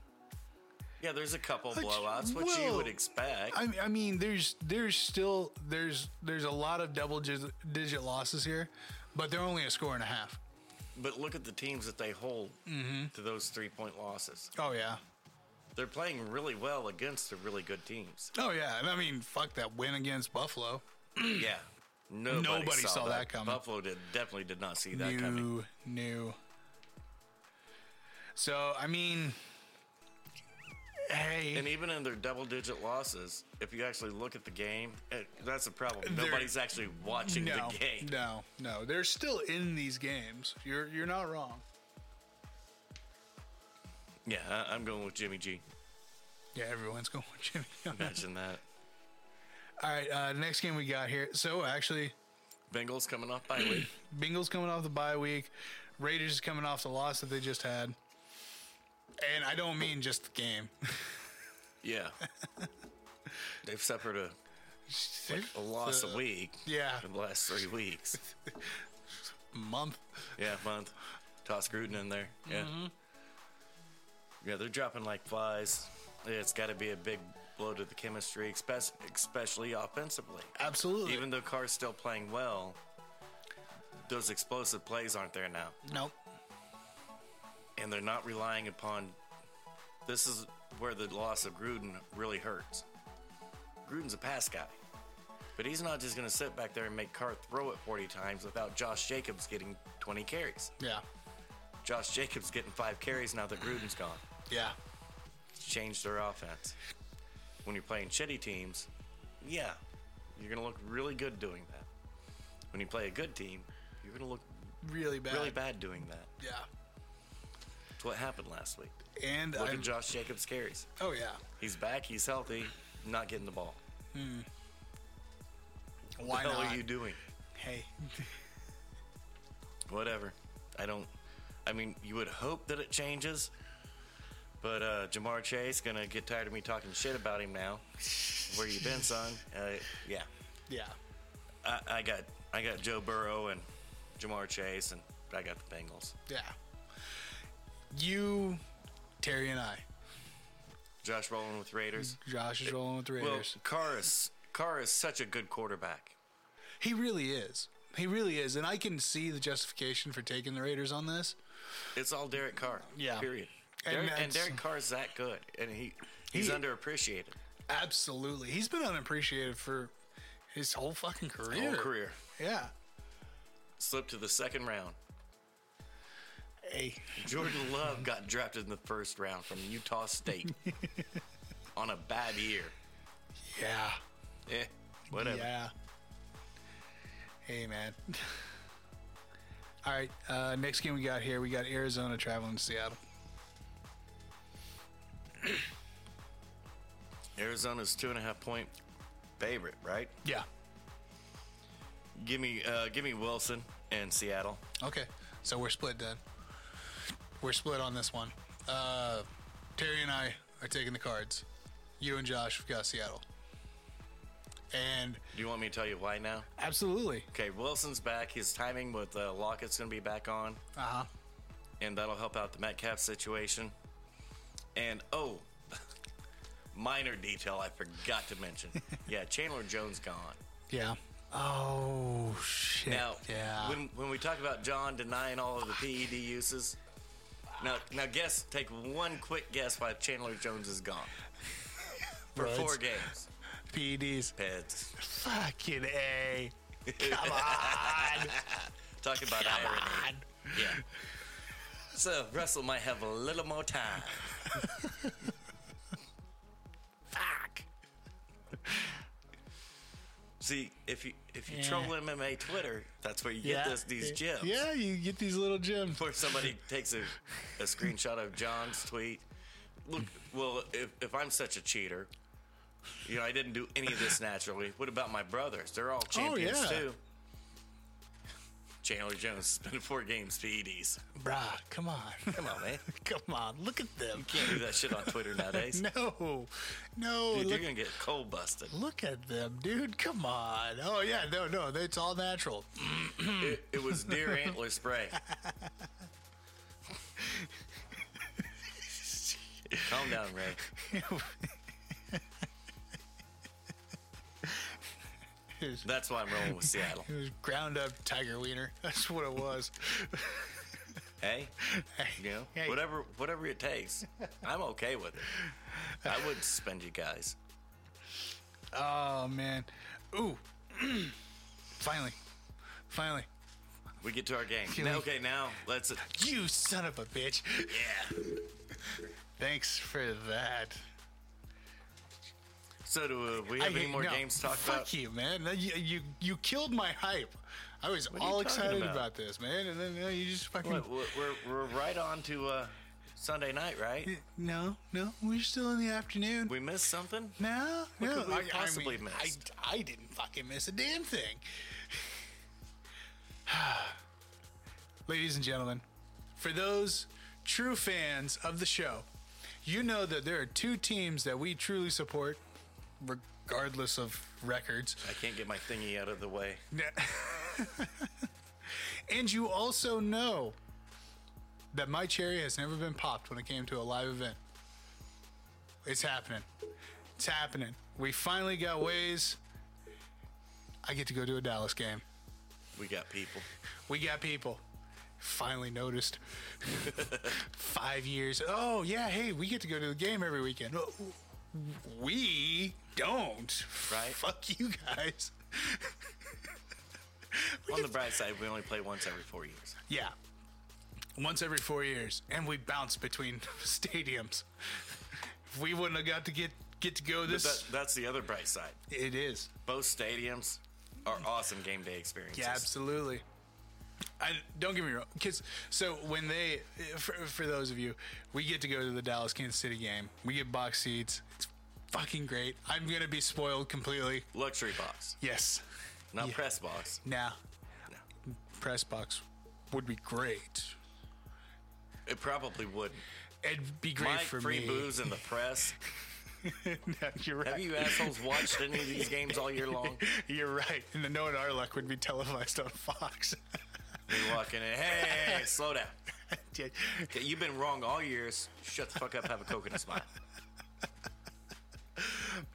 [SPEAKER 3] yeah, there's a couple
[SPEAKER 2] Which-
[SPEAKER 3] blowouts, which you
[SPEAKER 2] well,
[SPEAKER 3] would expect.
[SPEAKER 2] I, I mean, there's there's still there's there's a lot of double digit, digit losses here, but they're only a score and a half.
[SPEAKER 3] but look at the teams that they hold
[SPEAKER 2] Mm-hmm.
[SPEAKER 3] to those three point losses.
[SPEAKER 2] Oh yeah.
[SPEAKER 3] They're playing really well against the really good teams.
[SPEAKER 2] Oh yeah. And I mean, fuck that win against Buffalo.
[SPEAKER 3] yeah. Nobody,
[SPEAKER 2] Nobody
[SPEAKER 3] saw,
[SPEAKER 2] saw
[SPEAKER 3] that.
[SPEAKER 2] that coming.
[SPEAKER 3] Buffalo did, definitely did not see that
[SPEAKER 2] new,
[SPEAKER 3] coming.
[SPEAKER 2] new. So I mean, hey,
[SPEAKER 3] And even in their double digit losses, if you actually look at the game, eh, that's the problem.
[SPEAKER 2] They're-
[SPEAKER 3] Nobody's actually watching
[SPEAKER 2] no,
[SPEAKER 3] the game.
[SPEAKER 2] no, no, they're still in these games. You're you're not wrong.
[SPEAKER 3] Yeah, I, I'm going with Jimmy G.
[SPEAKER 2] Yeah, everyone's going with Jimmy.
[SPEAKER 3] Imagine that.
[SPEAKER 2] All right, uh, next game we got here. So actually,
[SPEAKER 3] Bengals coming off by week.
[SPEAKER 2] Bengals coming off the bye week, Raiders is coming off the loss that they just had, and I don't mean just the game.
[SPEAKER 3] Yeah. They've suffered a, a loss a week
[SPEAKER 2] Uh, Yeah,
[SPEAKER 3] in the last three weeks.
[SPEAKER 2] month.
[SPEAKER 3] Yeah, month. Toss Gruden in there. Yeah. Yeah, they're dropping like flies. Yeah, It's got to be a big blow to the chemistry, espe- especially offensively.
[SPEAKER 2] Absolutely.
[SPEAKER 3] Even though Carr's still playing well, those explosive plays aren't there now.
[SPEAKER 2] nope.
[SPEAKER 3] And they're not relying upon. This is where the loss of Gruden really hurts. Gruden's a pass guy. But he's not just going to sit back there and make Carr throw it 40 times without Josh Jacobs getting 20 carries.
[SPEAKER 2] Yeah.
[SPEAKER 3] Josh Jacobs getting five carries now that Gruden's gone.
[SPEAKER 2] Yeah.
[SPEAKER 3] It's changed their offense. When you're playing shitty teams, yeah, you're going to look really good doing that. When you play a good team, you're going to look
[SPEAKER 2] Really bad.
[SPEAKER 3] really bad doing that.
[SPEAKER 2] Yeah.
[SPEAKER 3] That's what happened last week.
[SPEAKER 2] And
[SPEAKER 3] Look
[SPEAKER 2] I.
[SPEAKER 3] at Josh Jacobs' carries.
[SPEAKER 2] Oh yeah.
[SPEAKER 3] He's back, he's healthy, not getting the ball.
[SPEAKER 2] Hmm. Why
[SPEAKER 3] what the hell
[SPEAKER 2] not?
[SPEAKER 3] are you doing?
[SPEAKER 2] hey.
[SPEAKER 3] Whatever. I don't. I mean, you would hope that it changes, but uh, Jamar Chase gonna get tired of me talking shit about him now. Where you been, son? Uh, yeah.
[SPEAKER 2] Yeah.
[SPEAKER 3] I, I got I got Joe Burrow and Jamar Chase, and I got the Bengals.
[SPEAKER 2] Yeah. You, Terry, and I.
[SPEAKER 3] Josh rolling with Raiders.
[SPEAKER 2] Josh is rolling with the
[SPEAKER 3] Well,
[SPEAKER 2] Hmm. Raiders.
[SPEAKER 3] Carr is Carr is such a good quarterback.
[SPEAKER 2] he really is. He really is, and I can see the justification for taking the Raiders on this.
[SPEAKER 3] It's all Derek Carr.
[SPEAKER 2] Yeah.
[SPEAKER 3] Period.
[SPEAKER 2] And
[SPEAKER 3] Derek, and
[SPEAKER 2] that's-
[SPEAKER 3] Derek Carr is that good, and he he's
[SPEAKER 2] He-
[SPEAKER 3] underappreciated.
[SPEAKER 2] Absolutely, he's been unappreciated for his whole fucking career.
[SPEAKER 3] Whole career
[SPEAKER 2] Yeah.
[SPEAKER 3] slipped to the second round.
[SPEAKER 2] Hey.
[SPEAKER 3] Jordan Love got drafted in the first round from Utah State on a bad year.
[SPEAKER 2] Yeah.
[SPEAKER 3] Eh, whatever.
[SPEAKER 2] Yeah. Hey man. All right. Uh, next game we got here, we got Arizona traveling to Seattle.
[SPEAKER 3] Arizona's two and a half point favorite, right?
[SPEAKER 2] Yeah.
[SPEAKER 3] Give me, uh, give me Wilson and Seattle.
[SPEAKER 2] Okay, so we're split then. We're split on this one. Uh, Terry and I are taking the cards. You and Josh have got Seattle. And
[SPEAKER 3] Do you want me to tell you why now?
[SPEAKER 2] absolutely,
[SPEAKER 3] Okay, Wilson's back. His timing with uh, Lockett's going to be back on,
[SPEAKER 2] uh huh.
[SPEAKER 3] and that'll help out the Metcalf situation. And oh, minor detail I forgot to mention. yeah, Chandler Jones gone.
[SPEAKER 2] Yeah. Oh shit.
[SPEAKER 3] Now,
[SPEAKER 2] yeah.
[SPEAKER 3] when, when we talk about John denying all of the PED uses, now now guess, take one quick guess why Chandler Jones is gone for
[SPEAKER 2] Right.
[SPEAKER 3] four games.
[SPEAKER 2] PEDs.
[SPEAKER 3] Peds.
[SPEAKER 2] Fucking a. Come on.
[SPEAKER 3] Talk about
[SPEAKER 2] Come
[SPEAKER 3] irony.
[SPEAKER 2] on.
[SPEAKER 3] Yeah. So Russell might have a little more time.
[SPEAKER 2] Fuck.
[SPEAKER 3] See, if you if you
[SPEAKER 2] Yeah.
[SPEAKER 3] troll MMA Twitter, that's where you get this, these gems.
[SPEAKER 2] Yeah, you get these little gems.
[SPEAKER 3] Where somebody takes a, a screenshot of John's tweet. Look, well, if, if I'm such a cheater, you know, I didn't do any of this naturally. What about my brothers? They're all champions
[SPEAKER 2] Oh, yeah.
[SPEAKER 3] too. Chandler Jones has been four games PEDs.
[SPEAKER 2] Bruh, come on.
[SPEAKER 3] Come on, man.
[SPEAKER 2] come on. Look at them.
[SPEAKER 3] Can't do that shit on Twitter nowadays.
[SPEAKER 2] No. No.
[SPEAKER 3] Dude, you're
[SPEAKER 2] look,
[SPEAKER 3] gonna get coal busted.
[SPEAKER 2] look at them, dude. Come on. Oh, yeah. No, no. It's all natural.
[SPEAKER 3] It, it was deer antler spray. Calm down, Ray. That's why I'm rolling with Seattle.
[SPEAKER 2] It was ground up tiger wiener. That's what it was.
[SPEAKER 3] Hey, you know,
[SPEAKER 2] Hey.
[SPEAKER 3] whatever, whatever it takes, I'm okay with it. I would suspend you guys.
[SPEAKER 2] oh, man. Ooh. Finally. Finally.
[SPEAKER 3] We get to our game.
[SPEAKER 2] Can
[SPEAKER 3] Now-
[SPEAKER 2] we-
[SPEAKER 3] okay, now let's.
[SPEAKER 2] You son of a bitch.
[SPEAKER 3] Yeah.
[SPEAKER 2] Thanks for that. So
[SPEAKER 3] Do uh, we have any more games to talk
[SPEAKER 2] Fuck
[SPEAKER 3] about?
[SPEAKER 2] you, man. No, You, you you killed my hype. I was
[SPEAKER 3] are you
[SPEAKER 2] all
[SPEAKER 3] talking
[SPEAKER 2] excited about?
[SPEAKER 3] about?
[SPEAKER 2] this, man, and then you, know, you just fucking.
[SPEAKER 3] What, we're, we're- we're right on to uh, Sunday night, right?
[SPEAKER 2] No, no, we're still in the afternoon.
[SPEAKER 3] We missed something?
[SPEAKER 2] no,
[SPEAKER 3] What
[SPEAKER 2] no,
[SPEAKER 3] could we
[SPEAKER 2] I-
[SPEAKER 3] have possibly
[SPEAKER 2] I, mean,
[SPEAKER 3] missed?
[SPEAKER 2] I, I didn't fucking miss a damn thing. Ladies and gentlemen, for those true fans of the show, you know that there are two teams that we truly support, regardless of records.
[SPEAKER 3] I can't get my thingy out of the way.
[SPEAKER 2] and you also know that my cherry has never been popped when it came to a live event. It's happening. It's happening. We finally got ways. I get to go to a Dallas game.
[SPEAKER 3] We got people.
[SPEAKER 2] We got people. Finally noticed. Five years. Oh, yeah. Hey, we get to go to the game every weekend. Oh, We don't.
[SPEAKER 3] Right.
[SPEAKER 2] Fuck you guys.
[SPEAKER 3] On the bright side, we only play once every four years.
[SPEAKER 2] Yeah. Once every four years, and we bounce between stadiums. If we wouldn't have got to get get to go
[SPEAKER 3] But
[SPEAKER 2] this,
[SPEAKER 3] that, that's the other bright side.
[SPEAKER 2] it is.
[SPEAKER 3] Both stadiums are awesome game day experiences.
[SPEAKER 2] Yeah, absolutely. I don't get me wrong, because so when they, for, for those of you, we get to go to the Dallas Kansas City game. We get box seats. It's fucking great. I'm gonna be spoiled completely.
[SPEAKER 3] Luxury box,
[SPEAKER 2] Yes.
[SPEAKER 3] not press box.
[SPEAKER 2] Now,
[SPEAKER 3] No.
[SPEAKER 2] press box would be great.
[SPEAKER 3] It probably wouldn't.
[SPEAKER 2] It'd be great
[SPEAKER 3] My
[SPEAKER 2] for
[SPEAKER 3] free
[SPEAKER 2] me.
[SPEAKER 3] booze in the press.
[SPEAKER 2] No, you're right.
[SPEAKER 3] Have you assholes watched any of these games all year long?
[SPEAKER 2] You're right. And the Noah Arluck would be televised on Fox.
[SPEAKER 3] They walk in and hey, slow down.
[SPEAKER 2] Yeah.
[SPEAKER 3] Okay, You've been wrong all years. Shut the fuck up. Have a coke in a smile.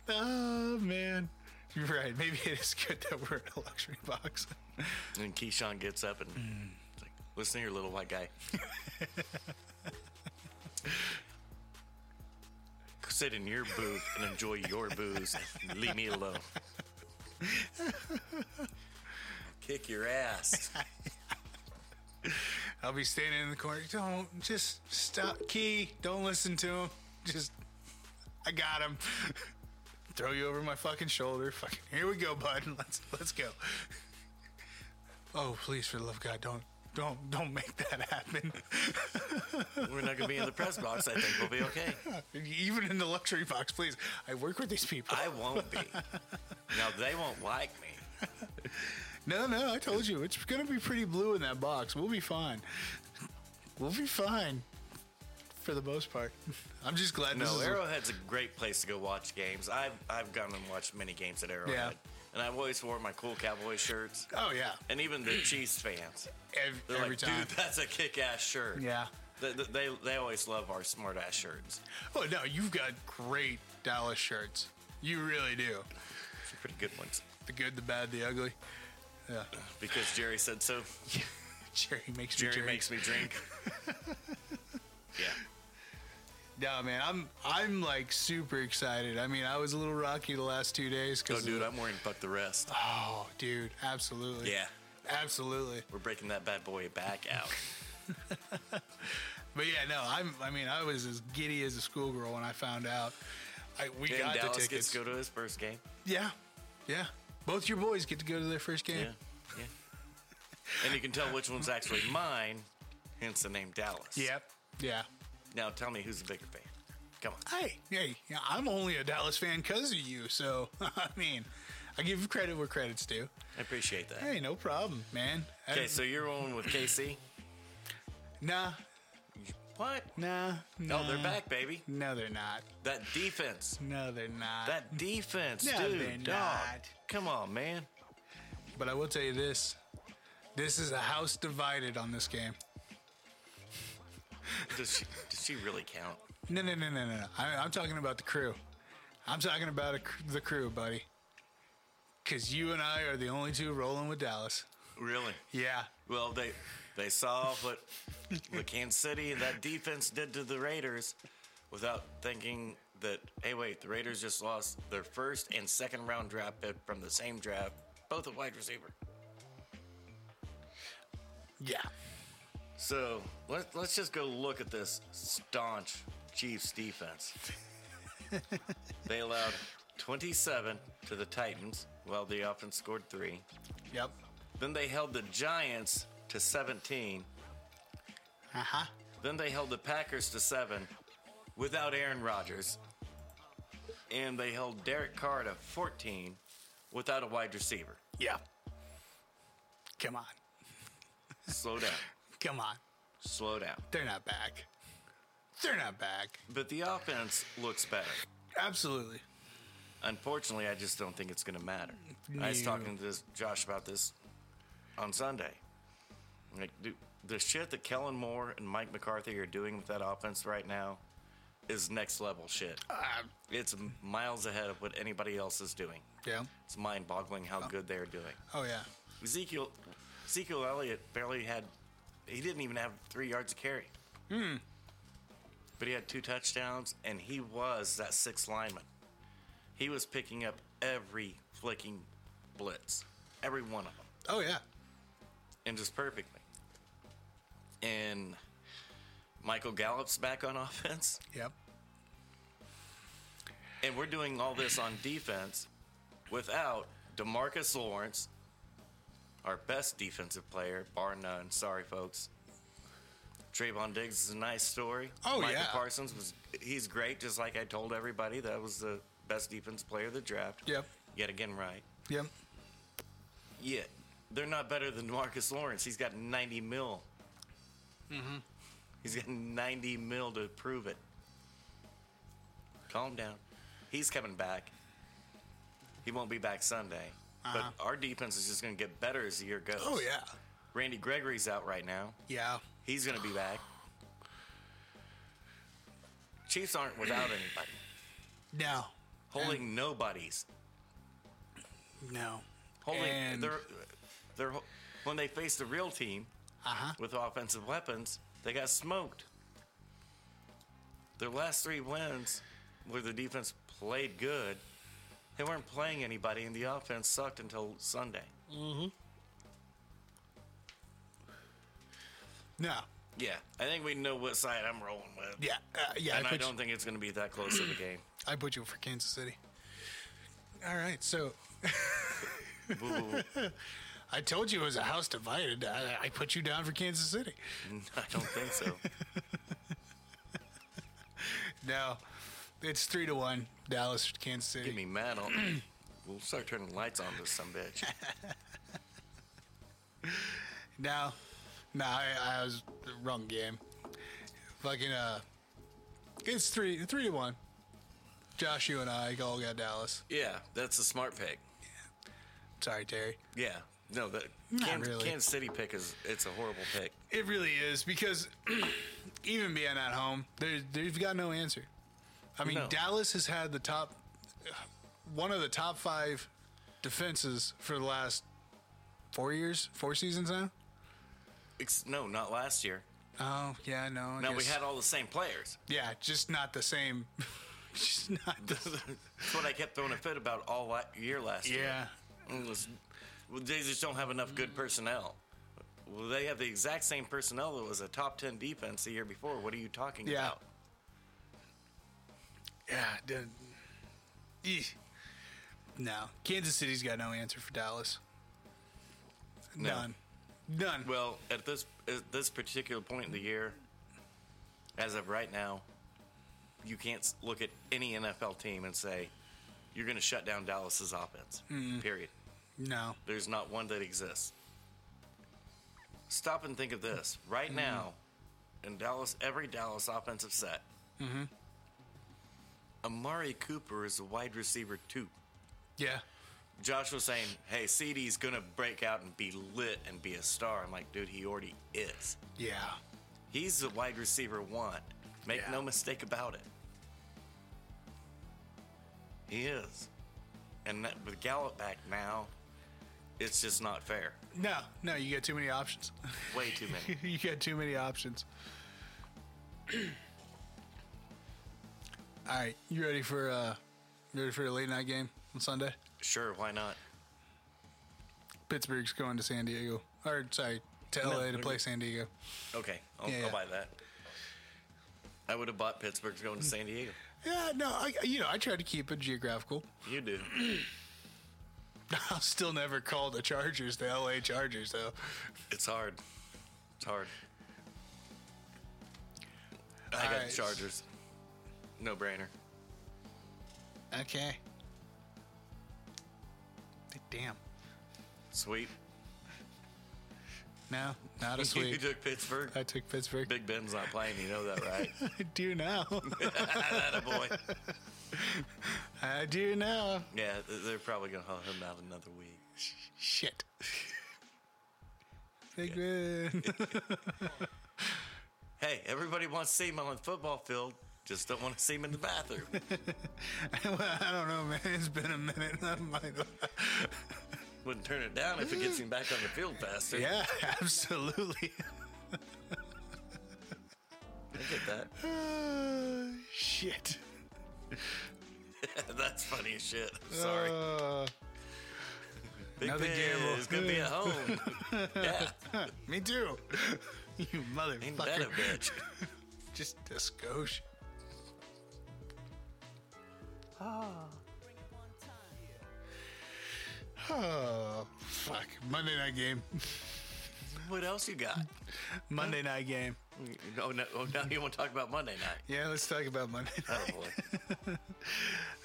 [SPEAKER 2] oh, man. You're right. Maybe it is good that we're in a luxury box.
[SPEAKER 3] And Keyshawn gets up and
[SPEAKER 2] Mm.
[SPEAKER 3] it's like, listen here, little white guy. Sit in your booth and enjoy your booze. and Leave me alone. Kick your ass.
[SPEAKER 2] I'll be standing in the corner. Don't just stop. Key, don't listen to him. Just, I got him. Throw you over my fucking shoulder. Fucking, here we go, bud. Let's let's go. Oh, please, for the love of God, don't don't don't make that happen.
[SPEAKER 3] We're not gonna be in the press box. I think we'll be okay.
[SPEAKER 2] Even in the luxury box, please. I work with these people.
[SPEAKER 3] I won't be. Now they won't like me.
[SPEAKER 2] No, no, I told you it's gonna be pretty blue in that box. We'll be fine. We'll be fine for the most part. I'm just glad this
[SPEAKER 3] No,
[SPEAKER 2] is a-
[SPEAKER 3] Arrowhead's a great place to go watch games. I've I've gone and watched many games at Arrowhead, and I've always wore my cool cowboy shirts,
[SPEAKER 2] oh yeah,
[SPEAKER 3] and even the Chiefs fans.
[SPEAKER 2] Ev-
[SPEAKER 3] They're
[SPEAKER 2] every
[SPEAKER 3] like,
[SPEAKER 2] time.
[SPEAKER 3] dude, that's a kick-ass shirt.
[SPEAKER 2] Yeah.
[SPEAKER 3] They, they- they, they always love our smart-ass shirts.
[SPEAKER 2] Oh no, you've got great Dallas shirts. You really do.
[SPEAKER 3] Some pretty good ones.
[SPEAKER 2] The good, the bad, the ugly.
[SPEAKER 3] Because Jerry said so.
[SPEAKER 2] Jerry makes me.
[SPEAKER 3] Jerry
[SPEAKER 2] drink.
[SPEAKER 3] makes me drink. yeah.
[SPEAKER 2] No, man, I'm I'm like super excited. I mean, I was a little rocky the last two days
[SPEAKER 3] Oh,
[SPEAKER 2] because
[SPEAKER 3] dude, I'm wearing fuck the rest.
[SPEAKER 2] oh, dude, absolutely.
[SPEAKER 3] Yeah.
[SPEAKER 2] absolutely.
[SPEAKER 3] We're breaking that bad boy back out.
[SPEAKER 2] But yeah, no, I'm. I mean, I was as giddy as a schoolgirl when I found out. I, we
[SPEAKER 3] And
[SPEAKER 2] got the
[SPEAKER 3] Dallas gets
[SPEAKER 2] tickets.
[SPEAKER 3] to go to his first game.
[SPEAKER 2] yeah, yeah. Both your boys get to go to their first game.
[SPEAKER 3] Yeah. Yeah. and you can tell which one's actually mine, hence the name Dallas.
[SPEAKER 2] Yep. Yeah.
[SPEAKER 3] Now tell me who's the bigger fan. Come on.
[SPEAKER 2] Hey, hey, yeah, I'm only a Dallas fan because of you. So I mean, I give credit where credits due.
[SPEAKER 3] I appreciate that.
[SPEAKER 2] Hey, no problem, man. I-
[SPEAKER 3] Okay, so you're rolling with KC.
[SPEAKER 2] nah,
[SPEAKER 3] What?
[SPEAKER 2] nah,
[SPEAKER 3] No,
[SPEAKER 2] nah.
[SPEAKER 3] Oh, they're back, baby.
[SPEAKER 2] No, they're not.
[SPEAKER 3] That defense.
[SPEAKER 2] No, they're not.
[SPEAKER 3] That defense,
[SPEAKER 2] No, they're
[SPEAKER 3] dude. Dog.
[SPEAKER 2] not.
[SPEAKER 3] Come on, man.
[SPEAKER 2] But I will tell you this: this is a house divided on this game.
[SPEAKER 3] Does she, does she really count?
[SPEAKER 2] No, no, no, no, no. no. I, I'm talking about the crew. I'm talking about a, cr- the crew, buddy. Because you and I are the only two rolling with Dallas.
[SPEAKER 3] Really?
[SPEAKER 2] Yeah.
[SPEAKER 3] Well, they they saw what the Kansas City and that defense did to the Raiders without thinking that hey wait, the Raiders just lost their first and second round draft pick from the same draft, both a wide receiver.
[SPEAKER 2] Yeah.
[SPEAKER 3] So let, let's just go look at this staunch Chiefs defense. they allowed 27 to the Titans, while the offense scored three.
[SPEAKER 2] Yep.
[SPEAKER 3] Then they held the Giants to 17.
[SPEAKER 2] Uh huh.
[SPEAKER 3] Then they held the Packers to seven without Aaron Rodgers. And they held Derek Carr to 14 without a wide receiver.
[SPEAKER 2] Yeah. Come on.
[SPEAKER 3] Slow down.
[SPEAKER 2] Come on.
[SPEAKER 3] Slow down.
[SPEAKER 2] They're not back. They're not back.
[SPEAKER 3] But the offense looks better.
[SPEAKER 2] Absolutely.
[SPEAKER 3] Unfortunately, I just don't think it's going to matter. I was
[SPEAKER 2] No.
[SPEAKER 3] talking to this, Josh about this on Sunday. Like, dude, the shit that Kellen Moore and Mike McCarthy are doing with that offense right now is next level shit.
[SPEAKER 2] Uh,
[SPEAKER 3] It's miles ahead of what anybody else is doing.
[SPEAKER 2] yeah.
[SPEAKER 3] It's mind boggling how good they're doing.
[SPEAKER 2] Oh yeah.
[SPEAKER 3] Ezekiel Ezekiel Elliott barely had he didn't even have three yards of carry. Hmm. But he had two touchdowns and he was that sixth lineman. He was picking up every flicking blitz. Every one of them.
[SPEAKER 2] Oh yeah.
[SPEAKER 3] And just perfectly. And Michael Gallup's back on offense.
[SPEAKER 2] Yep.
[SPEAKER 3] And we're doing all this on defense without Demarcus Lawrence, our best defensive player, bar none. Sorry, folks. Trayvon Diggs is a nice story.
[SPEAKER 2] Oh,
[SPEAKER 3] Michael
[SPEAKER 2] yeah.
[SPEAKER 3] Parsons was he's great, just like I told everybody. That was the best defensive player of the draft.
[SPEAKER 2] Yep.
[SPEAKER 3] Yet again, right?
[SPEAKER 2] Yep.
[SPEAKER 3] Yeah, they're not better than Demarcus Lawrence. He's got 90 mil. Mm-hmm. He's got 90 mil to prove it. Calm down. He's coming back. He won't be back Sunday.
[SPEAKER 2] Uh-huh.
[SPEAKER 3] But our defense is just going to get better as the year goes.
[SPEAKER 2] Oh yeah.
[SPEAKER 3] Randy Gregory's out right now.
[SPEAKER 2] Yeah.
[SPEAKER 3] He's going to be back. Chiefs aren't without anybody.
[SPEAKER 2] No.
[SPEAKER 3] Holding nobody's
[SPEAKER 2] No.
[SPEAKER 3] holding
[SPEAKER 2] And-
[SPEAKER 3] they're they're when they face the real team
[SPEAKER 2] Uh-huh.
[SPEAKER 3] with offensive weapons, they got smoked. Their last three wins, where the defense played good, they weren't playing anybody, and the offense sucked until Sunday.
[SPEAKER 2] No.
[SPEAKER 3] Yeah, I think we know what side I'm rolling with.
[SPEAKER 2] Yeah. Uh, yeah.
[SPEAKER 3] and I,
[SPEAKER 2] put you-
[SPEAKER 3] don't think it's going to be that close of a game.
[SPEAKER 2] I put you for Kansas City. All right, so
[SPEAKER 3] Boo, boo.
[SPEAKER 2] I told you it was a house divided. I, I put you down for Kansas City.
[SPEAKER 3] I don't think so.
[SPEAKER 2] No, it's three to one. Dallas, Kansas
[SPEAKER 3] Get
[SPEAKER 2] City.
[SPEAKER 3] me mad. I'll, we'll start turning lights on to some bitch.
[SPEAKER 2] No, no, I, I was wrong game. Fucking uh, it's three three to one. Josh, you and I all got Dallas.
[SPEAKER 3] Yeah, that's a smart pick.
[SPEAKER 2] Sorry, Terry.
[SPEAKER 3] Yeah. No, the
[SPEAKER 2] Not
[SPEAKER 3] Kansas,
[SPEAKER 2] really.
[SPEAKER 3] Kansas City pick is it's a horrible pick.
[SPEAKER 2] It really is because even being at home, there they've got no answer. I mean,
[SPEAKER 3] No.
[SPEAKER 2] Dallas has had the top one of the top five defenses for the last four years, four seasons now.
[SPEAKER 3] Ex- no, not last year.
[SPEAKER 2] Oh yeah, no.
[SPEAKER 3] No, we had all the same players.
[SPEAKER 2] yeah, just not the same. just not the
[SPEAKER 3] That's what I kept throwing a fit about all la- year last year.
[SPEAKER 2] yeah.
[SPEAKER 3] It was- well, they just don't have enough good personnel. Well, they have the exact same personnel that was a top 10 defense the year before. What are you talking
[SPEAKER 2] Yeah.
[SPEAKER 3] about?
[SPEAKER 2] Yeah. the- Eesh. No, Kansas City's got no answer for Dallas.
[SPEAKER 3] No.
[SPEAKER 2] None. None.
[SPEAKER 3] Well, at this at this particular point in the year, as of right now, you can't s- look at any NFL team and say you're going to shut down Dallas's offense. Period.
[SPEAKER 2] no.
[SPEAKER 3] There's not one that exists. Stop and think of this. Right now, in Dallas, every Dallas offensive set, Amari Cooper is a wide receiver too.
[SPEAKER 2] Yeah.
[SPEAKER 3] Josh was saying, "Hey, CD's gonna break out and be lit and be a star." I'm like, "Dude, he already is.
[SPEAKER 2] Yeah.
[SPEAKER 3] He's the wide receiver one. Make
[SPEAKER 2] Yeah.
[SPEAKER 3] no mistake about it. He is." And that, with Gallup back now, it's just not fair.
[SPEAKER 2] No, no, you got too many options.
[SPEAKER 3] Way too many.
[SPEAKER 2] you got too many options. All right, you ready for uh, you ready for the late night game on Sunday?
[SPEAKER 3] sure, why not?
[SPEAKER 2] Pittsburgh's going to San Diego, or sorry, to LA to play San Diego.
[SPEAKER 3] Okay, I'll,
[SPEAKER 2] Yeah, yeah.
[SPEAKER 3] I'll buy that. I would have bought Pittsburgh's going to San Diego.
[SPEAKER 2] Yeah, no, I, you know, I tried to keep it geographical.
[SPEAKER 3] You do.
[SPEAKER 2] I'll still never call the Chargers the LA Chargers though.
[SPEAKER 3] It's hard. It's hard. I got
[SPEAKER 2] Alright.
[SPEAKER 3] the Chargers. No brainer.
[SPEAKER 2] Okay. Damn.
[SPEAKER 3] Sweep.
[SPEAKER 2] No, not a
[SPEAKER 3] you
[SPEAKER 2] sweep.
[SPEAKER 3] took Pittsburgh.
[SPEAKER 2] I took Pittsburgh.
[SPEAKER 3] Big Ben's not playing. You know that, right?
[SPEAKER 2] I do now.
[SPEAKER 3] that boy.
[SPEAKER 2] I do now.
[SPEAKER 3] Yeah, th- they're probably gonna haul him out another week.
[SPEAKER 2] Shit. Big Ben.
[SPEAKER 3] Hey, everybody wants to see him on the football field. Just don't want to see him in the bathroom.
[SPEAKER 2] I don't know, man. It's been a minute. I might-
[SPEAKER 3] Wouldn't turn it down if it gets him back on the field faster.
[SPEAKER 2] yeah, absolutely.
[SPEAKER 3] I get that.
[SPEAKER 2] Uh, shit.
[SPEAKER 3] That's funny as shit. I'm sorry.
[SPEAKER 2] Uh,
[SPEAKER 3] Big
[SPEAKER 2] another
[SPEAKER 3] Ben
[SPEAKER 2] gamble.
[SPEAKER 3] is gonna be at home. yeah,
[SPEAKER 2] me too. you
[SPEAKER 3] ain't that a
[SPEAKER 2] motherfucker.
[SPEAKER 3] bitch?
[SPEAKER 2] Just a skosh. Ah. Oh, fuck. Monday night game.
[SPEAKER 3] What else you got?
[SPEAKER 2] Monday night game.
[SPEAKER 3] Oh no! Oh, now you want to talk about Monday night?
[SPEAKER 2] Yeah, let's talk about Monday night.
[SPEAKER 3] Oh boy!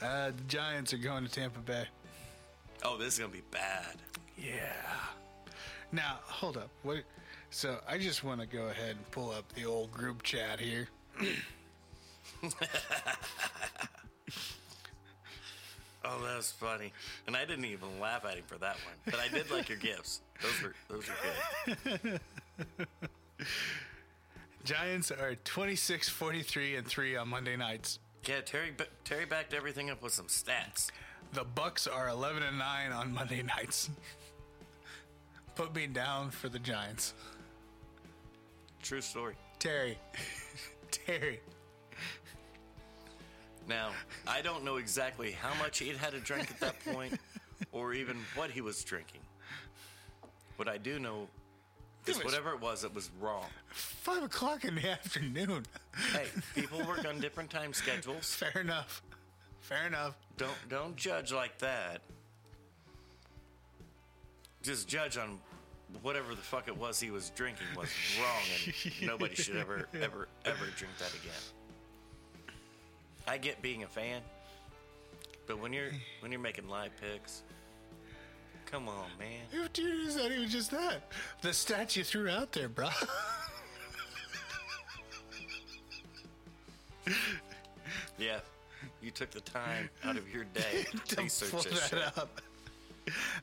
[SPEAKER 2] Uh, the Giants are going to Tampa Bay.
[SPEAKER 3] Oh, this is gonna be bad.
[SPEAKER 2] Yeah. Now, hold up. What? So I just want to go ahead and pull up the old group chat here.
[SPEAKER 3] Oh, that was funny. And I didn't even laugh at him for that one, but I did like your gifts. Those were those were good.
[SPEAKER 2] Giants are 26, 43, and 3 on Monday nights.
[SPEAKER 3] Yeah, Terry ba- Terry backed everything up with some stats.
[SPEAKER 2] The Bucks are 11 and 9 on Monday nights. Put me down for the Giants.
[SPEAKER 3] True story.
[SPEAKER 2] Terry. Terry.
[SPEAKER 3] Now I don't know exactly how much he had had to drink at that point, or even what he was drinking. What I do know is
[SPEAKER 2] It was-
[SPEAKER 3] whatever it was, it was wrong.
[SPEAKER 2] 5 o'clock in the afternoon.
[SPEAKER 3] Hey, people work on different time schedules.
[SPEAKER 2] Fair enough. Fair enough.
[SPEAKER 3] Don't don't judge like that. Just judge on whatever the fuck it was he was drinking was wrong, and nobody should ever ever ever drink that again. I get being a fan, but when you're when you're making live picks, Come on, man.
[SPEAKER 2] If dude, it's not even just that. The stats you threw out there, bro.
[SPEAKER 3] Yeah. You took the time out of your day to
[SPEAKER 2] Don't
[SPEAKER 3] research
[SPEAKER 2] pull
[SPEAKER 3] this shit.
[SPEAKER 2] that up.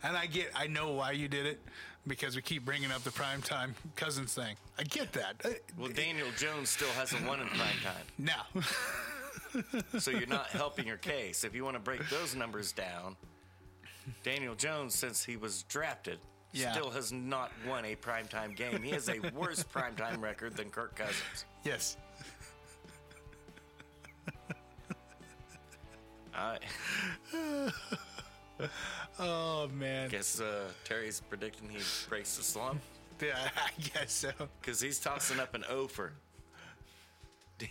[SPEAKER 2] And I get, I know why you did it because we keep bringing up the primetime cousins thing. I get that. Uh,
[SPEAKER 3] Well, Daniel Jones still hasn't won in prime time,
[SPEAKER 2] Now,
[SPEAKER 3] so you're not helping your case. If you want to break those numbers down, Daniel Jones, since he was drafted,
[SPEAKER 2] Yeah.
[SPEAKER 3] still has not won a primetime game. He has a worse primetime record than Kirk Cousins.
[SPEAKER 2] yes,
[SPEAKER 3] I
[SPEAKER 2] Oh man.
[SPEAKER 3] guess uh, Terry's predicting he breaks the slump
[SPEAKER 2] Yeah, I guess so.
[SPEAKER 3] because he's tossing up an offer.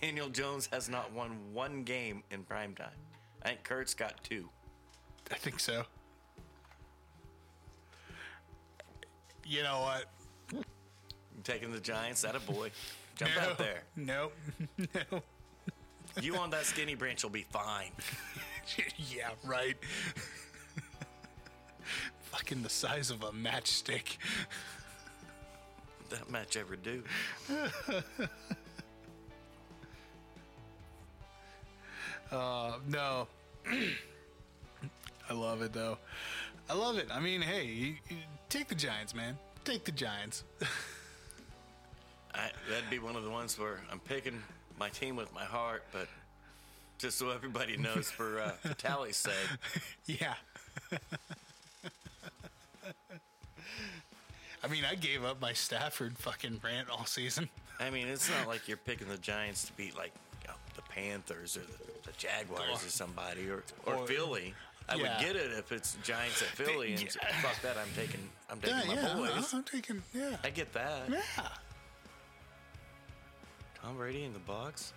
[SPEAKER 3] Daniel Jones has not won one game in primetime. I think Kurt's got two.
[SPEAKER 2] I think so. You know what?
[SPEAKER 3] Taking the Giants at a boy. Jump out there.
[SPEAKER 2] Nope. No.
[SPEAKER 3] You on that skinny branch will be fine.
[SPEAKER 2] yeah, right. Fucking the size of a matchstick.
[SPEAKER 3] That match ever do.
[SPEAKER 2] Uh, no. I love it though. I love it. I mean, hey, you, you, take the Giants, man. Take the Giants.
[SPEAKER 3] I, that'd be one of the ones where I'm picking my team with my heart, but just so everybody knows, for uh, for tally's sake,
[SPEAKER 2] yeah. I mean, I gave up my Stafford fucking rant all season.
[SPEAKER 3] I mean, it's not like you're picking the Giants to beat like you know, the Panthers or the, the Jaguars or somebody or, or,
[SPEAKER 2] Or-
[SPEAKER 3] Philly. I
[SPEAKER 2] yeah.
[SPEAKER 3] would get it if it's Giants at Philly and
[SPEAKER 2] Yeah.
[SPEAKER 3] fuck that. I'm taking I'm taking
[SPEAKER 2] Yeah,
[SPEAKER 3] my
[SPEAKER 2] yeah.
[SPEAKER 3] boys.
[SPEAKER 2] I- I'm taking, yeah.
[SPEAKER 3] I get that.
[SPEAKER 2] Yeah.
[SPEAKER 3] Tom Brady in the box.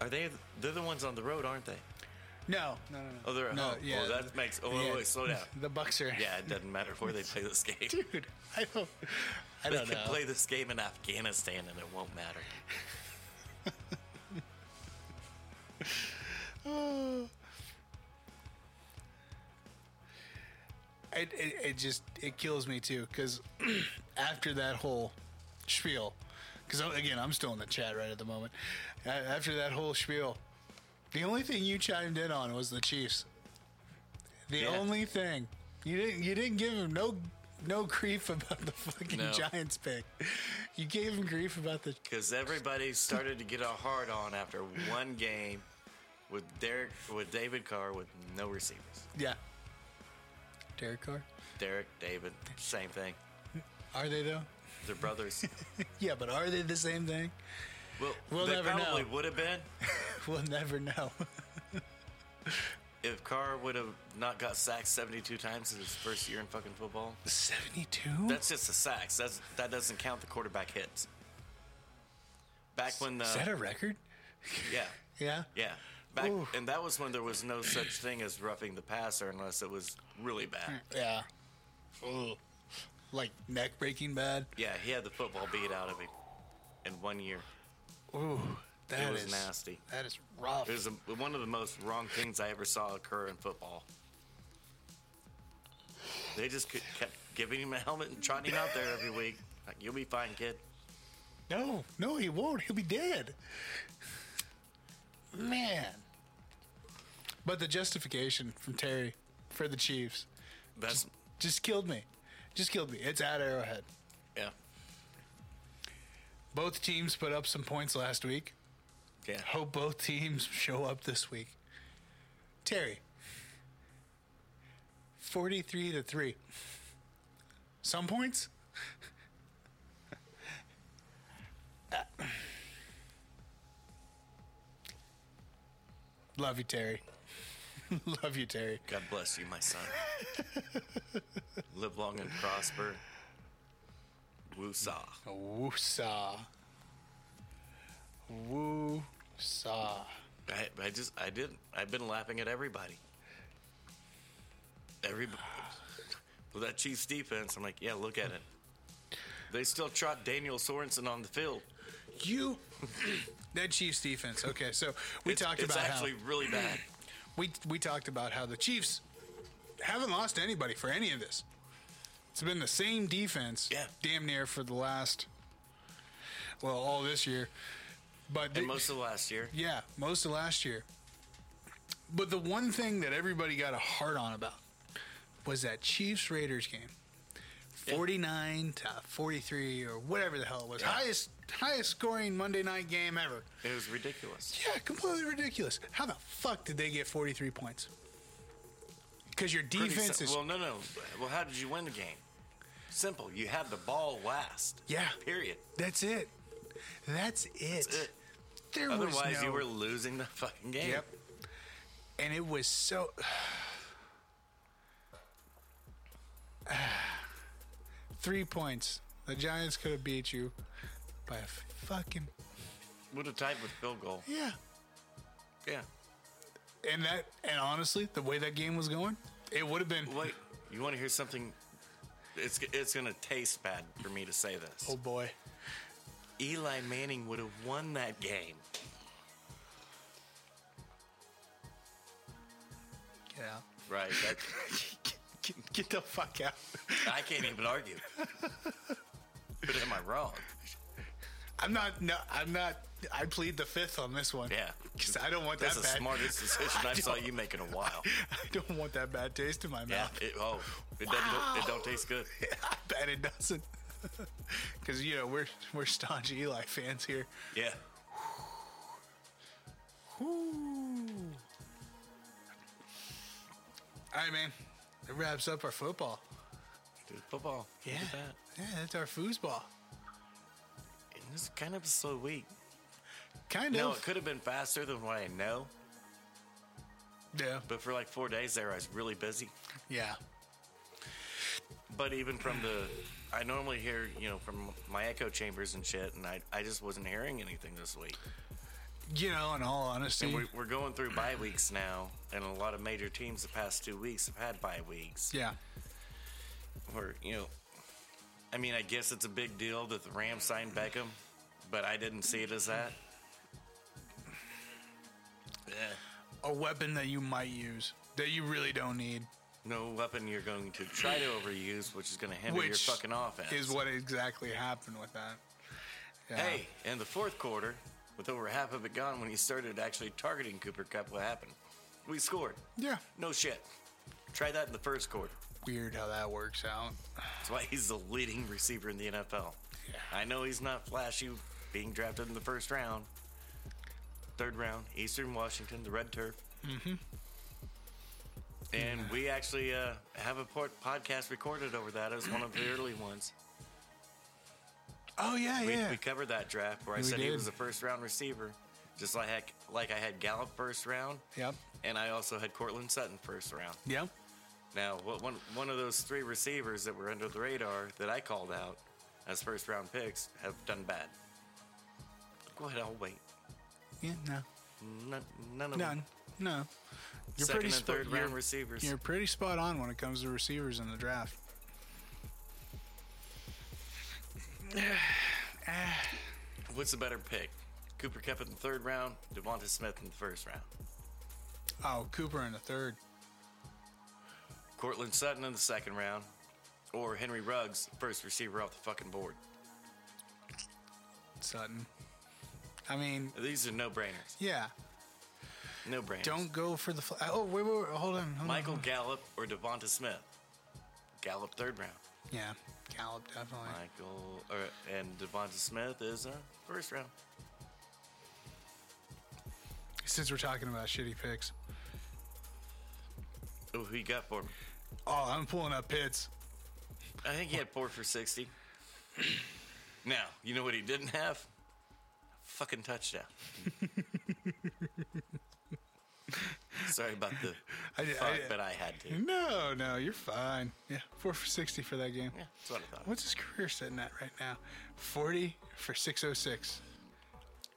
[SPEAKER 3] Are they? They're the ones on the road, aren't they?
[SPEAKER 2] No, no, no, no.
[SPEAKER 3] Oh, they're at
[SPEAKER 2] no,
[SPEAKER 3] home. Oh, that makes. Oh, wait,
[SPEAKER 2] yeah.
[SPEAKER 3] wait, slow down.
[SPEAKER 2] The Bucks are.
[SPEAKER 3] Yeah, it doesn't matter where they play this game.
[SPEAKER 2] Dude, I don't. I
[SPEAKER 3] They
[SPEAKER 2] don't
[SPEAKER 3] could
[SPEAKER 2] know.
[SPEAKER 3] play this game in Afghanistan and it won't matter.
[SPEAKER 2] It, it, it just it kills me too because after that whole spiel, because again I'm still in the chat right at the moment. A- After that whole spiel, the only thing you chimed in on was the Chiefs. The
[SPEAKER 3] Yeah.
[SPEAKER 2] only thing you didn't you didn't give him no no grief about the fucking
[SPEAKER 3] No.
[SPEAKER 2] Giants pick. You gave him grief about the
[SPEAKER 3] Because everybody started to get a hard on after one game with Derek, with David Carr, with no receivers.
[SPEAKER 2] yeah. Derek Carr,
[SPEAKER 3] Derek, David, same thing.
[SPEAKER 2] are they though?
[SPEAKER 3] They're brothers.
[SPEAKER 2] Yeah, but are they the same thing?
[SPEAKER 3] Well,
[SPEAKER 2] We'll
[SPEAKER 3] they
[SPEAKER 2] never know.
[SPEAKER 3] probably would have been
[SPEAKER 2] We'll never know.
[SPEAKER 3] if Carr would have not got sacked 72 times in his first year in fucking football.
[SPEAKER 2] Seventy-two.
[SPEAKER 3] That's just the sacks. That's that doesn't count the quarterback hits. Back when the
[SPEAKER 2] Is that a record?
[SPEAKER 3] yeah.
[SPEAKER 2] Yeah.
[SPEAKER 3] Yeah. Back,
[SPEAKER 2] Ooh.
[SPEAKER 3] and that was when there was no such thing as roughing the passer unless it was really bad.
[SPEAKER 2] Yeah. Ugh. Like neck breaking bad.
[SPEAKER 3] Yeah, he had the football beat out of him in one year.
[SPEAKER 2] Ooh, that is
[SPEAKER 3] it was nasty.
[SPEAKER 2] That is rough.
[SPEAKER 3] It was a, one of the most wrong things I ever saw occur in football. They just could, kept giving him a helmet and trotting him out there every week. Like, you'll be fine, kid.
[SPEAKER 2] no, no, he won't. He'll be dead. Man. But the justification from Terry for the Chiefs
[SPEAKER 3] That's
[SPEAKER 2] just killed me. Just killed me. It's at Arrowhead.
[SPEAKER 3] yeah,
[SPEAKER 2] Both teams put up some points last week.
[SPEAKER 3] yeah.
[SPEAKER 2] Hope both teams show up this week. Terry, 43 to 3. Some points? Love you, Terry. Love you, Terry.
[SPEAKER 3] God bless you, my son. Live long and prosper. Woosah.
[SPEAKER 2] Woosah. Woosah.
[SPEAKER 3] I, I just I did I've been laughing at everybody. Everybody with that Chiefs defense. I'm like, yeah, look at it. They still trot Daniel Sorensen on the field.
[SPEAKER 2] You. that Chiefs defense. Okay, so we
[SPEAKER 3] It's,
[SPEAKER 2] talked
[SPEAKER 3] it's
[SPEAKER 2] about how.
[SPEAKER 3] actually really bad.
[SPEAKER 2] we we talked about how the Chiefs haven't lost anybody for any of this. It's been the same defense,
[SPEAKER 3] Yeah.
[SPEAKER 2] damn near for the last, well, all this year. But
[SPEAKER 3] And
[SPEAKER 2] the-
[SPEAKER 3] most of last year.
[SPEAKER 2] yeah, most of last year. But the one thing that everybody got a hard on about was that Chiefs Raiders game. 49 to 43 or whatever the hell it was.
[SPEAKER 3] Yeah.
[SPEAKER 2] Highest highest scoring Monday night game ever.
[SPEAKER 3] It was ridiculous.
[SPEAKER 2] Yeah, completely ridiculous. How the fuck did they get 43 points? Cuz your
[SPEAKER 3] Pretty
[SPEAKER 2] defense
[SPEAKER 3] sim-
[SPEAKER 2] is
[SPEAKER 3] Well, no, no. Well, how did you win the game? Simple. You had the ball last.
[SPEAKER 2] Yeah.
[SPEAKER 3] Period.
[SPEAKER 2] That's it. That's it.
[SPEAKER 3] it.
[SPEAKER 2] There was
[SPEAKER 3] Otherwise,
[SPEAKER 2] no,
[SPEAKER 3] you were losing the fucking game.
[SPEAKER 2] Yep. And it was so. Three points. The Giants could have beat you by a fucking
[SPEAKER 3] Would have tied with field goal.
[SPEAKER 2] yeah.
[SPEAKER 3] Yeah.
[SPEAKER 2] And that and honestly, the way that game was going, it would have been.
[SPEAKER 3] Wait. You want to hear something? It's it's gonna taste bad for me to say this.
[SPEAKER 2] Oh boy.
[SPEAKER 3] Eli Manning would have won that game.
[SPEAKER 2] Get out.
[SPEAKER 3] Right. That,
[SPEAKER 2] Get, get the fuck out.
[SPEAKER 3] I can't even argue. But am I wrong?
[SPEAKER 2] I'm not. No, I'm not. I plead the fifth on this one.
[SPEAKER 3] Yeah.
[SPEAKER 2] Because I don't want
[SPEAKER 3] That's
[SPEAKER 2] that
[SPEAKER 3] the
[SPEAKER 2] bad.
[SPEAKER 3] smartest decision I saw you make in a while.
[SPEAKER 2] I don't want that bad taste in my
[SPEAKER 3] Yeah.
[SPEAKER 2] mouth.
[SPEAKER 3] It, oh, it doesn't. It don't taste good.
[SPEAKER 2] I bet it doesn't. Because you know we're we're staunch Eli fans here.
[SPEAKER 3] Yeah.
[SPEAKER 2] All right, man. That wraps up our football.
[SPEAKER 3] Dude, football. Look at that.
[SPEAKER 2] yeah, that's our foosball.
[SPEAKER 3] And this is kind of a slow week.
[SPEAKER 2] Kind
[SPEAKER 3] No, it
[SPEAKER 2] of.
[SPEAKER 3] could have been faster than what I know.
[SPEAKER 2] Yeah,
[SPEAKER 3] But for like four days there, I was really busy.
[SPEAKER 2] yeah,
[SPEAKER 3] But even from the, I normally hear you know from my echo chambers and shit, and I I just wasn't hearing anything this week.
[SPEAKER 2] you know. In all honesty,
[SPEAKER 3] And we, we're going through bye weeks now, and a lot of major teams the past two weeks have had bye weeks.
[SPEAKER 2] yeah,
[SPEAKER 3] Where you know, I mean, I guess it's a big deal that the Rams signed Beckham, but I didn't see it as that. Yeah.
[SPEAKER 2] a weapon that you might use that you really don't need,
[SPEAKER 3] No weapon you're going to try to overuse, which is going to hinder
[SPEAKER 2] which
[SPEAKER 3] your fucking offense.
[SPEAKER 2] is what exactly happened with that. Yeah.
[SPEAKER 3] Hey, in the fourth quarter, with over half of it gone when he started actually targeting Cooper Cup, what happened? We scored.
[SPEAKER 2] yeah,
[SPEAKER 3] No shit. Try that in the first quarter.
[SPEAKER 2] weird how that works out.
[SPEAKER 3] That's why he's the leading receiver in the NFL. I know he's not flashy being drafted in the first round, third round, Eastern Washington, the red turf. Mm-hmm. And we actually uh, have a port- podcast recorded over that as one of the early ones.
[SPEAKER 2] Oh yeah,
[SPEAKER 3] We,
[SPEAKER 2] yeah,
[SPEAKER 3] we covered that draft where I
[SPEAKER 2] We
[SPEAKER 3] said he
[SPEAKER 2] did.
[SPEAKER 3] was a first round receiver, just like I, like I had Gallup first round,
[SPEAKER 2] yep,
[SPEAKER 3] and I also had Cortland Sutton first round.
[SPEAKER 2] yep.
[SPEAKER 3] Now, what one one of those three receivers that were under the radar that I called out as first round picks have done bad. Go ahead, I'll wait.
[SPEAKER 2] Yeah, no,
[SPEAKER 3] None, none of
[SPEAKER 2] none,
[SPEAKER 3] them.
[SPEAKER 2] no. You're
[SPEAKER 3] Second and
[SPEAKER 2] pretty spo-
[SPEAKER 3] third
[SPEAKER 2] you're-
[SPEAKER 3] round receivers.
[SPEAKER 2] You're pretty spot on when it comes to receivers in the draft.
[SPEAKER 3] What's the better pick? Cooper Cup in the third round, Devonta Smith in the first round,
[SPEAKER 2] Oh, Cooper in the third.
[SPEAKER 3] Cortland Sutton in the second round, or Henry Ruggs, first receiver off the fucking board.
[SPEAKER 2] Sutton. I mean,
[SPEAKER 3] These are no brainers.
[SPEAKER 2] yeah.
[SPEAKER 3] No brainers.
[SPEAKER 2] Don't go for the. Fl- oh wait, wait, wait, hold on. Hold
[SPEAKER 3] Michael
[SPEAKER 2] On.
[SPEAKER 3] Gallup or Devonta Smith. Gallup third round.
[SPEAKER 2] Yeah, Gallup definitely.
[SPEAKER 3] Michael or, and Devonta Smith is uh, first round.
[SPEAKER 2] Since we're talking about shitty picks,
[SPEAKER 3] Oh, who you got for me?
[SPEAKER 2] oh, I'm pulling up Pitts.
[SPEAKER 3] I think he had four for sixty. now you know what he didn't have? Fucking touchdown. Sorry about the
[SPEAKER 2] I did- I
[SPEAKER 3] fuck,
[SPEAKER 2] did-
[SPEAKER 3] but I had to. Yeah,
[SPEAKER 2] No, no, you're fine. Yeah, four for sixty for that game.
[SPEAKER 3] that's what I thought.
[SPEAKER 2] What's his career sitting at right now? Forty for six oh six.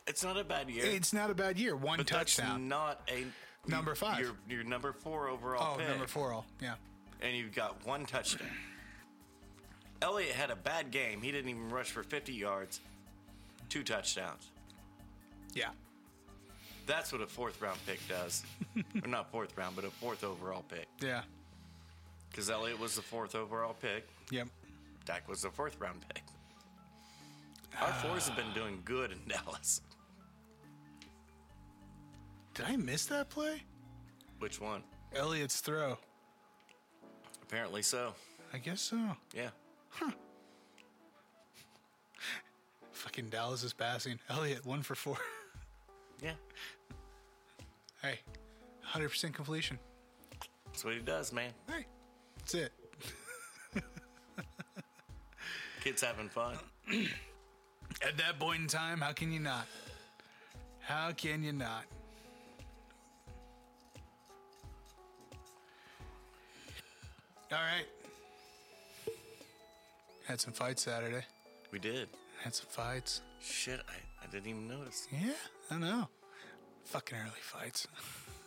[SPEAKER 3] It's not a bad year.
[SPEAKER 2] It's not a bad year. One
[SPEAKER 3] but
[SPEAKER 2] touchdown.
[SPEAKER 3] That's not a
[SPEAKER 2] Number five.
[SPEAKER 3] Your your number four overall.
[SPEAKER 2] Oh,
[SPEAKER 3] pick.
[SPEAKER 2] number four. All. Yeah.
[SPEAKER 3] and you've got one touchdown. Elliott had a bad game. He didn't even rush for 50 yards, two touchdowns.
[SPEAKER 2] Yeah.
[SPEAKER 3] That's what a fourth round pick does. or not fourth round, but a fourth overall pick.
[SPEAKER 2] Yeah.
[SPEAKER 3] because Elliott was the fourth overall pick.
[SPEAKER 2] Yep.
[SPEAKER 3] Dak was the fourth round pick. Our fours have been doing good in Dallas.
[SPEAKER 2] Did I miss that play?
[SPEAKER 3] Which one?
[SPEAKER 2] Elliott's throw.
[SPEAKER 3] Apparently so.
[SPEAKER 2] I guess so.
[SPEAKER 3] Yeah.
[SPEAKER 2] Fucking Dallas is passing. Elliott, one for four.
[SPEAKER 3] Yeah.
[SPEAKER 2] hey, 100% completion.
[SPEAKER 3] That's what he does, man.
[SPEAKER 2] Hey, that's it.
[SPEAKER 3] Kid's having fun.
[SPEAKER 2] At that point in time, how can you not? How can you not? All right. Had some fights Saturday.
[SPEAKER 3] We did.
[SPEAKER 2] Had some fights.
[SPEAKER 3] Shit, I, I didn't even notice.
[SPEAKER 2] Yeah, I know. Fucking early fights.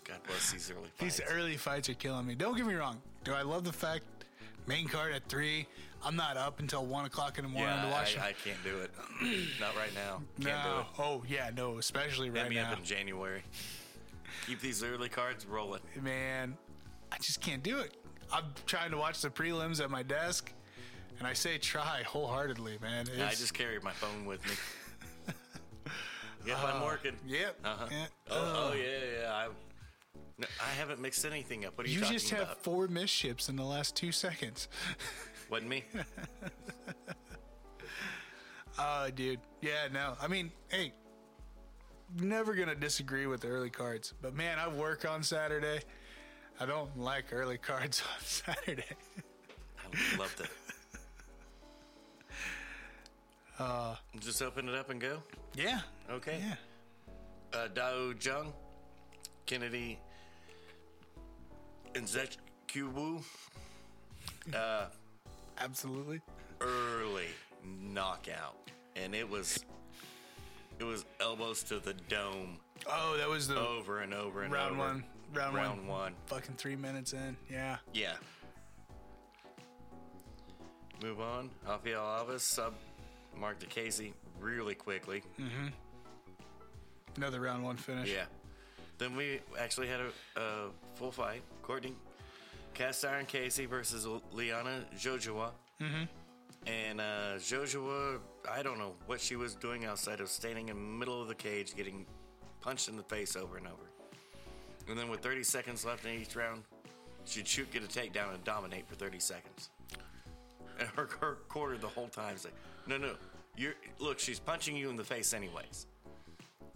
[SPEAKER 3] God bless these early fights.
[SPEAKER 2] These early fights are killing me. Don't get me wrong. Do I love the fact main card at three? I'm not up until one o'clock in the morning
[SPEAKER 3] yeah,
[SPEAKER 2] to watch.
[SPEAKER 3] I, I can't do it. Not right now. Can't do
[SPEAKER 2] no.
[SPEAKER 3] it.
[SPEAKER 2] Oh yeah, no. Especially
[SPEAKER 3] Hit
[SPEAKER 2] right
[SPEAKER 3] me
[SPEAKER 2] now.
[SPEAKER 3] up in January. Keep these early cards rolling.
[SPEAKER 2] man, I just can't do it. I'm trying to watch the prelims at my desk, and I say try wholeheartedly, man.
[SPEAKER 3] I
[SPEAKER 2] It's-
[SPEAKER 3] just carry my phone with me. yep, I'm working.
[SPEAKER 2] Yep.
[SPEAKER 3] Uh-huh.
[SPEAKER 2] Uh, yeah.
[SPEAKER 3] Oh,
[SPEAKER 2] Ugh.
[SPEAKER 3] oh yeah, yeah. I, no, I haven't mixed anything up. What are you,
[SPEAKER 2] You
[SPEAKER 3] talking
[SPEAKER 2] just have
[SPEAKER 3] about?
[SPEAKER 2] four missed ships in the last two seconds.
[SPEAKER 3] Wasn't me.
[SPEAKER 2] Oh, dude. Yeah, no. I mean, hey, never going to disagree with the early cards. But man, I work on Saturday. I don't like early cards on Saturday.
[SPEAKER 3] I loved it. just open it up and go.
[SPEAKER 2] Yeah.
[SPEAKER 3] Okay.
[SPEAKER 2] Uh. Yeah.
[SPEAKER 3] uh, Dao Jung, Kennedy, and Zach Kubu
[SPEAKER 2] Absolutely.
[SPEAKER 3] early knockout, and it was it was elbows to the dome
[SPEAKER 2] Oh, that was the
[SPEAKER 3] over and over and
[SPEAKER 2] round
[SPEAKER 3] over.
[SPEAKER 2] one. Round,
[SPEAKER 3] round
[SPEAKER 2] one.
[SPEAKER 3] one.
[SPEAKER 2] Fucking three minutes in. Yeah.
[SPEAKER 3] Yeah. Move on. Rafael Alves sub Mark DeCasey really quickly.
[SPEAKER 2] Another round one finish.
[SPEAKER 3] Yeah. Then we actually had a, a full fight. Courtney Cast Iron Casey versus Liana Jojoa. Mm-hmm. And uh, Jojoa, I don't know what she was doing outside of standing in the middle of the cage, getting punched in the face over and over. And then with 30 seconds left in each round, she'd shoot, get a takedown, and dominate for 30 seconds. And her, her quarter the whole time is like, no, no, you're look, she's punching you in the face anyways.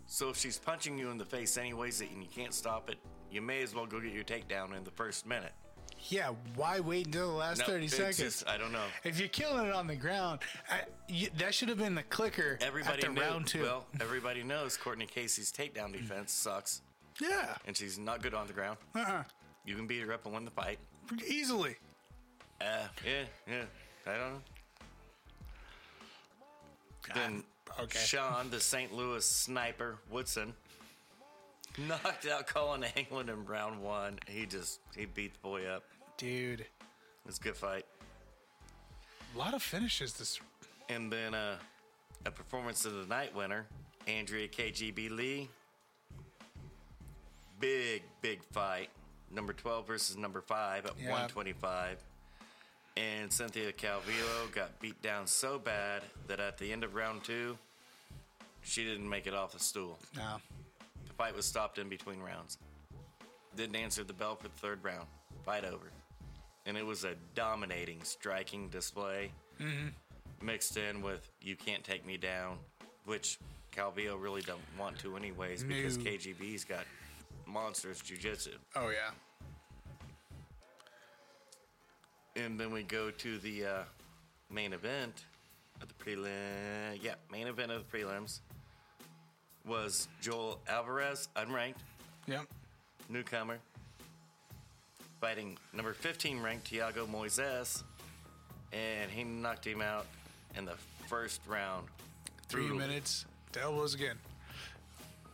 [SPEAKER 3] So if she's punching you in the face anyways and you can't stop it, you may as well go get your takedown in the first minute.
[SPEAKER 2] Yeah. Why wait until the last
[SPEAKER 3] No,
[SPEAKER 2] 30
[SPEAKER 3] it's
[SPEAKER 2] seconds?
[SPEAKER 3] just- I don't know.
[SPEAKER 2] if you're killing it on the ground, I, you, that should have been the clicker
[SPEAKER 3] Everybody
[SPEAKER 2] after
[SPEAKER 3] knew,
[SPEAKER 2] round two.
[SPEAKER 3] Well, everybody knows Courtney Casey's takedown defense sucks,
[SPEAKER 2] yeah.
[SPEAKER 3] and she's not good on the ground.
[SPEAKER 2] Uh-uh.
[SPEAKER 3] You can beat her up and win the fight.
[SPEAKER 2] Easily.
[SPEAKER 3] Uh, yeah, yeah. I don't know. Then
[SPEAKER 2] Ah, okay.
[SPEAKER 3] Sean, the St. Louis sniper, Woodson, knocked out Colin Anglin in round one. He just he beat the boy up.
[SPEAKER 2] Dude.
[SPEAKER 3] It was a good fight.
[SPEAKER 2] A lot of finishes this.
[SPEAKER 3] And then uh, a performance of the night winner, Andrea KGB Lee. Big, big fight. Number 12 versus number 5 at
[SPEAKER 2] Yeah.
[SPEAKER 3] 125. And Cynthia Calvillo got beat down so bad that at the end of round two, she didn't make it off the stool.
[SPEAKER 2] No.
[SPEAKER 3] The fight was stopped in between rounds. Didn't answer the bell for the third round. Fight over. And it was a dominating, striking display mixed in with You Can't Take Me Down, which Calvillo really don't want to, anyways, because
[SPEAKER 2] No.
[SPEAKER 3] KGB's got monstrous jujitsu.
[SPEAKER 2] Oh yeah.
[SPEAKER 3] And then we go to the uh, main event of the prelim. Yeah, main event of the prelims was Joel Alvarez, unranked,
[SPEAKER 2] Yep.
[SPEAKER 3] newcomer, fighting number 15 ranked Thiago Moises, and he knocked him out in the first round.
[SPEAKER 2] Three
[SPEAKER 3] Brutally.
[SPEAKER 2] minutes. The elbows again.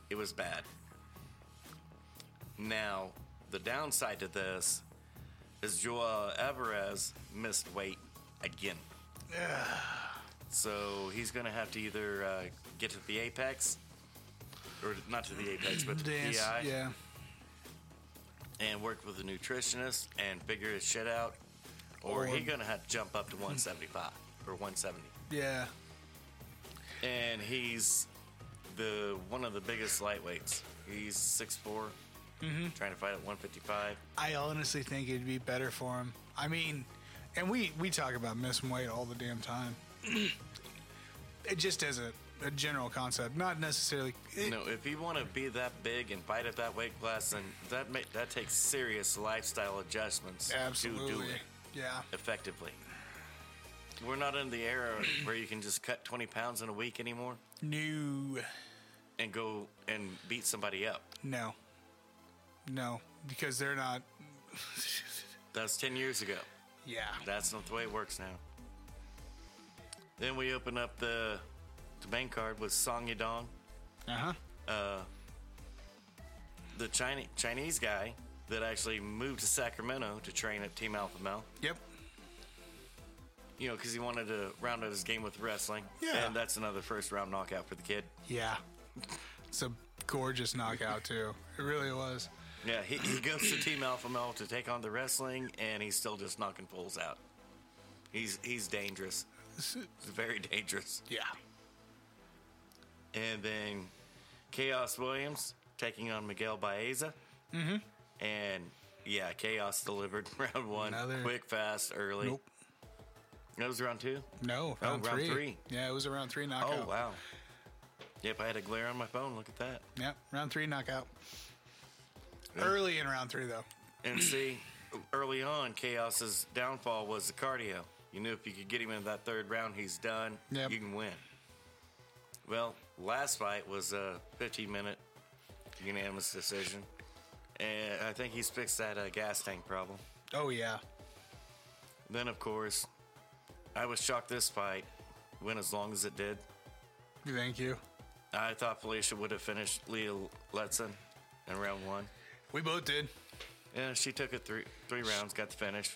[SPEAKER 3] It was bad. Now, the downside to this is Joel Alvarez missed weight again. so he's going to have to either uh, get to the apex, or not to the apex, but the
[SPEAKER 2] Dance.
[SPEAKER 3] PI.
[SPEAKER 2] Yeah.
[SPEAKER 3] and worked with a nutritionist and figured his shit out or he gonna have to jump up to 175 or 170.
[SPEAKER 2] Yeah.
[SPEAKER 3] And he's the one of the biggest lightweights. He's 6'4",
[SPEAKER 2] Mm-hmm.
[SPEAKER 3] trying to fight at 155.
[SPEAKER 2] I honestly think it'd be better for him. I mean, and we we talk about missing weight all the damn time. it just as a, a general concept, not necessarily. It,
[SPEAKER 3] No, if you want to be that big and fight at that weight class, then that ma- that takes serious lifestyle adjustments
[SPEAKER 2] absolutely.
[SPEAKER 3] to do it
[SPEAKER 2] Yeah.
[SPEAKER 3] effectively. We're not in the era where you can just cut 20 pounds in a week anymore
[SPEAKER 2] New.
[SPEAKER 3] and go and beat somebody up.
[SPEAKER 2] No. No, because they're not.
[SPEAKER 3] That was 10 years ago.
[SPEAKER 2] Yeah.
[SPEAKER 3] That's not the way it works now. Then we open up the the main card with Song Yadong,
[SPEAKER 2] Uh huh.
[SPEAKER 3] the Chinese Chinese guy that actually moved to Sacramento to train at Team Alpha Male.
[SPEAKER 2] Yep.
[SPEAKER 3] You know, because he wanted to round out his game with wrestling.
[SPEAKER 2] Yeah.
[SPEAKER 3] And that's another first round knockout for the kid.
[SPEAKER 2] Yeah. It's a gorgeous knockout too. It really was.
[SPEAKER 3] Yeah, he, he goes to Team Alpha Male to take on the wrestling, and he's still just knocking fools out. He's he's dangerous. He's very dangerous.
[SPEAKER 2] Yeah.
[SPEAKER 3] And then Chaos Williams taking on Miguel Baeza. Mm-hmm. And yeah, Chaos delivered round one,
[SPEAKER 2] Another-
[SPEAKER 3] quick, fast, early.
[SPEAKER 2] Nope.
[SPEAKER 3] That was round two.
[SPEAKER 2] No,
[SPEAKER 3] Oh,
[SPEAKER 2] round,
[SPEAKER 3] round
[SPEAKER 2] three.
[SPEAKER 3] three.
[SPEAKER 2] Yeah, it was a round three
[SPEAKER 3] Oh
[SPEAKER 2] knockout.
[SPEAKER 3] wow. Yep, I had a glare on my phone. Look at that.
[SPEAKER 2] Yep, round three knockout. Early in round three, though.
[SPEAKER 3] And see, early on, Chaos's downfall was the cardio. You knew if you could get him in that third round, he's done.
[SPEAKER 2] Yep.
[SPEAKER 3] You can win. Well, last fight was a 15 minute unanimous decision. And I think he's fixed that uh, gas tank problem.
[SPEAKER 2] Oh yeah,
[SPEAKER 3] Then, of course, I was shocked this fight went as long as it did.
[SPEAKER 2] thank you.
[SPEAKER 3] I thought Felicia would have finished Leah Letson in round one.
[SPEAKER 2] We both did.
[SPEAKER 3] Yeah, she took it three three rounds, got the finish.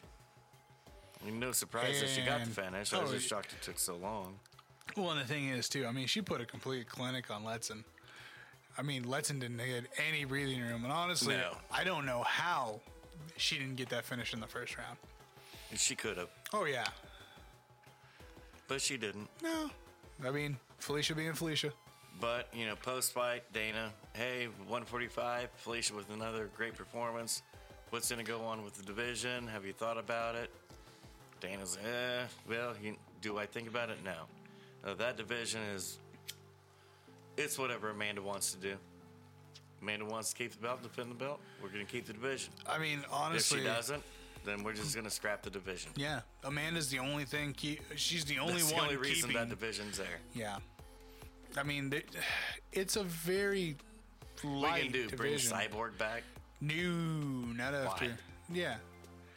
[SPEAKER 3] I mean, no surprise that she got the
[SPEAKER 2] And-
[SPEAKER 3] finish. I was
[SPEAKER 2] oh,
[SPEAKER 3] just
[SPEAKER 2] y-
[SPEAKER 3] shocked it took so long.
[SPEAKER 2] Well, and the thing is, too, I mean, she put a complete clinic on Letson. I mean, Letson didn't get any breathing room, and honestly,
[SPEAKER 3] No.
[SPEAKER 2] I don't know how she didn't get that finish in the first round.
[SPEAKER 3] And She could have,
[SPEAKER 2] Oh yeah,
[SPEAKER 3] but she didn't.
[SPEAKER 2] no, I mean Felicia being Felicia.
[SPEAKER 3] But you know, post fight, Dana, hey, 145, Felicia with another great performance. What's going to go on with the division? Have you thought about it? Dana's, eh, well, you, do I think about it? No. Uh, that division is, it's whatever Amanda wants to do. Amanda wants to keep the belt, defend the belt. We're going to keep the division.
[SPEAKER 2] I mean, honestly,
[SPEAKER 3] if she doesn't, then we're just going to scrap the division.
[SPEAKER 2] yeah, Amanda's the only thing. Keep, she's the only
[SPEAKER 3] That's the
[SPEAKER 2] one
[SPEAKER 3] only reason
[SPEAKER 2] keeping
[SPEAKER 3] that division's there.
[SPEAKER 2] Yeah. I mean, th- it's a very
[SPEAKER 3] We
[SPEAKER 2] light
[SPEAKER 3] can do bring
[SPEAKER 2] division.
[SPEAKER 3] Cyborg back.
[SPEAKER 2] No, not after.
[SPEAKER 3] Why?
[SPEAKER 2] Yeah.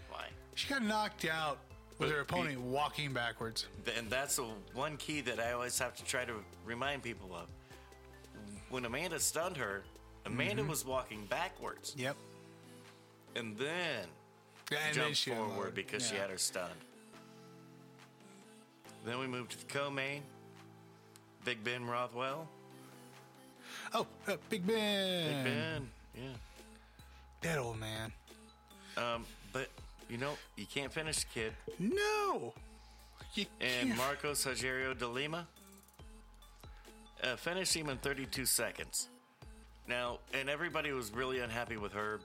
[SPEAKER 3] Why?
[SPEAKER 2] She got knocked out with
[SPEAKER 3] But
[SPEAKER 2] her
[SPEAKER 3] he-
[SPEAKER 2] opponent walking backwards.
[SPEAKER 3] Th- And that's the one key that I always have to try to remind people of. When Amanda stunned her, Amanda
[SPEAKER 2] Mm-hmm.
[SPEAKER 3] was walking backwards,
[SPEAKER 2] Yep.
[SPEAKER 3] and then
[SPEAKER 2] And then
[SPEAKER 3] jumped
[SPEAKER 2] she
[SPEAKER 3] forward
[SPEAKER 2] unloaded.
[SPEAKER 3] because she
[SPEAKER 2] Yeah.
[SPEAKER 3] had her stunned. Then we moved to the co-main. Big Ben Rothwell.
[SPEAKER 2] Oh, uh, Big Ben.
[SPEAKER 3] Big Ben, yeah.
[SPEAKER 2] That old man.
[SPEAKER 3] Um, but you know, you can't finish the kid.
[SPEAKER 2] No. You
[SPEAKER 3] and
[SPEAKER 2] can't-
[SPEAKER 3] Marcos Rogerio de Lima. Uh, finished him in 32 seconds. Now, and everybody was really unhappy with Herb,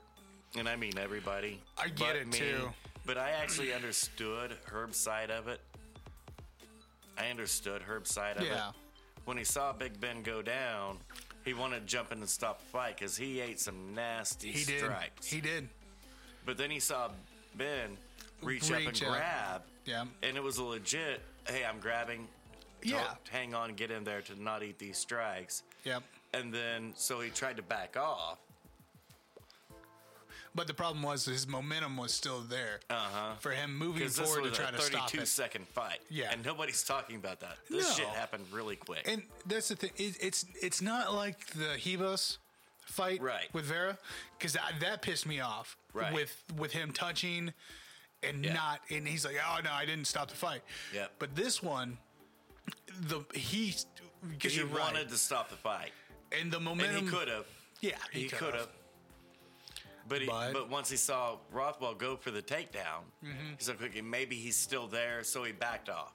[SPEAKER 3] and I mean everybody.
[SPEAKER 2] I get
[SPEAKER 3] but
[SPEAKER 2] it, too.
[SPEAKER 3] But I actually understood Herb's side of it. I understood Herb's side of
[SPEAKER 2] Yeah.
[SPEAKER 3] it. When he saw Big Ben go down, he wanted to jump in and stop the fight because he ate some nasty
[SPEAKER 2] he did.
[SPEAKER 3] strikes.
[SPEAKER 2] He did.
[SPEAKER 3] But then he saw Ben reach, up and
[SPEAKER 2] Reach up.
[SPEAKER 3] grab.
[SPEAKER 2] Yeah.
[SPEAKER 3] And it was a legit, hey, I'm grabbing.
[SPEAKER 2] Yeah.
[SPEAKER 3] Don't Hang on, get in there to not eat these strikes.
[SPEAKER 2] Yep.
[SPEAKER 3] And then, so he tried to back off.
[SPEAKER 2] But the problem was his momentum was still there uh-huh. for him moving
[SPEAKER 3] Because this
[SPEAKER 2] forward to
[SPEAKER 3] was
[SPEAKER 2] try
[SPEAKER 3] a
[SPEAKER 2] to stop
[SPEAKER 3] 32
[SPEAKER 2] it.
[SPEAKER 3] second fight.
[SPEAKER 2] Yeah.
[SPEAKER 3] And nobody's talking about that. This
[SPEAKER 2] No.
[SPEAKER 3] shit happened really quick.
[SPEAKER 2] And that's the thing. It, it's it's not like the Hebos fight
[SPEAKER 3] Right.
[SPEAKER 2] with Vera because that, that pissed me off.
[SPEAKER 3] Right.
[SPEAKER 2] With with him touching and
[SPEAKER 3] Yeah.
[SPEAKER 2] not and he's like, oh no, I didn't stop the fight.
[SPEAKER 3] Yep.
[SPEAKER 2] But this one, the he because
[SPEAKER 3] he
[SPEAKER 2] you're
[SPEAKER 3] wanted
[SPEAKER 2] right
[SPEAKER 3] to stop the fight.
[SPEAKER 2] and the
[SPEAKER 3] And
[SPEAKER 2] momentum.
[SPEAKER 3] he could have.
[SPEAKER 2] Yeah,
[SPEAKER 3] He could have. But, he,
[SPEAKER 2] But-
[SPEAKER 3] but once he saw Rothwell go for the takedown,
[SPEAKER 2] Mm-hmm.
[SPEAKER 3] he's like, okay, maybe he's still there, so he backed off.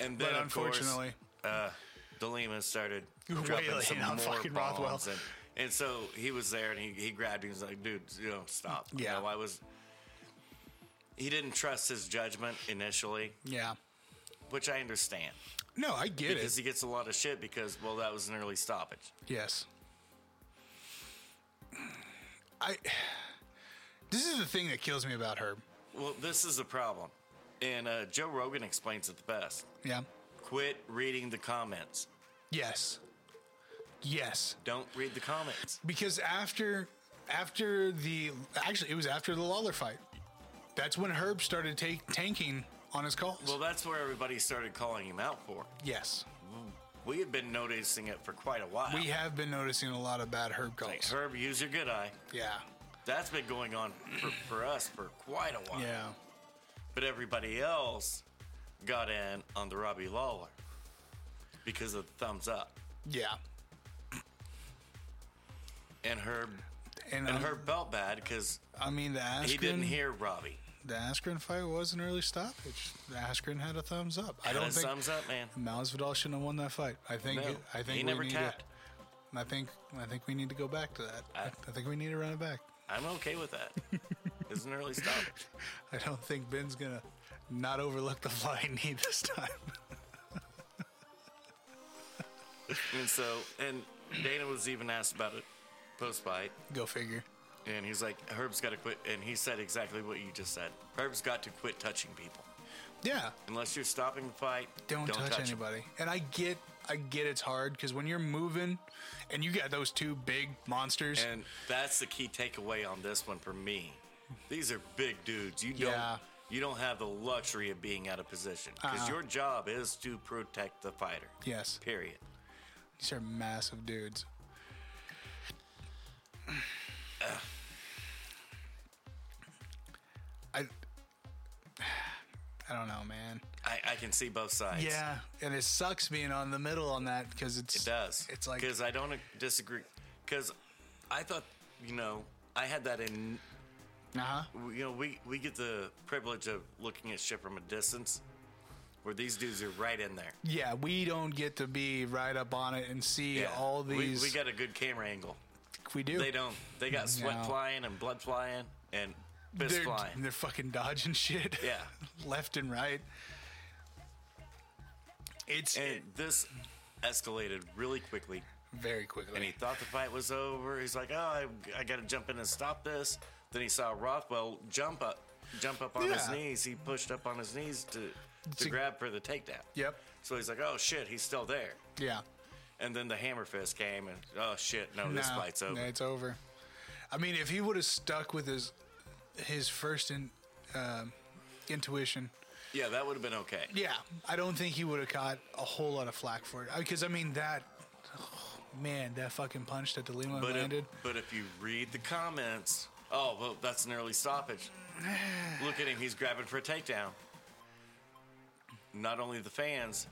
[SPEAKER 3] And then,
[SPEAKER 2] But
[SPEAKER 3] of course,
[SPEAKER 2] unfortunately-
[SPEAKER 3] uh, DeLima started
[SPEAKER 2] Way
[SPEAKER 3] dropping
[SPEAKER 2] late
[SPEAKER 3] some
[SPEAKER 2] on
[SPEAKER 3] more
[SPEAKER 2] fucking
[SPEAKER 3] bombs,
[SPEAKER 2] Rothwell.
[SPEAKER 3] and, and so he was there, and he, he grabbed him. He's like, dude, you know, stop. You
[SPEAKER 2] Yeah.
[SPEAKER 3] know, I was. He didn't trust his judgment initially,
[SPEAKER 2] Yeah.
[SPEAKER 3] which I understand
[SPEAKER 2] No, I get
[SPEAKER 3] because
[SPEAKER 2] it.
[SPEAKER 3] he gets a lot of shit because well, that was an early stoppage.
[SPEAKER 2] Yes. I. This is the thing that kills me about Herb.
[SPEAKER 3] Well, this is the problem, and uh, Joe Rogan explains it the best.
[SPEAKER 2] Yeah.
[SPEAKER 3] Quit reading the comments.
[SPEAKER 2] Yes. Yes.
[SPEAKER 3] Don't read the comments.
[SPEAKER 2] because after after the actually it was after the Lawler fight. That's when Herb started take, tanking on his calls.
[SPEAKER 3] Well, that's where everybody started calling him out for.
[SPEAKER 2] yes,
[SPEAKER 3] We had been noticing it for quite a while.
[SPEAKER 2] we have been noticing a lot of bad Herb calls.
[SPEAKER 3] Like, Herb, use your good eye.
[SPEAKER 2] yeah,
[SPEAKER 3] That's been going on for, for us for quite a while.
[SPEAKER 2] yeah,
[SPEAKER 3] But everybody else got in on the Robbie Lawler because of the thumbs up.
[SPEAKER 2] yeah.
[SPEAKER 3] And Herb
[SPEAKER 2] And,
[SPEAKER 3] and
[SPEAKER 2] um,
[SPEAKER 3] Herb felt bad because
[SPEAKER 2] I mean, the Askren,
[SPEAKER 3] he didn't hear Robbie.
[SPEAKER 2] the Askren fight was an early stoppage. The Askren had a thumbs up. I
[SPEAKER 3] And
[SPEAKER 2] don't
[SPEAKER 3] his
[SPEAKER 2] think
[SPEAKER 3] thumbs up, man.
[SPEAKER 2] Masvidal shouldn't have won that fight. I think
[SPEAKER 3] No,
[SPEAKER 2] I think
[SPEAKER 3] he
[SPEAKER 2] we
[SPEAKER 3] never
[SPEAKER 2] need
[SPEAKER 3] tapped.
[SPEAKER 2] To, I think I think we need to go back to that. I,
[SPEAKER 3] I-
[SPEAKER 2] I think we need to run it back.
[SPEAKER 3] I'm okay with that. it's an early stoppage.
[SPEAKER 2] I don't think Ben's gonna not overlook the flying knee this time.
[SPEAKER 3] And so, and Dana was even asked about it post fight,
[SPEAKER 2] Go figure.
[SPEAKER 3] and he's like, "Herb's got to quit." And he said exactly what you just said. Herb's got to quit touching people.
[SPEAKER 2] Yeah,
[SPEAKER 3] Unless you're stopping the fight,
[SPEAKER 2] don't, touch,
[SPEAKER 3] 'em.
[SPEAKER 2] anybody. And I get, I get it's hard because when you're moving, and you got those two big monsters.
[SPEAKER 3] And that's the key takeaway on this one for me. These are big dudes. You don't
[SPEAKER 2] Yeah.
[SPEAKER 3] you don't have the luxury of being out of position because
[SPEAKER 2] Uh-uh.
[SPEAKER 3] your job is to protect the fighter.
[SPEAKER 2] yes,
[SPEAKER 3] Period.
[SPEAKER 2] these are massive dudes. I, I don't know, man.
[SPEAKER 3] I, I can see both sides.
[SPEAKER 2] Yeah, and it sucks being on the middle on that because it's
[SPEAKER 3] It does.
[SPEAKER 2] It's like
[SPEAKER 3] because I don't disagree. Because I thought you know I had that in
[SPEAKER 2] uh huh.
[SPEAKER 3] you know we we get the privilege of looking at shit from a distance, where these dudes are right in there.
[SPEAKER 2] Yeah, we don't get to be right up on it and see all
[SPEAKER 3] We-
[SPEAKER 2] these.
[SPEAKER 3] We, got a good camera angle.
[SPEAKER 2] we do.
[SPEAKER 3] They don't. They got sweat
[SPEAKER 2] No.
[SPEAKER 3] flying and blood flying and fist
[SPEAKER 2] They're,
[SPEAKER 3] flying.
[SPEAKER 2] they're fucking dodging shit.
[SPEAKER 3] yeah.
[SPEAKER 2] left and right. It's
[SPEAKER 3] And this escalated really quickly.
[SPEAKER 2] very quickly.
[SPEAKER 3] And he thought the fight was over. He's like, oh, I, I got to jump in and stop this. Then he saw Rothwell jump up, jump up on his
[SPEAKER 2] Yeah.
[SPEAKER 3] knees. He pushed up on his knees to to
[SPEAKER 2] To-
[SPEAKER 3] grab for the takedown.
[SPEAKER 2] yep.
[SPEAKER 3] So he's like, oh shit, he's still there.
[SPEAKER 2] Yeah.
[SPEAKER 3] And then the hammer fist came, and oh shit, no, this
[SPEAKER 2] No,
[SPEAKER 3] fight's over.
[SPEAKER 2] no, It's over. I mean, if he would have stuck with his his first in, um, intuition,
[SPEAKER 3] Yeah, that would have been okay.
[SPEAKER 2] yeah, I don't think he would have caught a whole lot of flack for it. Because I mean that. oh, Man, that fucking punch that DeLima
[SPEAKER 3] But if,
[SPEAKER 2] landed.
[SPEAKER 3] but if you read the comments, oh well, that's an early stoppage. Look at him, he's grabbing for a takedown. Not only the fans.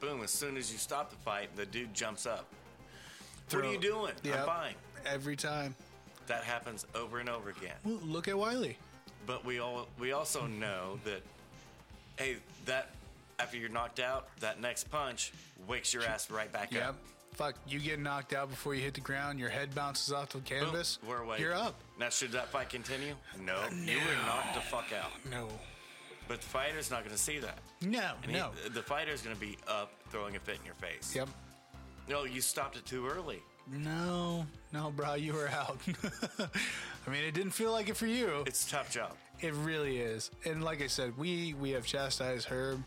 [SPEAKER 3] Boom! As soon as you stop the fight, the dude jumps up. what
[SPEAKER 2] Throw-
[SPEAKER 3] are you doing?
[SPEAKER 2] Yep.
[SPEAKER 3] I'm fine.
[SPEAKER 2] Every time.
[SPEAKER 3] That happens over and over again.
[SPEAKER 2] Well, Look at Wiley.
[SPEAKER 3] But we all we also know that hey, that after you're knocked out, that next punch wakes your ass right back
[SPEAKER 2] Yep.
[SPEAKER 3] up.
[SPEAKER 2] Fuck, you get knocked out before you hit the ground. Your head bounces off the
[SPEAKER 3] Boom,
[SPEAKER 2] canvas.
[SPEAKER 3] we're away.
[SPEAKER 2] You're up.
[SPEAKER 3] Now should that fight continue? No. You were knocked the fuck out.
[SPEAKER 2] No.
[SPEAKER 3] But the fighter's not gonna see that.
[SPEAKER 2] No.
[SPEAKER 3] And he-
[SPEAKER 2] no.
[SPEAKER 3] the fighter's gonna be up throwing a fit in your face.
[SPEAKER 2] yep.
[SPEAKER 3] No, you stopped it too early.
[SPEAKER 2] No. No, bro, you were out. I mean, it didn't feel like it for you.
[SPEAKER 3] It's a tough job.
[SPEAKER 2] It really is. And like I said, we we have chastised Herb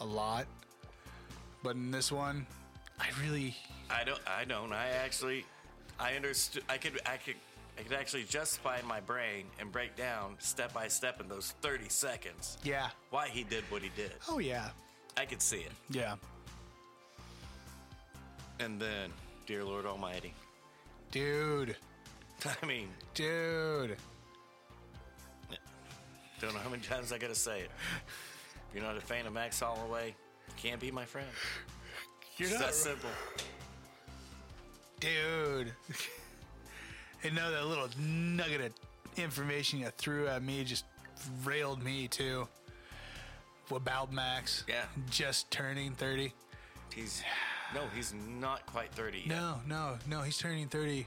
[SPEAKER 2] a lot, but in this one, I really
[SPEAKER 3] I don't I don't. I actually I understood I could I could I could actually justify in my brain and break down step by step in those 30 seconds
[SPEAKER 2] yeah.
[SPEAKER 3] why he did what he did.
[SPEAKER 2] Oh yeah.
[SPEAKER 3] I could see it.
[SPEAKER 2] Yeah.
[SPEAKER 3] And then, dear Lord Almighty.
[SPEAKER 2] Dude.
[SPEAKER 3] I mean,
[SPEAKER 2] Dude.
[SPEAKER 3] don't know how many times I gotta say it. If you're not a fan of Max Holloway, you can't be my friend.
[SPEAKER 2] You're
[SPEAKER 3] It's that simple.
[SPEAKER 2] Dude. And know that little nugget of information you threw at me just railed me too. About Max.
[SPEAKER 3] Yeah.
[SPEAKER 2] Just turning 30.
[SPEAKER 3] He's no, he's not quite thirty. Yet.
[SPEAKER 2] No, no, no. He's turning 30.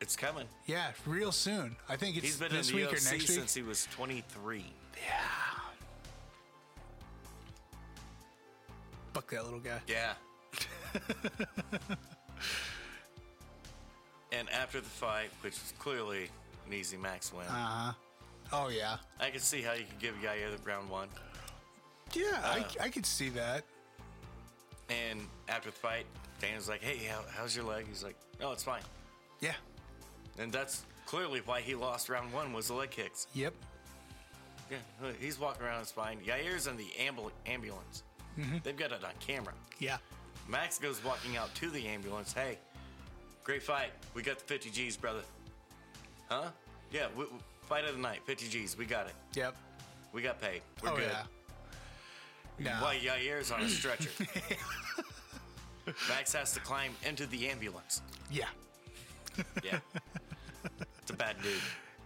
[SPEAKER 3] It's coming.
[SPEAKER 2] Yeah, real soon. I think it's
[SPEAKER 3] He's been
[SPEAKER 2] this
[SPEAKER 3] in the
[SPEAKER 2] week or
[SPEAKER 3] UFC
[SPEAKER 2] next week.
[SPEAKER 3] since he was 23.
[SPEAKER 2] Fuck that little guy.
[SPEAKER 3] Yeah. and after the fight, which was clearly an easy max win,
[SPEAKER 2] Uh. Oh yeah.
[SPEAKER 3] I could see how you could give Yair the round one.
[SPEAKER 2] Yeah, I, I could see that.
[SPEAKER 3] And after the fight, Dana's like, "Hey, how, how's your leg?" He's like, "No, it's fine."
[SPEAKER 2] Yeah.
[SPEAKER 3] And that's clearly why he lost round one was the leg kicks.
[SPEAKER 2] Yep.
[SPEAKER 3] Yeah, he's walking around, it's fine. Yair's in the ambul- ambulance.
[SPEAKER 2] Mm-hmm.
[SPEAKER 3] They've got it on camera.
[SPEAKER 2] Yeah.
[SPEAKER 3] Max goes walking out to the ambulance. Hey, great fight. We got the 50 G's, brother. Huh? Yeah, we, we- fight of the night, 50 G's. We got it.
[SPEAKER 2] Yep.
[SPEAKER 3] We got paid. We're
[SPEAKER 2] oh
[SPEAKER 3] good.
[SPEAKER 2] yeah. No.
[SPEAKER 3] While Yair's on a stretcher. Max has to climb into the ambulance.
[SPEAKER 2] Yeah.
[SPEAKER 3] Yeah. it's a bad dude.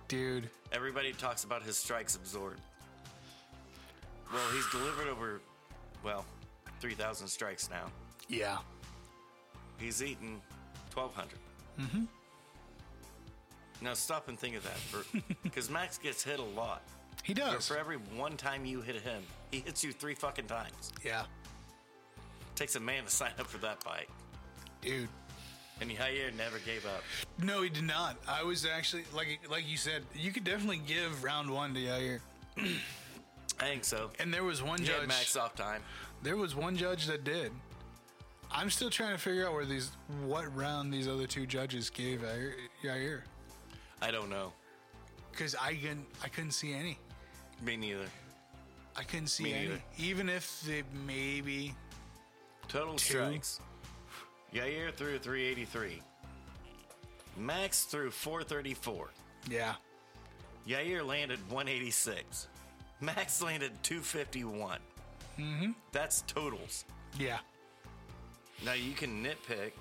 [SPEAKER 2] Dude.
[SPEAKER 3] Everybody talks about his strikes absorbed. Well, he's delivered over, well, 3,000 strikes now.
[SPEAKER 2] Yeah.
[SPEAKER 3] He's eaten 1,200. Mm-hmm. Now stop and think of that, because Max gets hit a lot.
[SPEAKER 2] He
[SPEAKER 3] So
[SPEAKER 2] does.
[SPEAKER 3] for every one time you hit him, he hits you three fucking times.
[SPEAKER 2] Yeah.
[SPEAKER 3] Takes a man to sign up for that fight.
[SPEAKER 2] Dude.
[SPEAKER 3] And Yair never gave up.
[SPEAKER 2] No, he did not. I was actually like like you said, you could definitely give round one to Yair.
[SPEAKER 3] I think so.
[SPEAKER 2] And there was one
[SPEAKER 3] He
[SPEAKER 2] judge.
[SPEAKER 3] had Max off time.
[SPEAKER 2] There was one judge that did. I'm still trying to figure out where these what round these other two judges gave Yair- Yair
[SPEAKER 3] I don't know.
[SPEAKER 2] because I couldn't I couldn't see any.
[SPEAKER 3] Me neither.
[SPEAKER 2] I couldn't see
[SPEAKER 3] Me
[SPEAKER 2] any.
[SPEAKER 3] neither.
[SPEAKER 2] Even if they maybe
[SPEAKER 3] Total strikes. Yair threw 383. Max threw 434.
[SPEAKER 2] yeah
[SPEAKER 3] Yair landed 186. Max landed 251. Mm-hmm. That's totals.
[SPEAKER 2] yeah
[SPEAKER 3] Now you can nitpick.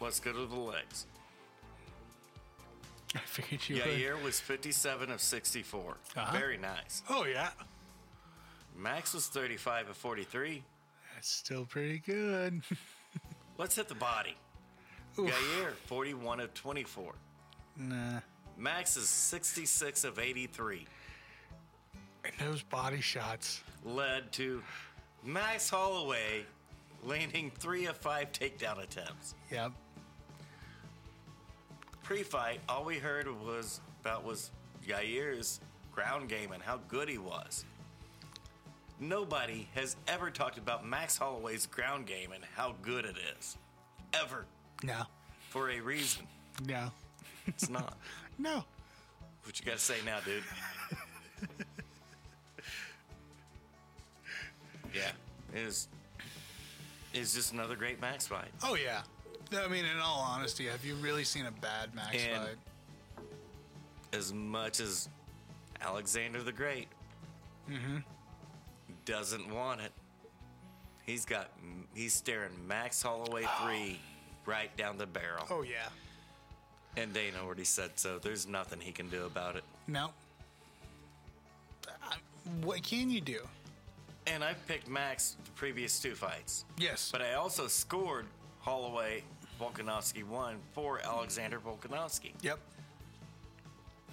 [SPEAKER 3] Let's go to the legs.
[SPEAKER 2] I figured you would.
[SPEAKER 3] Yair was 57 of 64.
[SPEAKER 2] Uh-huh.
[SPEAKER 3] Very nice.
[SPEAKER 2] Oh yeah,
[SPEAKER 3] Max was 35 of 43.
[SPEAKER 2] that's still pretty good.
[SPEAKER 3] Let's hit the body.
[SPEAKER 2] Oof.
[SPEAKER 3] Yair, 41 of 24.
[SPEAKER 2] nah,
[SPEAKER 3] Max is 66 of 83.
[SPEAKER 2] and those body shots.
[SPEAKER 3] led to Max Holloway landing three of five takedown attempts.
[SPEAKER 2] Yep.
[SPEAKER 3] Pre-fight, all we heard was about was Yair's ground game and how good he was. Nobody has ever talked about Max Holloway's ground game and how good it is. Ever.
[SPEAKER 2] No,
[SPEAKER 3] For a reason.
[SPEAKER 2] no,
[SPEAKER 3] It's not.
[SPEAKER 2] no.
[SPEAKER 3] what you gotta say now, dude. yeah. It is it's just another great Max fight.
[SPEAKER 2] Oh yeah. I mean, in all honesty, have you really seen a bad Max
[SPEAKER 3] And-
[SPEAKER 2] fight?
[SPEAKER 3] as much as Alexander the Great doesn't want it, he's got he's staring Max Holloway three right down the barrel,
[SPEAKER 2] Oh yeah.
[SPEAKER 3] and Dana already said so. There's nothing he can do about it.
[SPEAKER 2] No. I, what can you do?
[SPEAKER 3] And I picked Max the previous two fights,
[SPEAKER 2] Yes.
[SPEAKER 3] but uh, I also scored Holloway Volkanovski one for Alexander Volkanovski.
[SPEAKER 2] yep.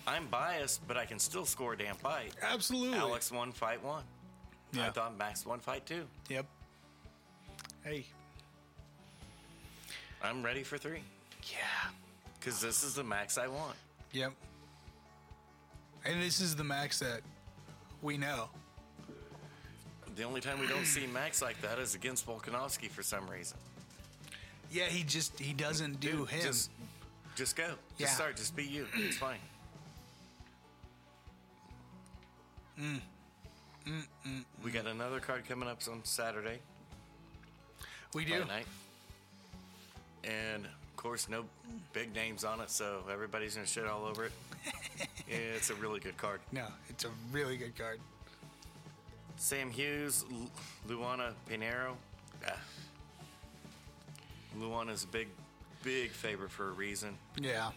[SPEAKER 3] I'm biased, but I can still score a damn fight.
[SPEAKER 2] Absolutely.
[SPEAKER 3] Alex won fight one. I
[SPEAKER 2] Yeah.
[SPEAKER 3] thought Max won fight two.
[SPEAKER 2] Yep. Hey.
[SPEAKER 3] I'm ready for three.
[SPEAKER 2] Yeah.
[SPEAKER 3] Because this is the max I want.
[SPEAKER 2] Yep. And this is the Max that we know.
[SPEAKER 3] The only time we don't see Max like that is against Volkanovski for some reason.
[SPEAKER 2] Yeah, he just he doesn't do
[SPEAKER 3] Dude,
[SPEAKER 2] him.
[SPEAKER 3] Just, just go. Just
[SPEAKER 2] Yeah.
[SPEAKER 3] start. Just be you. It's fine.
[SPEAKER 2] Mm.
[SPEAKER 3] We got another card coming up on Saturday
[SPEAKER 2] we do.
[SPEAKER 3] fight night, and of course, no big names on it, so everybody's gonna shit all over it. it's a really good card.
[SPEAKER 2] No, it's a really good card.
[SPEAKER 3] Sam Hughes, L- Luana Pinero, ah. Luana's a big, big favorite for a reason.
[SPEAKER 2] Yeah.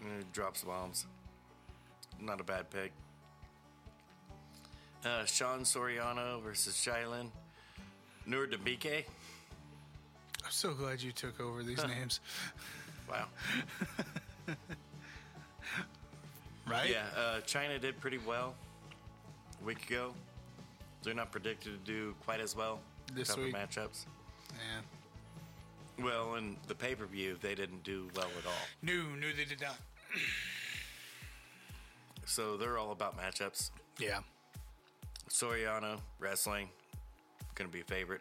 [SPEAKER 3] Uh, drops bombs. Not a bad pick. Uh, Sean Soriano versus Shailen. Nur Dembike.
[SPEAKER 2] I'm so glad you took over these names.
[SPEAKER 3] Wow.
[SPEAKER 2] Right?
[SPEAKER 3] Yeah, uh, China did pretty well a week ago. They're not predicted to do quite as well.
[SPEAKER 2] This
[SPEAKER 3] tougher
[SPEAKER 2] week.
[SPEAKER 3] matchups.
[SPEAKER 2] Yeah.
[SPEAKER 3] Well, in the pay per view, they didn't do well at all.
[SPEAKER 2] No, no, they did not.
[SPEAKER 3] So they're all about matchups.
[SPEAKER 2] Yeah.
[SPEAKER 3] Soriano, wrestling, going to be a favorite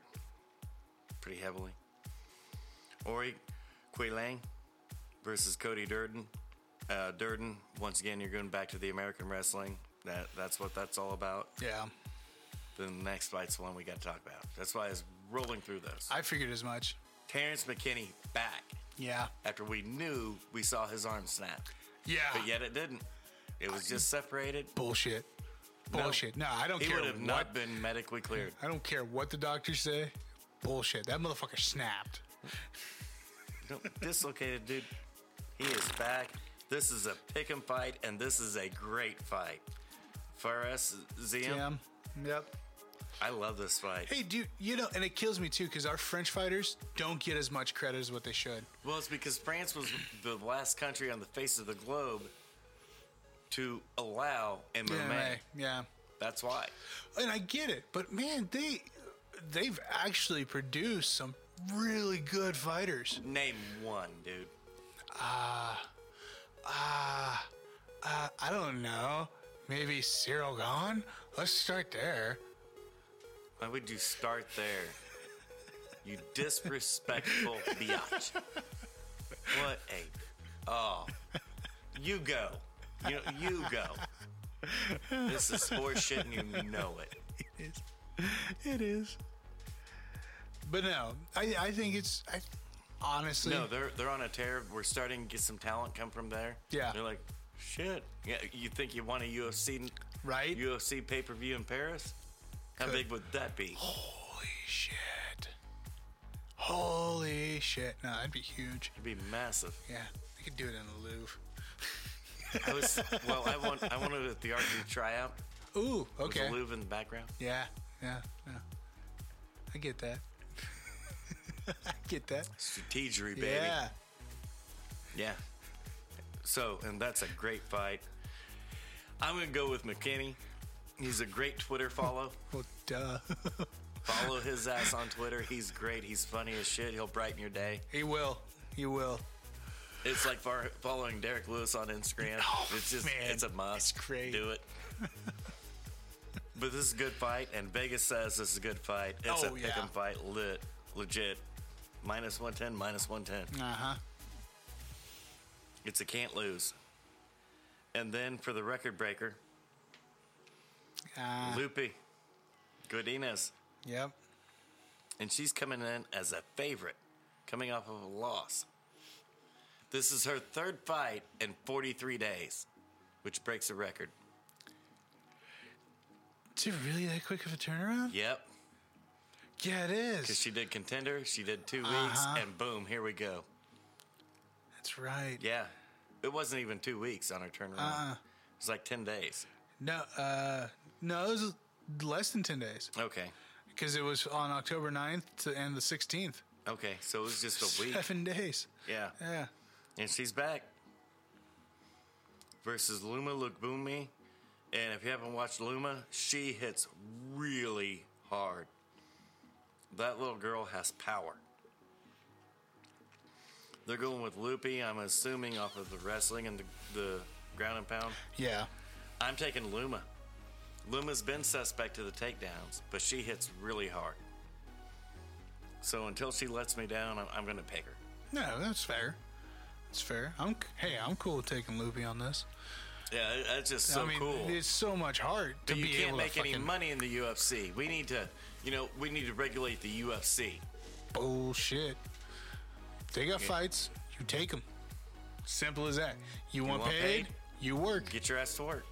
[SPEAKER 3] pretty heavily. Ori Quilang versus Cody Durden. Uh, Durden, once again, you're going back to the American wrestling. That That's what that's all about.
[SPEAKER 2] Yeah.
[SPEAKER 3] The next fight's the one we got to talk about. That's why I was rolling through those.
[SPEAKER 2] I figured as much.
[SPEAKER 3] Terrence McKinney back
[SPEAKER 2] Yeah.
[SPEAKER 3] after we knew we saw his arm snap,
[SPEAKER 2] Yeah.
[SPEAKER 3] but yet it didn't. It was just separated.
[SPEAKER 2] Bullshit. Bullshit. No, I don't
[SPEAKER 3] He
[SPEAKER 2] care
[SPEAKER 3] would have
[SPEAKER 2] what.
[SPEAKER 3] not been medically cleared.
[SPEAKER 2] I don't care what the doctors say. Bullshit. That motherfucker snapped.
[SPEAKER 3] No, dislocated dude. He is back. This is a pick 'em fight, and this is a great fight. For us, ZM,
[SPEAKER 2] Damn. Yep.
[SPEAKER 3] I love this fight.
[SPEAKER 2] Hey, dude, you know, and it kills me too because our French fighters don't get as much credit as what they should.
[SPEAKER 3] Well, it's because France was the last country on the face of the globe to allow MMA.
[SPEAKER 2] Yeah.
[SPEAKER 3] That's why.
[SPEAKER 2] And I get it, but man, they they've actually produced some really good fighters.
[SPEAKER 3] Name one, dude.
[SPEAKER 2] Uh, I don't know. Maybe Cyril Gone? Let's start there.
[SPEAKER 3] Why would you start there? You disrespectful biatch. What a. Oh. You go. You, you go. This is sports shit and you know it.
[SPEAKER 2] It is. But no, I, I think it's I, honestly
[SPEAKER 3] No, they're they're on a tear. We're starting to get some talent come from there.
[SPEAKER 2] Yeah.
[SPEAKER 3] They're like, shit. Yeah, you think you want a UFC
[SPEAKER 2] right.
[SPEAKER 3] UFC pay per view in Paris? How
[SPEAKER 2] Could-
[SPEAKER 3] big would that be?
[SPEAKER 2] Holy shit! Holy shit! No, that'd be huge.
[SPEAKER 3] It'd be massive.
[SPEAKER 2] Yeah, they could do it in the Louvre.
[SPEAKER 3] I was well, I want I wanted it at the archery tryout.
[SPEAKER 2] Ooh,
[SPEAKER 3] With
[SPEAKER 2] okay.
[SPEAKER 3] the Louvre in the background.
[SPEAKER 2] Yeah, yeah, yeah. I get that. I get that.
[SPEAKER 3] Strategery, baby.
[SPEAKER 2] Yeah.
[SPEAKER 3] Yeah. So, and that's a great fight. I'm going to go with McKinney. He's a great Twitter follow.
[SPEAKER 2] Well, duh.
[SPEAKER 3] follow his ass on Twitter. He's great. He's funny as shit. He'll brighten your day.
[SPEAKER 2] he will. He will.
[SPEAKER 3] It's like far, following Derek Lewis on Instagram.
[SPEAKER 2] Oh,
[SPEAKER 3] it's just,
[SPEAKER 2] man.
[SPEAKER 3] it's a must.
[SPEAKER 2] It's great.
[SPEAKER 3] Do it. but this is a good fight, and Vegas says this is a good fight. It's
[SPEAKER 2] Oh,
[SPEAKER 3] a
[SPEAKER 2] yeah.
[SPEAKER 3] pick 'em fight. Lit. Legit. Minus 110, minus 110.
[SPEAKER 2] Uh huh.
[SPEAKER 3] It's a can't lose. And then for the record breaker,
[SPEAKER 2] Uh,
[SPEAKER 3] Loopy, Godinez,
[SPEAKER 2] yep.
[SPEAKER 3] and she's coming in as a favorite, coming off of a loss. This is her third fight in 43 days, which breaks a record.
[SPEAKER 2] Is it really that quick of a turnaround?
[SPEAKER 3] Yep,
[SPEAKER 2] Yeah, it
[SPEAKER 3] because
[SPEAKER 2] is.
[SPEAKER 3] she did contender, she did 2 weeks,
[SPEAKER 2] Uh-huh.
[SPEAKER 3] and boom, here we go.
[SPEAKER 2] That's right.
[SPEAKER 3] Yeah, it wasn't even two weeks on her turnaround.
[SPEAKER 2] Uh-uh.
[SPEAKER 3] It was like 10 days.
[SPEAKER 2] No, uh, no, it was less than 10 days
[SPEAKER 3] Okay,
[SPEAKER 2] because it was on October 9th to, and the 16th.
[SPEAKER 3] okay, so it was just a week.
[SPEAKER 2] Seven days.
[SPEAKER 3] Yeah,
[SPEAKER 2] Yeah.
[SPEAKER 3] and she's back versus Luma Lukbumi. And if you haven't watched Luma, she hits really hard. That little girl has power. They're going with Loopy, I'm assuming, off of the wrestling and the, the ground and pound.
[SPEAKER 2] Yeah.
[SPEAKER 3] I'm taking Luma. Luma's been suspect to the takedowns, but she hits really hard. So until she lets me down, I'm, I'm going to pick her.
[SPEAKER 2] No, that's fair. That's fair. I'm c- hey, I'm cool with taking Loopy on this.
[SPEAKER 3] Yeah, it- that's just so
[SPEAKER 2] I mean,
[SPEAKER 3] cool.
[SPEAKER 2] it's so much heart to
[SPEAKER 3] But you
[SPEAKER 2] be
[SPEAKER 3] can't
[SPEAKER 2] able
[SPEAKER 3] make
[SPEAKER 2] to
[SPEAKER 3] any
[SPEAKER 2] fucking
[SPEAKER 3] money in the UFC. We need to, you know, we need to regulate the UFC.
[SPEAKER 2] bullshit. They got fights. You take them. Simple as that. You, want,
[SPEAKER 3] want
[SPEAKER 2] paid,
[SPEAKER 3] paid?
[SPEAKER 2] You work.
[SPEAKER 3] Get your ass to work.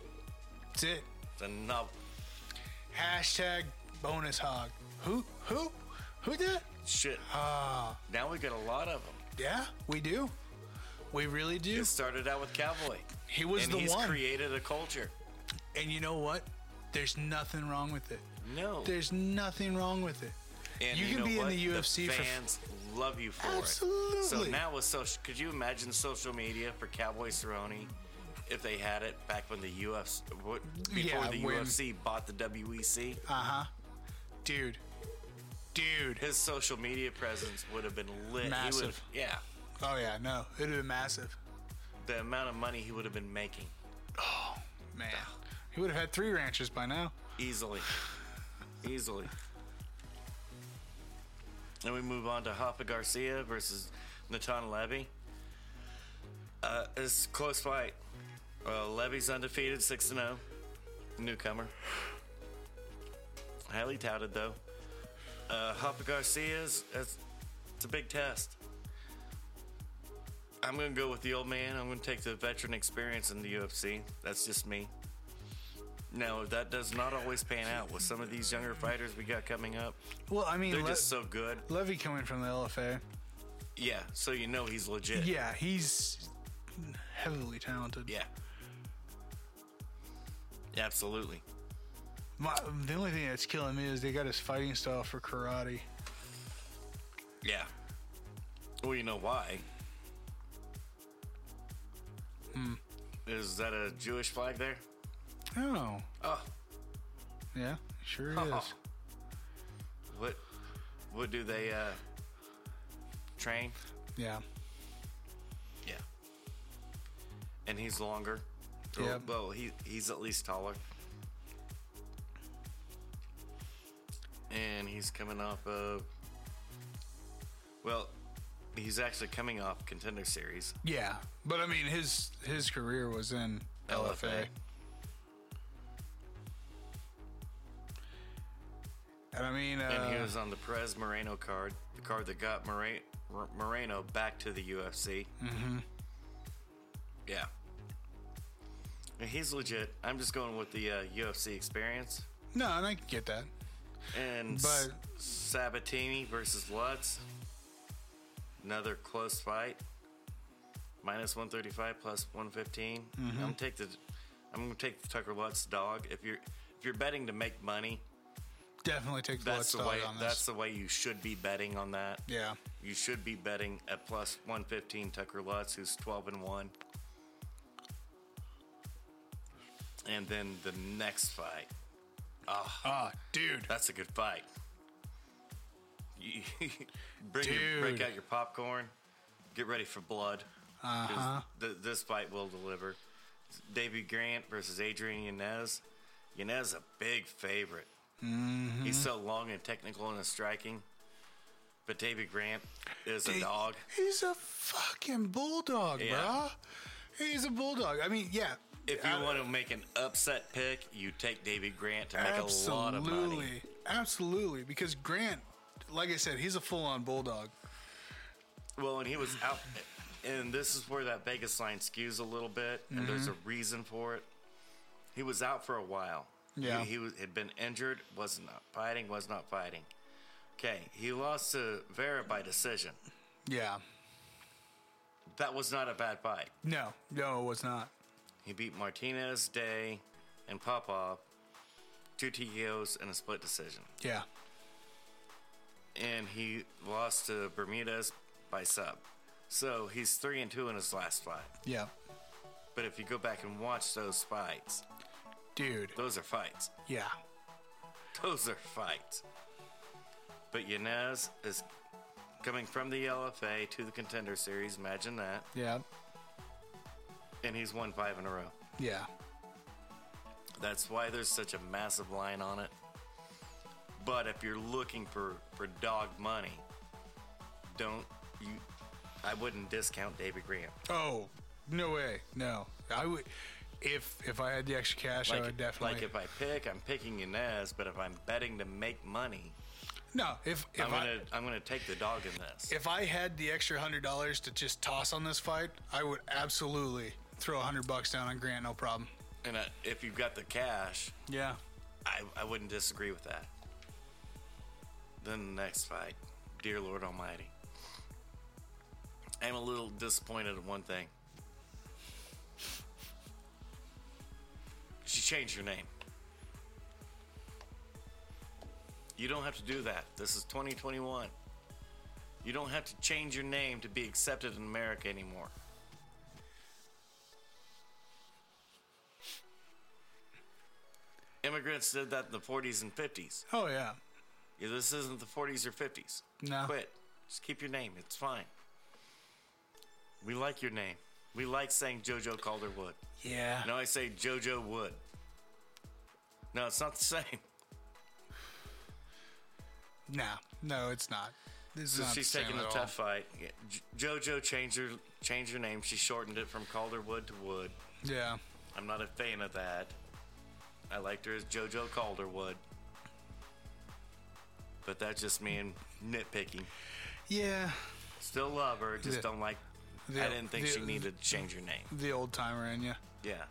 [SPEAKER 2] That's it.
[SPEAKER 3] It's enough.
[SPEAKER 2] Hashtag bonus hog. Who? Who? Who did? that?
[SPEAKER 3] Shit.
[SPEAKER 2] Ah.
[SPEAKER 3] now we got a lot of them.
[SPEAKER 2] Yeah, we do. We really do.
[SPEAKER 3] It started out with Cowboy.
[SPEAKER 2] He was
[SPEAKER 3] and
[SPEAKER 2] the
[SPEAKER 3] he's
[SPEAKER 2] one.
[SPEAKER 3] created a culture.
[SPEAKER 2] and you know what? There's nothing wrong with it.
[SPEAKER 3] No.
[SPEAKER 2] There's nothing wrong with it.
[SPEAKER 3] And
[SPEAKER 2] you can
[SPEAKER 3] know
[SPEAKER 2] be in
[SPEAKER 3] what?
[SPEAKER 2] the UFC for-
[SPEAKER 3] fans love you for it. So
[SPEAKER 2] Absolutely.
[SPEAKER 3] now with social, could you imagine social media for Cowboy Cerrone if they had it back when the UFC what- before
[SPEAKER 2] Yeah,
[SPEAKER 3] the
[SPEAKER 2] when-
[SPEAKER 3] UFC bought the E WEC?
[SPEAKER 2] Uh huh. Dude. Dude.
[SPEAKER 3] His social media presence would have been lit. He
[SPEAKER 2] Massive.
[SPEAKER 3] would've- yeah,
[SPEAKER 2] Oh, yeah, no. It'd have been massive.
[SPEAKER 3] the amount of money he would have been making
[SPEAKER 2] Man. He would have had three ranches by now.
[SPEAKER 3] easily, easily. Then we move on to Hoppa Garcia versus Natan Levy. Uh, it's a close fight. Uh, Levy's undefeated, six and zero, newcomer. Highly touted though. Uh, Hoppa Garcia's it's, it's a big test. I'm gonna go with the old man. I'm gonna take the veteran experience in the UFC. That's just me. No, that does not always pan out with some of these younger fighters we got coming up.
[SPEAKER 2] Well, I mean,
[SPEAKER 3] They're
[SPEAKER 2] Le-
[SPEAKER 3] just so good.
[SPEAKER 2] Levy coming from the LFA.
[SPEAKER 3] Yeah, so you know he's legit.
[SPEAKER 2] Yeah, he's heavily talented.
[SPEAKER 3] Yeah. Absolutely.
[SPEAKER 2] My, the only thing that's killing me is they got his fighting style for karate.
[SPEAKER 3] Yeah. Well, you know why. Is that a Jewish flag there?
[SPEAKER 2] Oh,
[SPEAKER 3] Oh,
[SPEAKER 2] yeah, sure is.
[SPEAKER 3] what? What do they uh, train?
[SPEAKER 2] Yeah.
[SPEAKER 3] Yeah. And he's longer. Or,
[SPEAKER 2] Yep.
[SPEAKER 3] Well, he he's at least taller. And he's coming off of. Well, he's actually coming off contender series.
[SPEAKER 2] Yeah, but I mean his his career was in LFA.
[SPEAKER 3] LFA.
[SPEAKER 2] And I mean, uh,
[SPEAKER 3] and he was on the Perez Moreno card, the card that got Moreno, Moreno back to the UFC. Mm-hmm. Yeah. And he's legit. I'm just going with the uh, UFC experience.
[SPEAKER 2] no, and I can get that.
[SPEAKER 3] And
[SPEAKER 2] But-
[SPEAKER 3] S- Sabatini versus Lutz. Another close fight. Minus 135 plus 115.
[SPEAKER 2] Mm-hmm.
[SPEAKER 3] I'm gonna take the I'm gonna take the Tucker Lutz dog. If you're if you're betting to make money,
[SPEAKER 2] Definitely take the
[SPEAKER 3] that's
[SPEAKER 2] blood
[SPEAKER 3] the way
[SPEAKER 2] on this.
[SPEAKER 3] that's the way you should be betting on that.
[SPEAKER 2] yeah,
[SPEAKER 3] You should be betting at plus 115 Tucker Lutz, who's 12 and 1. And then the next fight.
[SPEAKER 2] ah, dude,
[SPEAKER 3] That's a good fight. You- bring your,
[SPEAKER 2] Dude.
[SPEAKER 3] break out your popcorn. Get ready for blood. 'cause
[SPEAKER 2] Uh-huh.
[SPEAKER 3] th- this fight will deliver. Davy Grant versus Adrian Yanez. Yanez is a big favorite.
[SPEAKER 2] Mm-hmm.
[SPEAKER 3] He's so long and technical in his striking. But Davy Grant is a
[SPEAKER 2] He-
[SPEAKER 3] dog.
[SPEAKER 2] he's a fucking bulldog,
[SPEAKER 3] Yeah.
[SPEAKER 2] bruh. He's a bulldog. I mean, yeah.
[SPEAKER 3] If you
[SPEAKER 2] I-
[SPEAKER 3] want to make an upset pick, you take Davy Grant to make
[SPEAKER 2] absolutely,
[SPEAKER 3] a lot of money.
[SPEAKER 2] absolutely, because Grant, like I said, he's a full-on bulldog.
[SPEAKER 3] Well, and he was out, and this is where that Vegas line skews a little bit, and there's a reason for it. He was out for a while.
[SPEAKER 2] Yeah.
[SPEAKER 3] he, he was, had been injured, was not fighting, was not fighting. Okay, he lost to Vera by decision.
[SPEAKER 2] Yeah.
[SPEAKER 3] That was not a bad fight.
[SPEAKER 2] No, no, it was not.
[SPEAKER 3] He beat Martinez, Day, and Popov, two TKOs and a split decision.
[SPEAKER 2] Yeah.
[SPEAKER 3] and he lost to Bermudez by sub. So he's three and two in his last fight.
[SPEAKER 2] Yeah.
[SPEAKER 3] But if you go back and watch those fights,
[SPEAKER 2] Dude.
[SPEAKER 3] those are fights.
[SPEAKER 2] Yeah.
[SPEAKER 3] Those are fights. But Yanez is coming from the LFA to the contender series. Imagine that.
[SPEAKER 2] Yeah.
[SPEAKER 3] And he's won five in a row.
[SPEAKER 2] Yeah.
[SPEAKER 3] That's why there's such a massive line on it. But if you're looking for, for dog money, don't you? I wouldn't discount David Grant.
[SPEAKER 2] Oh, no way. No. I would if if I had the extra cash, I would definitely
[SPEAKER 3] like if I pick, I'm picking Inez, but if I'm betting to make money,
[SPEAKER 2] No, if if
[SPEAKER 3] I'm gonna
[SPEAKER 2] I
[SPEAKER 3] I, am gonna take the dog in this.
[SPEAKER 2] if I had the extra hundred dollars to just toss on this fight, I would absolutely throw a hundred bucks down on Grant, no problem.
[SPEAKER 3] and uh, if you've got the cash,
[SPEAKER 2] Yeah.
[SPEAKER 3] I, I wouldn't disagree with that. Then the next fight, dear Lord Almighty. I'm a little disappointed at one thing. She changed her name. You don't have to do that. This is 2021. You don't have to change your name to be accepted in America anymore. Immigrants did that in the 40s and 50s.
[SPEAKER 2] Oh yeah.
[SPEAKER 3] Yeah, this isn't the 40s or 50s.
[SPEAKER 2] No.
[SPEAKER 3] Quit. Just keep your name. It's fine. We like your name. We like saying JoJo Calderwood.
[SPEAKER 2] Yeah.
[SPEAKER 3] Now I say JoJo Wood. No, it's not the same.
[SPEAKER 2] No. No, it's not. This is
[SPEAKER 3] So
[SPEAKER 2] not
[SPEAKER 3] she's
[SPEAKER 2] the same
[SPEAKER 3] taking
[SPEAKER 2] at
[SPEAKER 3] a
[SPEAKER 2] all.
[SPEAKER 3] tough fight. Yeah, J- JoJo changed her changed her name. She shortened it from Calderwood to Wood.
[SPEAKER 2] Yeah.
[SPEAKER 3] I'm not a fan of that. I liked her as JoJo Calderwood. But that's just me and nitpicking.
[SPEAKER 2] Yeah.
[SPEAKER 3] Still love her, just
[SPEAKER 2] The-
[SPEAKER 3] don't like.
[SPEAKER 2] the-
[SPEAKER 3] I didn't think
[SPEAKER 2] the-
[SPEAKER 3] she needed to change her name.
[SPEAKER 2] The old timer in you.
[SPEAKER 3] Yeah.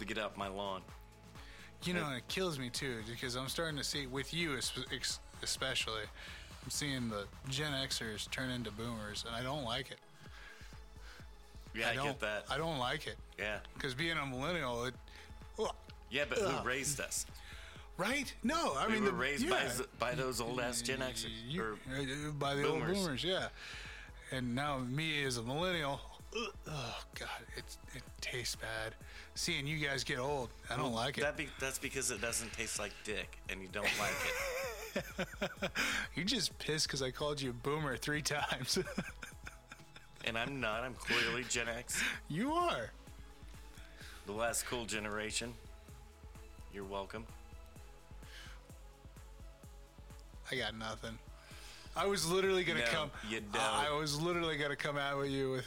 [SPEAKER 3] To get off my lawn.
[SPEAKER 2] You know,
[SPEAKER 3] Hey.
[SPEAKER 2] and it kills me too because I'm starting to see with you es- ex- especially. I'm seeing the Gen Xers turn into boomers, and I don't like it.
[SPEAKER 3] Yeah, I,
[SPEAKER 2] don't,
[SPEAKER 3] get that.
[SPEAKER 2] I don't like it
[SPEAKER 3] yeah.
[SPEAKER 2] because being a millennial, it, well,
[SPEAKER 3] Yeah, but
[SPEAKER 2] Ugh.
[SPEAKER 3] who raised us?
[SPEAKER 2] right? No, I
[SPEAKER 3] We
[SPEAKER 2] mean
[SPEAKER 3] were
[SPEAKER 2] the,
[SPEAKER 3] raised
[SPEAKER 2] yeah.
[SPEAKER 3] by, z- by those old ass Gen Xers.
[SPEAKER 2] You-
[SPEAKER 3] Or,
[SPEAKER 2] uh, by the
[SPEAKER 3] boomers.
[SPEAKER 2] old boomers, yeah. And now me as a millennial, ugh, oh god, it it tastes bad. Seeing you guys get old, I don't like it.
[SPEAKER 3] that be, that's because it doesn't taste like dick and you don't like it.
[SPEAKER 2] You're just pissed because I called you a boomer three times.
[SPEAKER 3] And I'm not. I'm clearly Gen X,
[SPEAKER 2] you are.
[SPEAKER 3] the last cool generation. You're welcome.
[SPEAKER 2] I got nothing. I was literally gonna
[SPEAKER 3] No,
[SPEAKER 2] come.
[SPEAKER 3] you don't.
[SPEAKER 2] I, I was literally gonna come out with you with.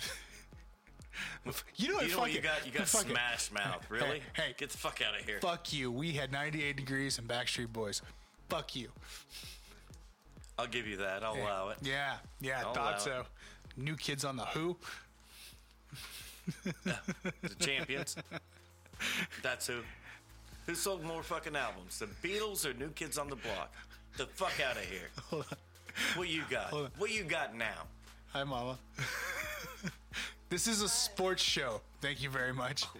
[SPEAKER 2] you know what?
[SPEAKER 3] You know
[SPEAKER 2] fuck
[SPEAKER 3] what you
[SPEAKER 2] it.
[SPEAKER 3] got? You got
[SPEAKER 2] Fuck it.
[SPEAKER 3] smash mouth. Really?
[SPEAKER 2] hey.
[SPEAKER 3] get the fuck out of here.
[SPEAKER 2] Fuck you. We had 98 degrees and Backstreet Boys. Fuck you.
[SPEAKER 3] I'll give you that. I'll allow it.
[SPEAKER 2] Yeah, yeah,
[SPEAKER 3] I'll
[SPEAKER 2] thought
[SPEAKER 3] allow it.
[SPEAKER 2] so. New kids on the Who.
[SPEAKER 3] The champions. That's who. Who sold more fucking albums? The Beatles or New Kids on the Block? The fuck out of here. What you got?
[SPEAKER 2] Hold on.
[SPEAKER 3] What you got now?
[SPEAKER 2] Hi, Mama. this is a sports show. Thank you very much.
[SPEAKER 3] Oh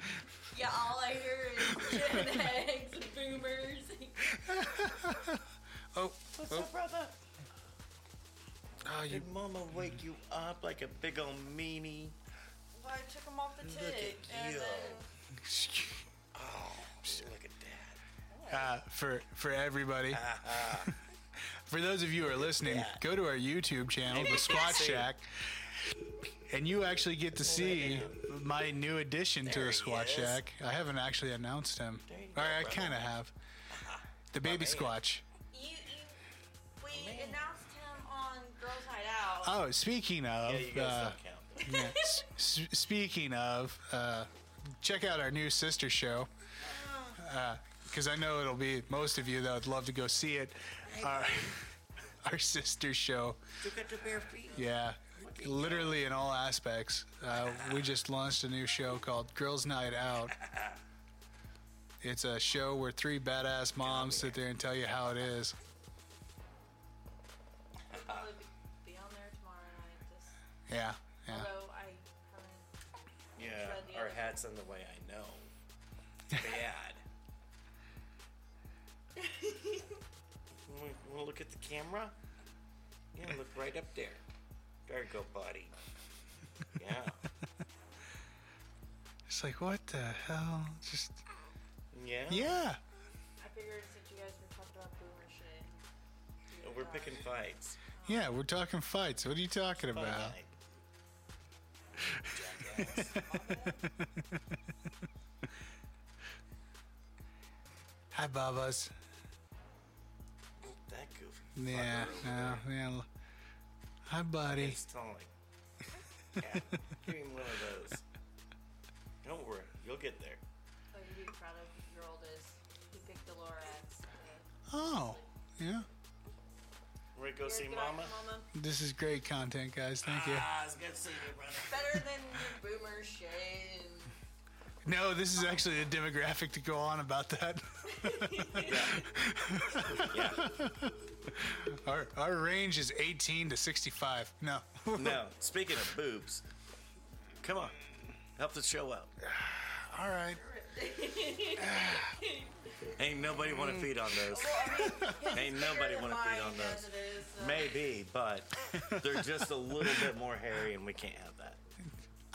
[SPEAKER 4] Yeah, all I hear is Gen X, boomers.
[SPEAKER 2] Oh,
[SPEAKER 3] What's up, brother?
[SPEAKER 2] oh, you.
[SPEAKER 3] Did mama wake you up like a big old meanie?
[SPEAKER 4] Well, I took him off the tick,
[SPEAKER 3] at
[SPEAKER 4] and
[SPEAKER 3] you.
[SPEAKER 4] then
[SPEAKER 3] Look at that.
[SPEAKER 2] Uh, for for everybody.
[SPEAKER 3] Uh-huh.
[SPEAKER 2] for those of you who are listening, go to our YouTube channel, The Squat Shack, and you actually get to see my new addition to The Squat
[SPEAKER 3] Oh, he is.
[SPEAKER 2] Shack. I haven't actually announced him.
[SPEAKER 3] There you
[SPEAKER 2] All
[SPEAKER 3] go,
[SPEAKER 2] right, I
[SPEAKER 3] brother.
[SPEAKER 2] kind of have. The baby
[SPEAKER 3] man.
[SPEAKER 2] squatch.
[SPEAKER 4] you, you, we
[SPEAKER 3] Oh,
[SPEAKER 4] announced him on Girls Night Out.
[SPEAKER 2] Oh, speaking of,
[SPEAKER 3] Yeah, you
[SPEAKER 2] uh,
[SPEAKER 3] guys don't count.
[SPEAKER 2] yeah, s- s- speaking of, uh, check out our new sister show. Because I know it'll be most of you that would love to go see it. Our, our sister show.
[SPEAKER 3] You got the bare feet.
[SPEAKER 2] Yeah, literally in all aspects. Uh, we just launched a new show called Girls Night Out. It's a show where three badass moms sit there and tell you how it is.
[SPEAKER 4] I'll probably be on there tomorrow night. Just,
[SPEAKER 2] Yeah, yeah.
[SPEAKER 4] Although I haven't.
[SPEAKER 3] Yeah, our hat's in the way. I know. It's bad. Want to look at the camera? Yeah, look right up there. There you go, buddy. Yeah.
[SPEAKER 2] It's like, what the hell? Just,
[SPEAKER 3] Yeah.
[SPEAKER 2] yeah.
[SPEAKER 4] I figured since you guys were talking about boomer shit. you
[SPEAKER 3] We're
[SPEAKER 4] thought-
[SPEAKER 3] picking fights.
[SPEAKER 2] Yeah, we're talking fights. What are you talking
[SPEAKER 3] Fight
[SPEAKER 2] about?
[SPEAKER 3] night.
[SPEAKER 2] Hi, Babas.
[SPEAKER 3] That goofy.
[SPEAKER 2] Yeah,
[SPEAKER 3] fucker over
[SPEAKER 2] no,
[SPEAKER 3] there.
[SPEAKER 2] yeah. l- Hi, buddy.
[SPEAKER 3] It's Tony. Yeah, give him one of those. Don't worry, you'll get there.
[SPEAKER 4] Oh, you'd be proud of your oldest. He picked the Lorax.
[SPEAKER 2] Oh, yeah.
[SPEAKER 3] We're gonna go see
[SPEAKER 4] Good
[SPEAKER 3] Mama.
[SPEAKER 4] night, Mama.
[SPEAKER 2] This is great content, guys. Thank you.
[SPEAKER 3] Ah, it's good to see you, brother.
[SPEAKER 4] Better than your boomer shit. and-
[SPEAKER 2] No, this is actually a demographic to go on about that.
[SPEAKER 3] Yeah.
[SPEAKER 2] Our, our range is 18 to 65. No.
[SPEAKER 3] Now, speaking of boobs, come on, help the show out.
[SPEAKER 2] All right.
[SPEAKER 3] Ain't nobody want
[SPEAKER 2] Mm.
[SPEAKER 3] to feed on those. Ain't nobody want to feed on those. Maybe, but they're just a little bit more hairy, and we can't have that.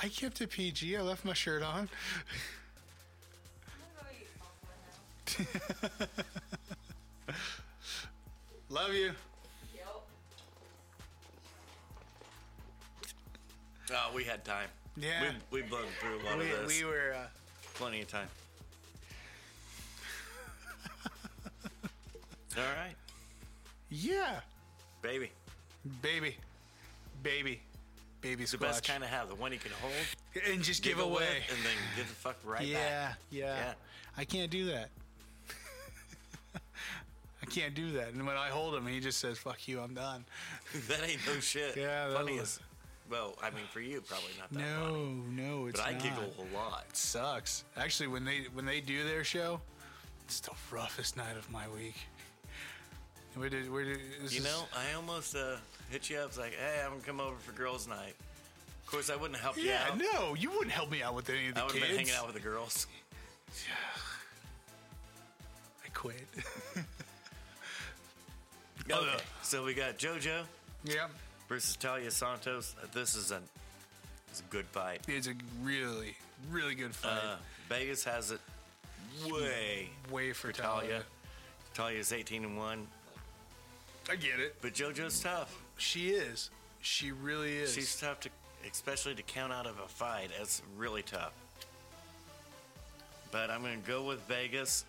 [SPEAKER 2] I kept it PG. I left my shirt on. Love you.
[SPEAKER 3] Oh, we had time.
[SPEAKER 2] Yeah.
[SPEAKER 3] we we blown through a lot
[SPEAKER 2] We,
[SPEAKER 3] of this.
[SPEAKER 2] we were. Uh,
[SPEAKER 3] Plenty of time. All right,
[SPEAKER 2] yeah.
[SPEAKER 3] baby.
[SPEAKER 2] Baby. Baby. Baby
[SPEAKER 3] The
[SPEAKER 2] squatch.
[SPEAKER 3] best kind of have the one you can hold,
[SPEAKER 2] and just give, away.
[SPEAKER 3] it, and then give the fuck right
[SPEAKER 2] yeah,
[SPEAKER 3] back.
[SPEAKER 2] yeah.
[SPEAKER 3] Yeah.
[SPEAKER 2] I can't do that. I can't do that. And when I hold him, he just says, "Fuck you, I'm done."
[SPEAKER 3] that ain't no shit.
[SPEAKER 2] Yeah, that
[SPEAKER 3] funny
[SPEAKER 2] was-
[SPEAKER 3] as. Well, I mean, for you, probably not that
[SPEAKER 2] no,
[SPEAKER 3] funny.
[SPEAKER 2] no, it's
[SPEAKER 3] But I
[SPEAKER 2] not.
[SPEAKER 3] giggle a lot.
[SPEAKER 2] Sucks. Actually, when they when they do their show, it's the roughest night of my week. We did. We did. this
[SPEAKER 3] You
[SPEAKER 2] is-
[SPEAKER 3] know, I almost uh, hit you up. It's like, hey, I'm gonna come over for girls' night. Of course, I wouldn't help
[SPEAKER 2] Yeah,
[SPEAKER 3] you out.
[SPEAKER 2] no, you wouldn't help me out with any of the
[SPEAKER 3] I would
[SPEAKER 2] kids.
[SPEAKER 3] have been hanging out with the girls.
[SPEAKER 2] I quit.
[SPEAKER 3] Okay. So we got JoJo
[SPEAKER 2] yep,
[SPEAKER 3] versus Talia Santos. This is a, it's a good fight.
[SPEAKER 2] it's a really, really good fight.
[SPEAKER 3] Uh, Vegas has it way
[SPEAKER 2] Way for,
[SPEAKER 3] for Talia.
[SPEAKER 2] Talia.
[SPEAKER 3] Talia's 18 and one,
[SPEAKER 2] I get it.
[SPEAKER 3] but JoJo's tough.
[SPEAKER 2] She is. She really is.
[SPEAKER 3] She's tough to, especially to count out of a fight. That's really tough. But I'm gonna go with Vegas.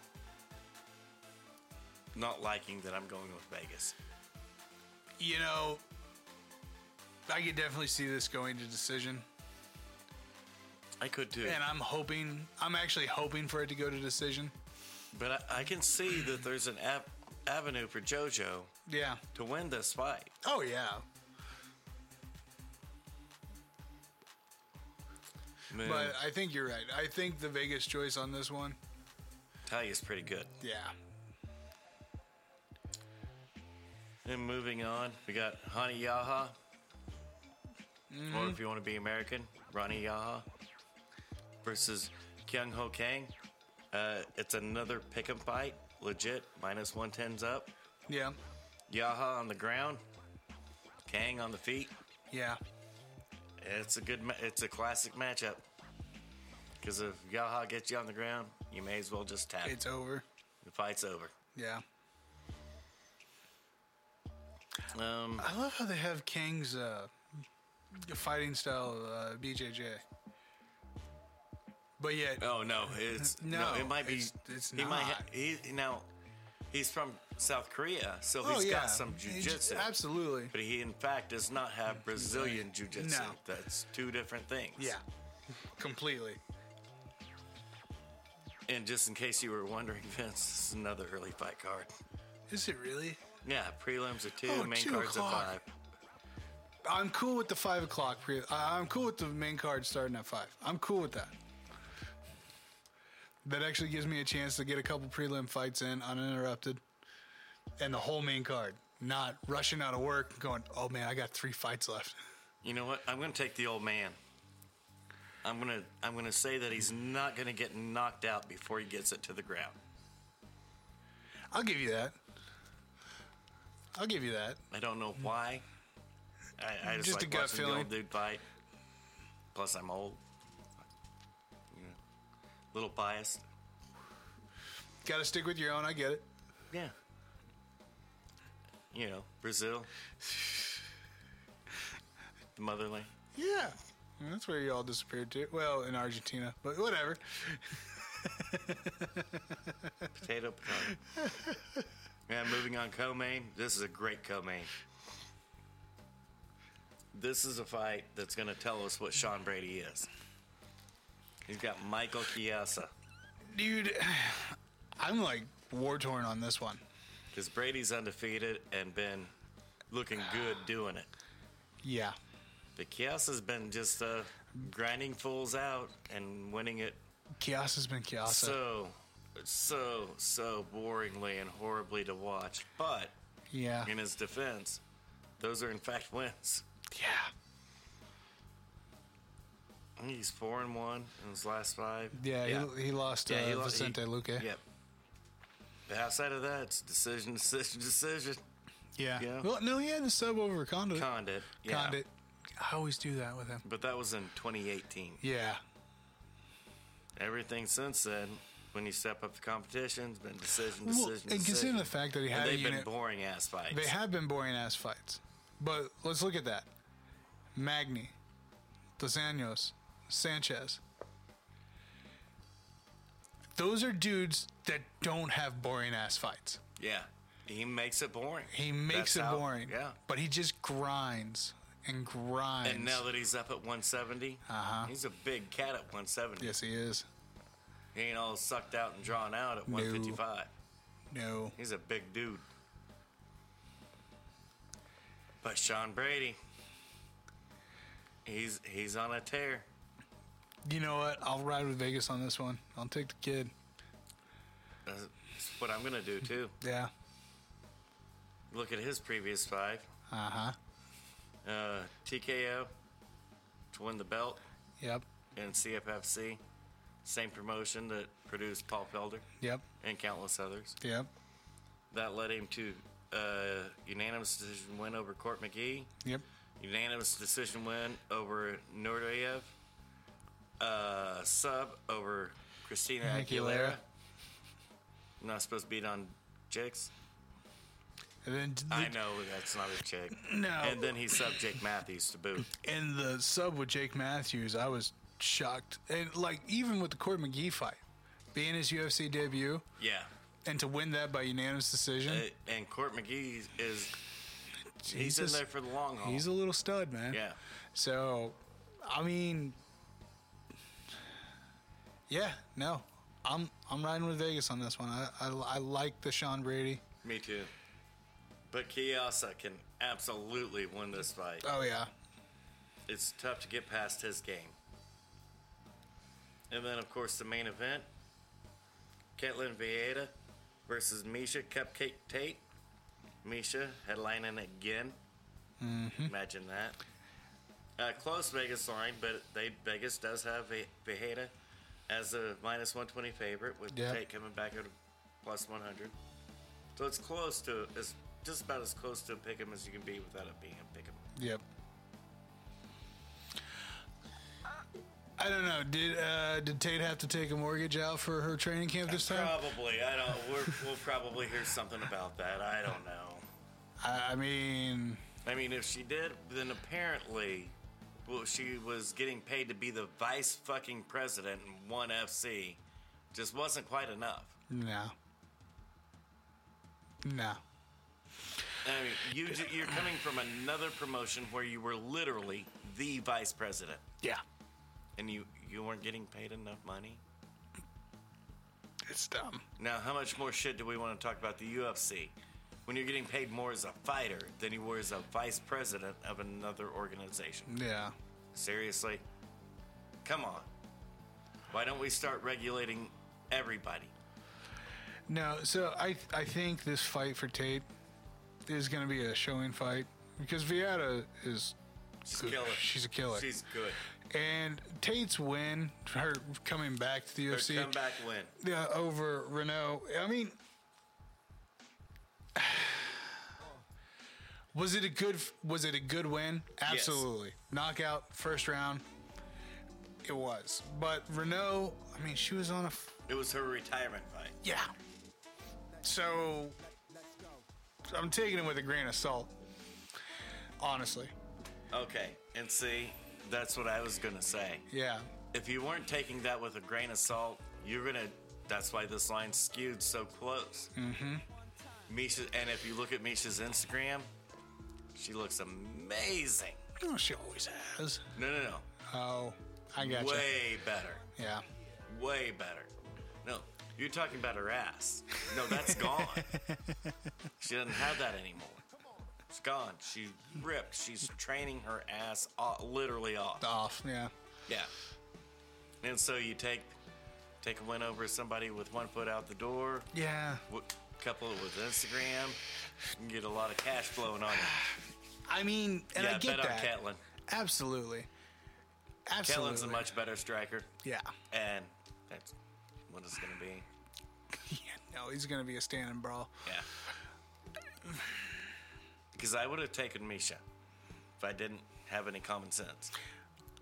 [SPEAKER 3] Not liking that I'm going with Vegas.
[SPEAKER 2] you know, I could definitely see this going to decision,
[SPEAKER 3] I could too,
[SPEAKER 2] and I'm hoping. I'm actually hoping for it to go to decision.
[SPEAKER 3] but I, I can see that there's an av- avenue for JoJo
[SPEAKER 2] Yeah.
[SPEAKER 3] to win this fight.
[SPEAKER 2] Oh yeah.
[SPEAKER 3] Man,
[SPEAKER 2] But I think you're right. I think the Vegas choice on this one.
[SPEAKER 3] Talia's pretty good.
[SPEAKER 2] Yeah.
[SPEAKER 3] And moving on, we got Hani Yaha, or if you want to be American, Ronnie Yaha versus Kyung Ho Kang. Uh, it's another pick 'em fight, legit, minus 110s up.
[SPEAKER 2] Yeah.
[SPEAKER 3] Yaha on the ground, Kang on the feet.
[SPEAKER 2] Yeah.
[SPEAKER 3] It's a good, ma- it's a classic matchup. Because if Yaha gets you on the ground, you may as well just tap.
[SPEAKER 2] It's over.
[SPEAKER 3] the fight's over.
[SPEAKER 2] Yeah.
[SPEAKER 3] Um,
[SPEAKER 2] I love how they have Kang's uh, fighting style uh, BJJ. But yet,
[SPEAKER 3] Oh no, it's no,
[SPEAKER 2] No,
[SPEAKER 3] It might be.
[SPEAKER 2] it's- it's
[SPEAKER 3] he might. Ha-
[SPEAKER 2] not.
[SPEAKER 3] he now. He's from South Korea, so
[SPEAKER 2] oh
[SPEAKER 3] he's
[SPEAKER 2] yeah,
[SPEAKER 3] got some jujitsu.
[SPEAKER 2] Absolutely.
[SPEAKER 3] But he, in fact, does not have Brazilian jujitsu.
[SPEAKER 2] No.
[SPEAKER 3] That's two different things.
[SPEAKER 2] Yeah. Completely.
[SPEAKER 3] And just in case you were wondering, Vince, this is another early fight card.
[SPEAKER 2] Is it really?
[SPEAKER 3] Yeah, prelims are two,
[SPEAKER 2] Oh,
[SPEAKER 3] main
[SPEAKER 2] two
[SPEAKER 3] cards are
[SPEAKER 2] o'clock.
[SPEAKER 3] five.
[SPEAKER 2] I'm cool with the five o'clock. Pre- I- I'm cool with the main card starting at five. I'm cool with that. That actually gives me a chance to get a couple prelim fights in uninterrupted, and the whole main card. Not rushing out of work, and going, oh man, I got three fights left.
[SPEAKER 3] You know what? I'm gonna take the old man. I'm gonna I'm gonna say that he's not gonna get knocked out before he gets it to the ground.
[SPEAKER 2] I'll give you that. I'll give you that.
[SPEAKER 3] I don't know why. I, I just,
[SPEAKER 2] Just a
[SPEAKER 3] like
[SPEAKER 2] gut
[SPEAKER 3] watching the
[SPEAKER 2] feeling.
[SPEAKER 3] old dude fight. Plus, I'm old. You know, little biased.
[SPEAKER 2] Got to stick with your own. I get it.
[SPEAKER 3] Yeah. You know, Brazil, the motherland.
[SPEAKER 2] Yeah, that's where you all disappeared to. Well, in Argentina, but whatever.
[SPEAKER 3] potato, potato. and moving on, co-main. This is a great co-main. This is a fight that's going to tell us what Sean Brady is. He's got Michael Chiesa.
[SPEAKER 2] Dude, I'm like war torn on this one.
[SPEAKER 3] Because Brady's undefeated and been looking good doing it.
[SPEAKER 2] Yeah.
[SPEAKER 3] But Kiasa's been just uh, grinding fools out and winning it
[SPEAKER 2] Kias has been Kiasa.
[SPEAKER 3] so, so, so boringly and horribly to watch. But
[SPEAKER 2] Yeah.
[SPEAKER 3] In his defense, those are in fact wins.
[SPEAKER 2] Yeah.
[SPEAKER 3] I think he's four and one in his last five.
[SPEAKER 2] Yeah. He, he lost uh,
[SPEAKER 3] lo-
[SPEAKER 2] Vicente Luque.
[SPEAKER 3] Yep. But outside of that, it's decision, decision, decision.
[SPEAKER 2] Yeah.
[SPEAKER 3] Yeah.
[SPEAKER 2] Well, no, he had a sub over Condit.
[SPEAKER 3] Condit. Yeah.
[SPEAKER 2] Condit. I always do that with him.
[SPEAKER 3] But that was in 2018.
[SPEAKER 2] Yeah.
[SPEAKER 3] Everything since then, when you step up the competition, it's been decision, decision,
[SPEAKER 2] Well, and
[SPEAKER 3] decision.
[SPEAKER 2] considering the fact that he
[SPEAKER 3] and
[SPEAKER 2] had a
[SPEAKER 3] they've been
[SPEAKER 2] unit,
[SPEAKER 3] boring ass fights.
[SPEAKER 2] they have been boring ass fights. But let's look at that. Magni, Dos Anjos, Sanchez. Those are dudes that don't have boring ass fights.
[SPEAKER 3] yeah. He makes it boring.
[SPEAKER 2] He makes
[SPEAKER 3] That's
[SPEAKER 2] it
[SPEAKER 3] how-
[SPEAKER 2] boring.
[SPEAKER 3] Yeah.
[SPEAKER 2] But he just grinds and grinds.
[SPEAKER 3] And now that he's up at 170,
[SPEAKER 2] Uh-huh.
[SPEAKER 3] he's a big cat at 170.
[SPEAKER 2] yes, he is.
[SPEAKER 3] He ain't all sucked out and drawn out at
[SPEAKER 2] No.
[SPEAKER 3] 155.
[SPEAKER 2] No.
[SPEAKER 3] He's a big dude. But Sean Brady, he's he's on a tear.
[SPEAKER 2] You know what? I'll ride with Vegas on this one. I'll take the kid.
[SPEAKER 3] That's what I'm gonna do too.
[SPEAKER 2] Yeah.
[SPEAKER 3] Look at his previous five.
[SPEAKER 2] Uh huh.
[SPEAKER 3] Uh, TKO to win the belt
[SPEAKER 2] Yep.
[SPEAKER 3] in CFFC, same promotion that produced Paul Felder
[SPEAKER 2] Yep.
[SPEAKER 3] and countless others.
[SPEAKER 2] Yep.
[SPEAKER 3] That led him to uh, unanimous decision win over Court McGee.
[SPEAKER 2] Yep.
[SPEAKER 3] Unanimous decision win over Nordayev. Uh, sub over Christina
[SPEAKER 2] Aguilera.
[SPEAKER 3] Aguilera. I'm not supposed to beat on chicks.
[SPEAKER 2] And then the,
[SPEAKER 3] I know that's not a chick.
[SPEAKER 2] No.
[SPEAKER 3] And then he subbed Jake Matthews to boot.
[SPEAKER 2] and the sub with Jake Matthews, I was shocked. And like even with the Court McGee fight, being his UFC debut
[SPEAKER 3] Yeah.
[SPEAKER 2] and to win that by unanimous decision,
[SPEAKER 3] Uh, and Court McGee is he's, in
[SPEAKER 2] just-
[SPEAKER 3] there for the long haul.
[SPEAKER 2] he's a little stud, man.
[SPEAKER 3] yeah.
[SPEAKER 2] So, I mean, yeah, no, I'm I'm riding with Vegas on this one. I I, I like the Sean Brady.
[SPEAKER 3] Me too. But Kiyosa can absolutely win this fight.
[SPEAKER 2] Oh yeah,
[SPEAKER 3] it's tough to get past his game. And then, of course, the main event Caitlin Vieira versus Misha Cupcake Tate. Misha headlining again. Imagine that. Uh, close Vegas line, but they Vegas does have Vi- Vieira as a minus 120 favorite, with
[SPEAKER 2] Yeah.
[SPEAKER 3] Tate coming back at a plus 100. So it's close to, it's just about as close to a pick 'em as you can be without it being a pick 'em.
[SPEAKER 2] yep. I don't know. Did uh, did Tate have to take a mortgage out for her training camp this time?
[SPEAKER 3] Probably. I don't. We're, we'll probably hear something about that. I don't know.
[SPEAKER 2] I, I mean,
[SPEAKER 3] I mean, if she did, then apparently, well, she was getting paid to be the vice fucking president in one FC. Just wasn't quite enough.
[SPEAKER 2] no, no.
[SPEAKER 3] I mean, you ju- you're coming from another promotion where you were literally the vice president,
[SPEAKER 2] Yeah,
[SPEAKER 3] and you you weren't getting paid enough money.
[SPEAKER 2] it's dumb.
[SPEAKER 3] Now, how much more shit do we want to talk about the UFC? When you're getting paid more as a fighter than you were as a vice president of another organization.
[SPEAKER 2] Yeah,
[SPEAKER 3] Seriously? Come on. Why don't we start regulating everybody?
[SPEAKER 2] no. So I I think this fight for Tate is going to be a showing fight because Vieta is
[SPEAKER 3] She's a
[SPEAKER 2] Good.
[SPEAKER 3] killer.
[SPEAKER 2] She's a killer.
[SPEAKER 3] She's good.
[SPEAKER 2] And Tate's win, her coming back to the
[SPEAKER 3] Her
[SPEAKER 2] UFC
[SPEAKER 3] comeback win.
[SPEAKER 2] yeah, over Renault, I mean, was it a good was it a good win? Absolutely, knockout first round. It was, but Renault, I mean, she was on a f-
[SPEAKER 3] It was her retirement fight.
[SPEAKER 2] yeah. So I'm taking it with a grain of salt, honestly.
[SPEAKER 3] Okay. And see, that's what I was going to say.
[SPEAKER 2] Yeah,
[SPEAKER 3] If you weren't taking that with a grain of salt, you're going to. That's why this line skewed so close. Mm
[SPEAKER 2] Mm-hmm.
[SPEAKER 3] hmm. Misha, and if you look at Misha's Instagram, she looks amazing.
[SPEAKER 2] oh, she always has.
[SPEAKER 3] No, no, no.
[SPEAKER 2] Oh, I got gotcha.
[SPEAKER 3] Way better.
[SPEAKER 2] you. Yeah.
[SPEAKER 3] way better. No, you're talking about her ass. No, that's gone. she doesn't have that anymore. It's gone. She ripped. She's training her ass off, literally off.
[SPEAKER 2] off. Yeah.
[SPEAKER 3] Yeah. And so you take take a win over somebody with one foot out the door.
[SPEAKER 2] Yeah.
[SPEAKER 3] W- couple it with Instagram. You can get a lot of cash flowing on you.
[SPEAKER 2] I mean, and
[SPEAKER 3] yeah,
[SPEAKER 2] I get
[SPEAKER 3] bet
[SPEAKER 2] that.
[SPEAKER 3] on Catlin.
[SPEAKER 2] Absolutely. Absolutely.
[SPEAKER 3] Catlin's a much better striker,
[SPEAKER 2] Yeah.
[SPEAKER 3] and that's what it's gonna be.
[SPEAKER 2] yeah. No, he's gonna be a standing brawl.
[SPEAKER 3] Yeah. Because I would have taken Misha if I didn't have any common sense.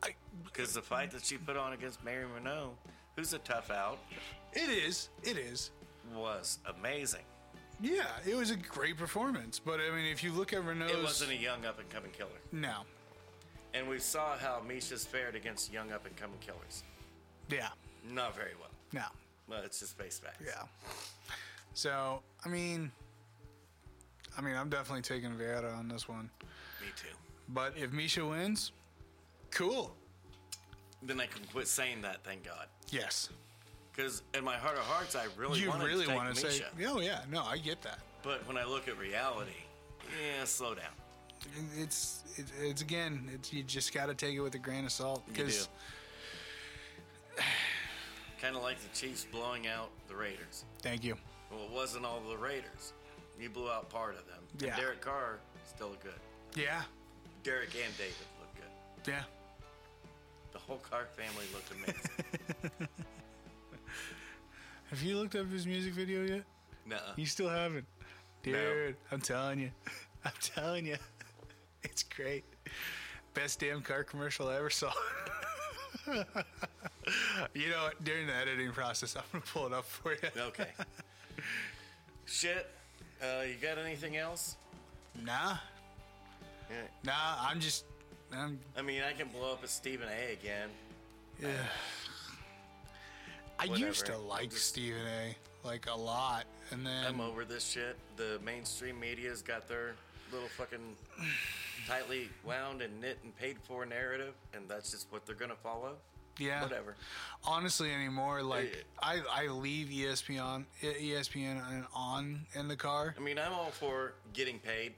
[SPEAKER 2] I,
[SPEAKER 3] Because the fight that she put on against Mary Renault, who's a tough out,
[SPEAKER 2] it is. It is.
[SPEAKER 3] was amazing.
[SPEAKER 2] Yeah, it was a great performance. But I mean, if you look at Renault's,
[SPEAKER 3] It wasn't e- a young up and coming killer.
[SPEAKER 2] no.
[SPEAKER 3] And we saw how Misha's fared against young up and coming killers.
[SPEAKER 2] Yeah.
[SPEAKER 3] Not very well.
[SPEAKER 2] No.
[SPEAKER 3] Well, it's just face facts.
[SPEAKER 2] Yeah. So I mean, I mean, I'm definitely taking Vieira on this one.
[SPEAKER 3] Me too.
[SPEAKER 2] But if Misha wins, cool.
[SPEAKER 3] Then I can quit saying that, thank God.
[SPEAKER 2] Yes.
[SPEAKER 3] Because in my heart of hearts, I really
[SPEAKER 2] You
[SPEAKER 3] wanted
[SPEAKER 2] really
[SPEAKER 3] to take
[SPEAKER 2] want to
[SPEAKER 3] Misha.
[SPEAKER 2] say? Oh yeah. No, I get that.
[SPEAKER 3] But when I look at reality, yeah, slow down.
[SPEAKER 2] It's it, it's again. It's you just got to take it with a grain of salt
[SPEAKER 3] You
[SPEAKER 2] because
[SPEAKER 3] kind of like the Chiefs blowing out the Raiders.
[SPEAKER 2] thank you.
[SPEAKER 3] Well, it wasn't all the Raiders. You blew out part of them. And
[SPEAKER 2] Yeah.
[SPEAKER 3] Derek Carr still looked good.
[SPEAKER 2] Yeah.
[SPEAKER 3] Derek and David looked good.
[SPEAKER 2] Yeah.
[SPEAKER 3] The whole Carr family looked amazing.
[SPEAKER 2] Have you looked up his music video yet?
[SPEAKER 3] Nuh-uh.
[SPEAKER 2] You still haven't. Dude, I'm telling you. I'm telling you. It's great. Best damn car commercial I ever saw. you know, what? during the editing process, I'm going to pull it up for you.
[SPEAKER 3] Okay. Shit. Uh, you got anything else?
[SPEAKER 2] Nah.
[SPEAKER 3] Yeah.
[SPEAKER 2] Nah, I'm just. I'm.
[SPEAKER 3] I mean, I can blow up at Stephen A. again.
[SPEAKER 2] Yeah. I
[SPEAKER 3] Whatever.
[SPEAKER 2] used to
[SPEAKER 3] I'm
[SPEAKER 2] like
[SPEAKER 3] just-
[SPEAKER 2] Stephen A. Like a lot, and then
[SPEAKER 3] I'm over this shit. The mainstream media's got their little fucking tightly wound and knit and paid for narrative, and that's just what they're gonna follow.
[SPEAKER 2] yeah,
[SPEAKER 3] Whatever.
[SPEAKER 2] honestly anymore. Like
[SPEAKER 3] Yeah.
[SPEAKER 2] I, I leave E ESPN, ESPN and on in the car.
[SPEAKER 3] I mean, I'm all for getting paid.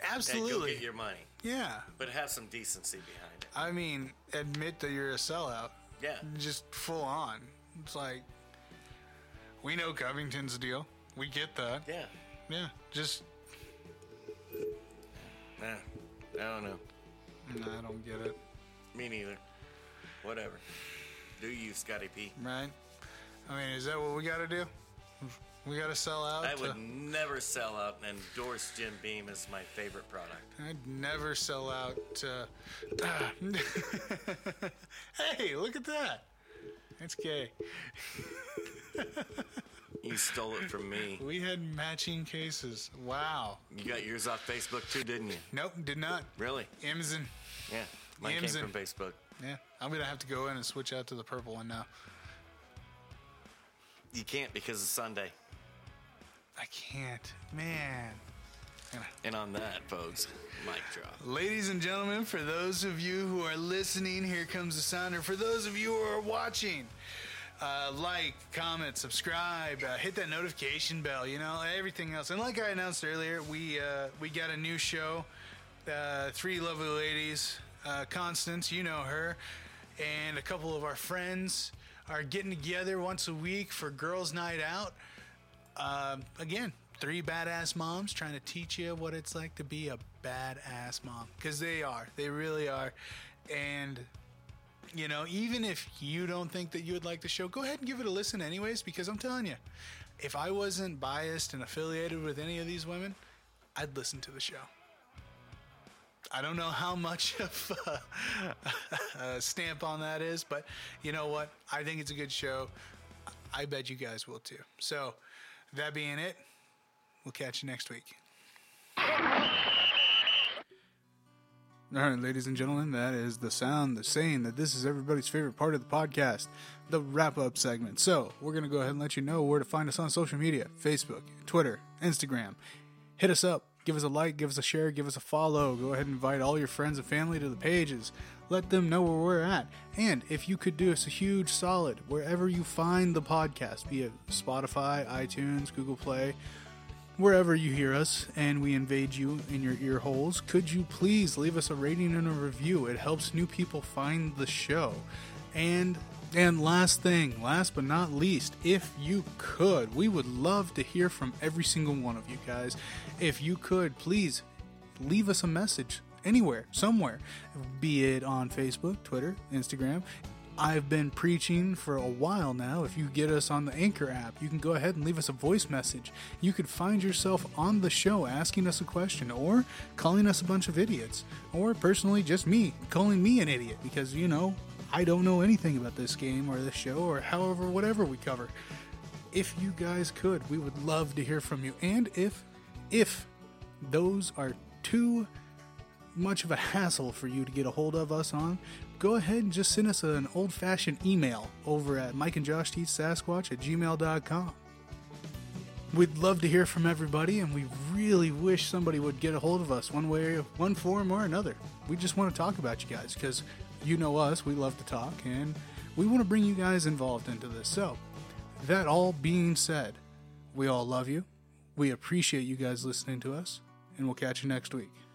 [SPEAKER 3] Hey, go
[SPEAKER 2] Absolutely,
[SPEAKER 3] get your money,
[SPEAKER 2] yeah.
[SPEAKER 3] but have some decency behind it.
[SPEAKER 2] I mean, admit that you're a sellout,
[SPEAKER 3] Yeah.
[SPEAKER 2] just full on. It's like we know Covington's deal. We get that.
[SPEAKER 3] Yeah.
[SPEAKER 2] Yeah, just
[SPEAKER 3] Nah. I don't know.
[SPEAKER 2] no, I don't get it.
[SPEAKER 3] Me neither. Whatever. Do you, Scotty P?
[SPEAKER 2] Right? I mean, is that what we got to do? We got to sell out.
[SPEAKER 3] I
[SPEAKER 2] to-
[SPEAKER 3] would never sell out and endorse Jim Beam as my favorite product.
[SPEAKER 2] I'd never sell out to. ah. hey, look at that. That's gay.
[SPEAKER 3] You stole it from me.
[SPEAKER 2] We had matching cases. Wow.
[SPEAKER 3] You got yours off Facebook too, didn't you?
[SPEAKER 2] Nope, did not.
[SPEAKER 3] Really?
[SPEAKER 2] Amazon.
[SPEAKER 3] Yeah. Mine came
[SPEAKER 2] Yamsen.
[SPEAKER 3] from Facebook.
[SPEAKER 2] Yeah, I'm gonna have to go in and switch out to the purple one now.
[SPEAKER 3] You can't because it's Sunday.
[SPEAKER 2] I can't, man.
[SPEAKER 3] And on that, folks, mic drop.
[SPEAKER 2] Ladies and gentlemen, for those of you who are listening, here comes the sounder. For those of you who are watching, uh, like, comment, subscribe, uh, hit that notification bell. You know everything else. And like I announced earlier, we uh, we got a new show. Uh, three lovely ladies, uh, Constance, you know her, and a couple of our friends are getting together once a week for girls' night out. Um, again, three badass moms trying to teach you what it's like to be a badass mom because they are, they really are. And you know, even if you don't think that you would like the show, go ahead and give it a listen, anyways, because I'm telling you, if I wasn't biased and affiliated with any of these women, I'd listen to the show. I don't know how much of a, a stamp on that is, but you know what? I think it's a good show. I bet you guys will too. So, that being it, we'll catch you next week. All right, ladies and gentlemen, that is the sound, the saying that this is everybody's favorite part of the podcast, the wrap up segment. So, we're going to go ahead and let you know where to find us on social media Facebook, Twitter, Instagram. Hit us up, give us a like, give us a share, give us a follow. Go ahead and invite all your friends and family to the pages. Let them know where we're at. And if you could do us a huge solid, wherever you find the podcast, be it Spotify, iTunes, Google Play, wherever you hear us and we invade you in your ear holes, could you please leave us a rating and a review? It helps new people find the show. And And last thing, last but not least, if you could, we would love to hear from every single one of you guys. If you could, please leave us a message anywhere, somewhere, be it on Facebook, Twitter, Instagram. I've been preaching for a while now. If you get us on the Anchor app, you can go ahead and leave us a voice message. You could find yourself on the show asking us a question or calling us a bunch of idiots, or personally, just me calling me an idiot because, you know, I don't know anything about this game or this show or however, whatever we cover. If you guys could, we would love to hear from you. And if, if those are too much of a hassle for you to get a hold of us on, go ahead and just send us an old fashioned email over at Mike and Josh Teach Sasquatch at gmail.com. We'd love to hear from everybody, and we really wish somebody would get a hold of us one way, one form, or another. We just want to talk about you guys because you know us, we love to talk, and we want to bring you guys involved into this. So, that all being said, we all love you. We appreciate you guys listening to us, and we'll catch you next week.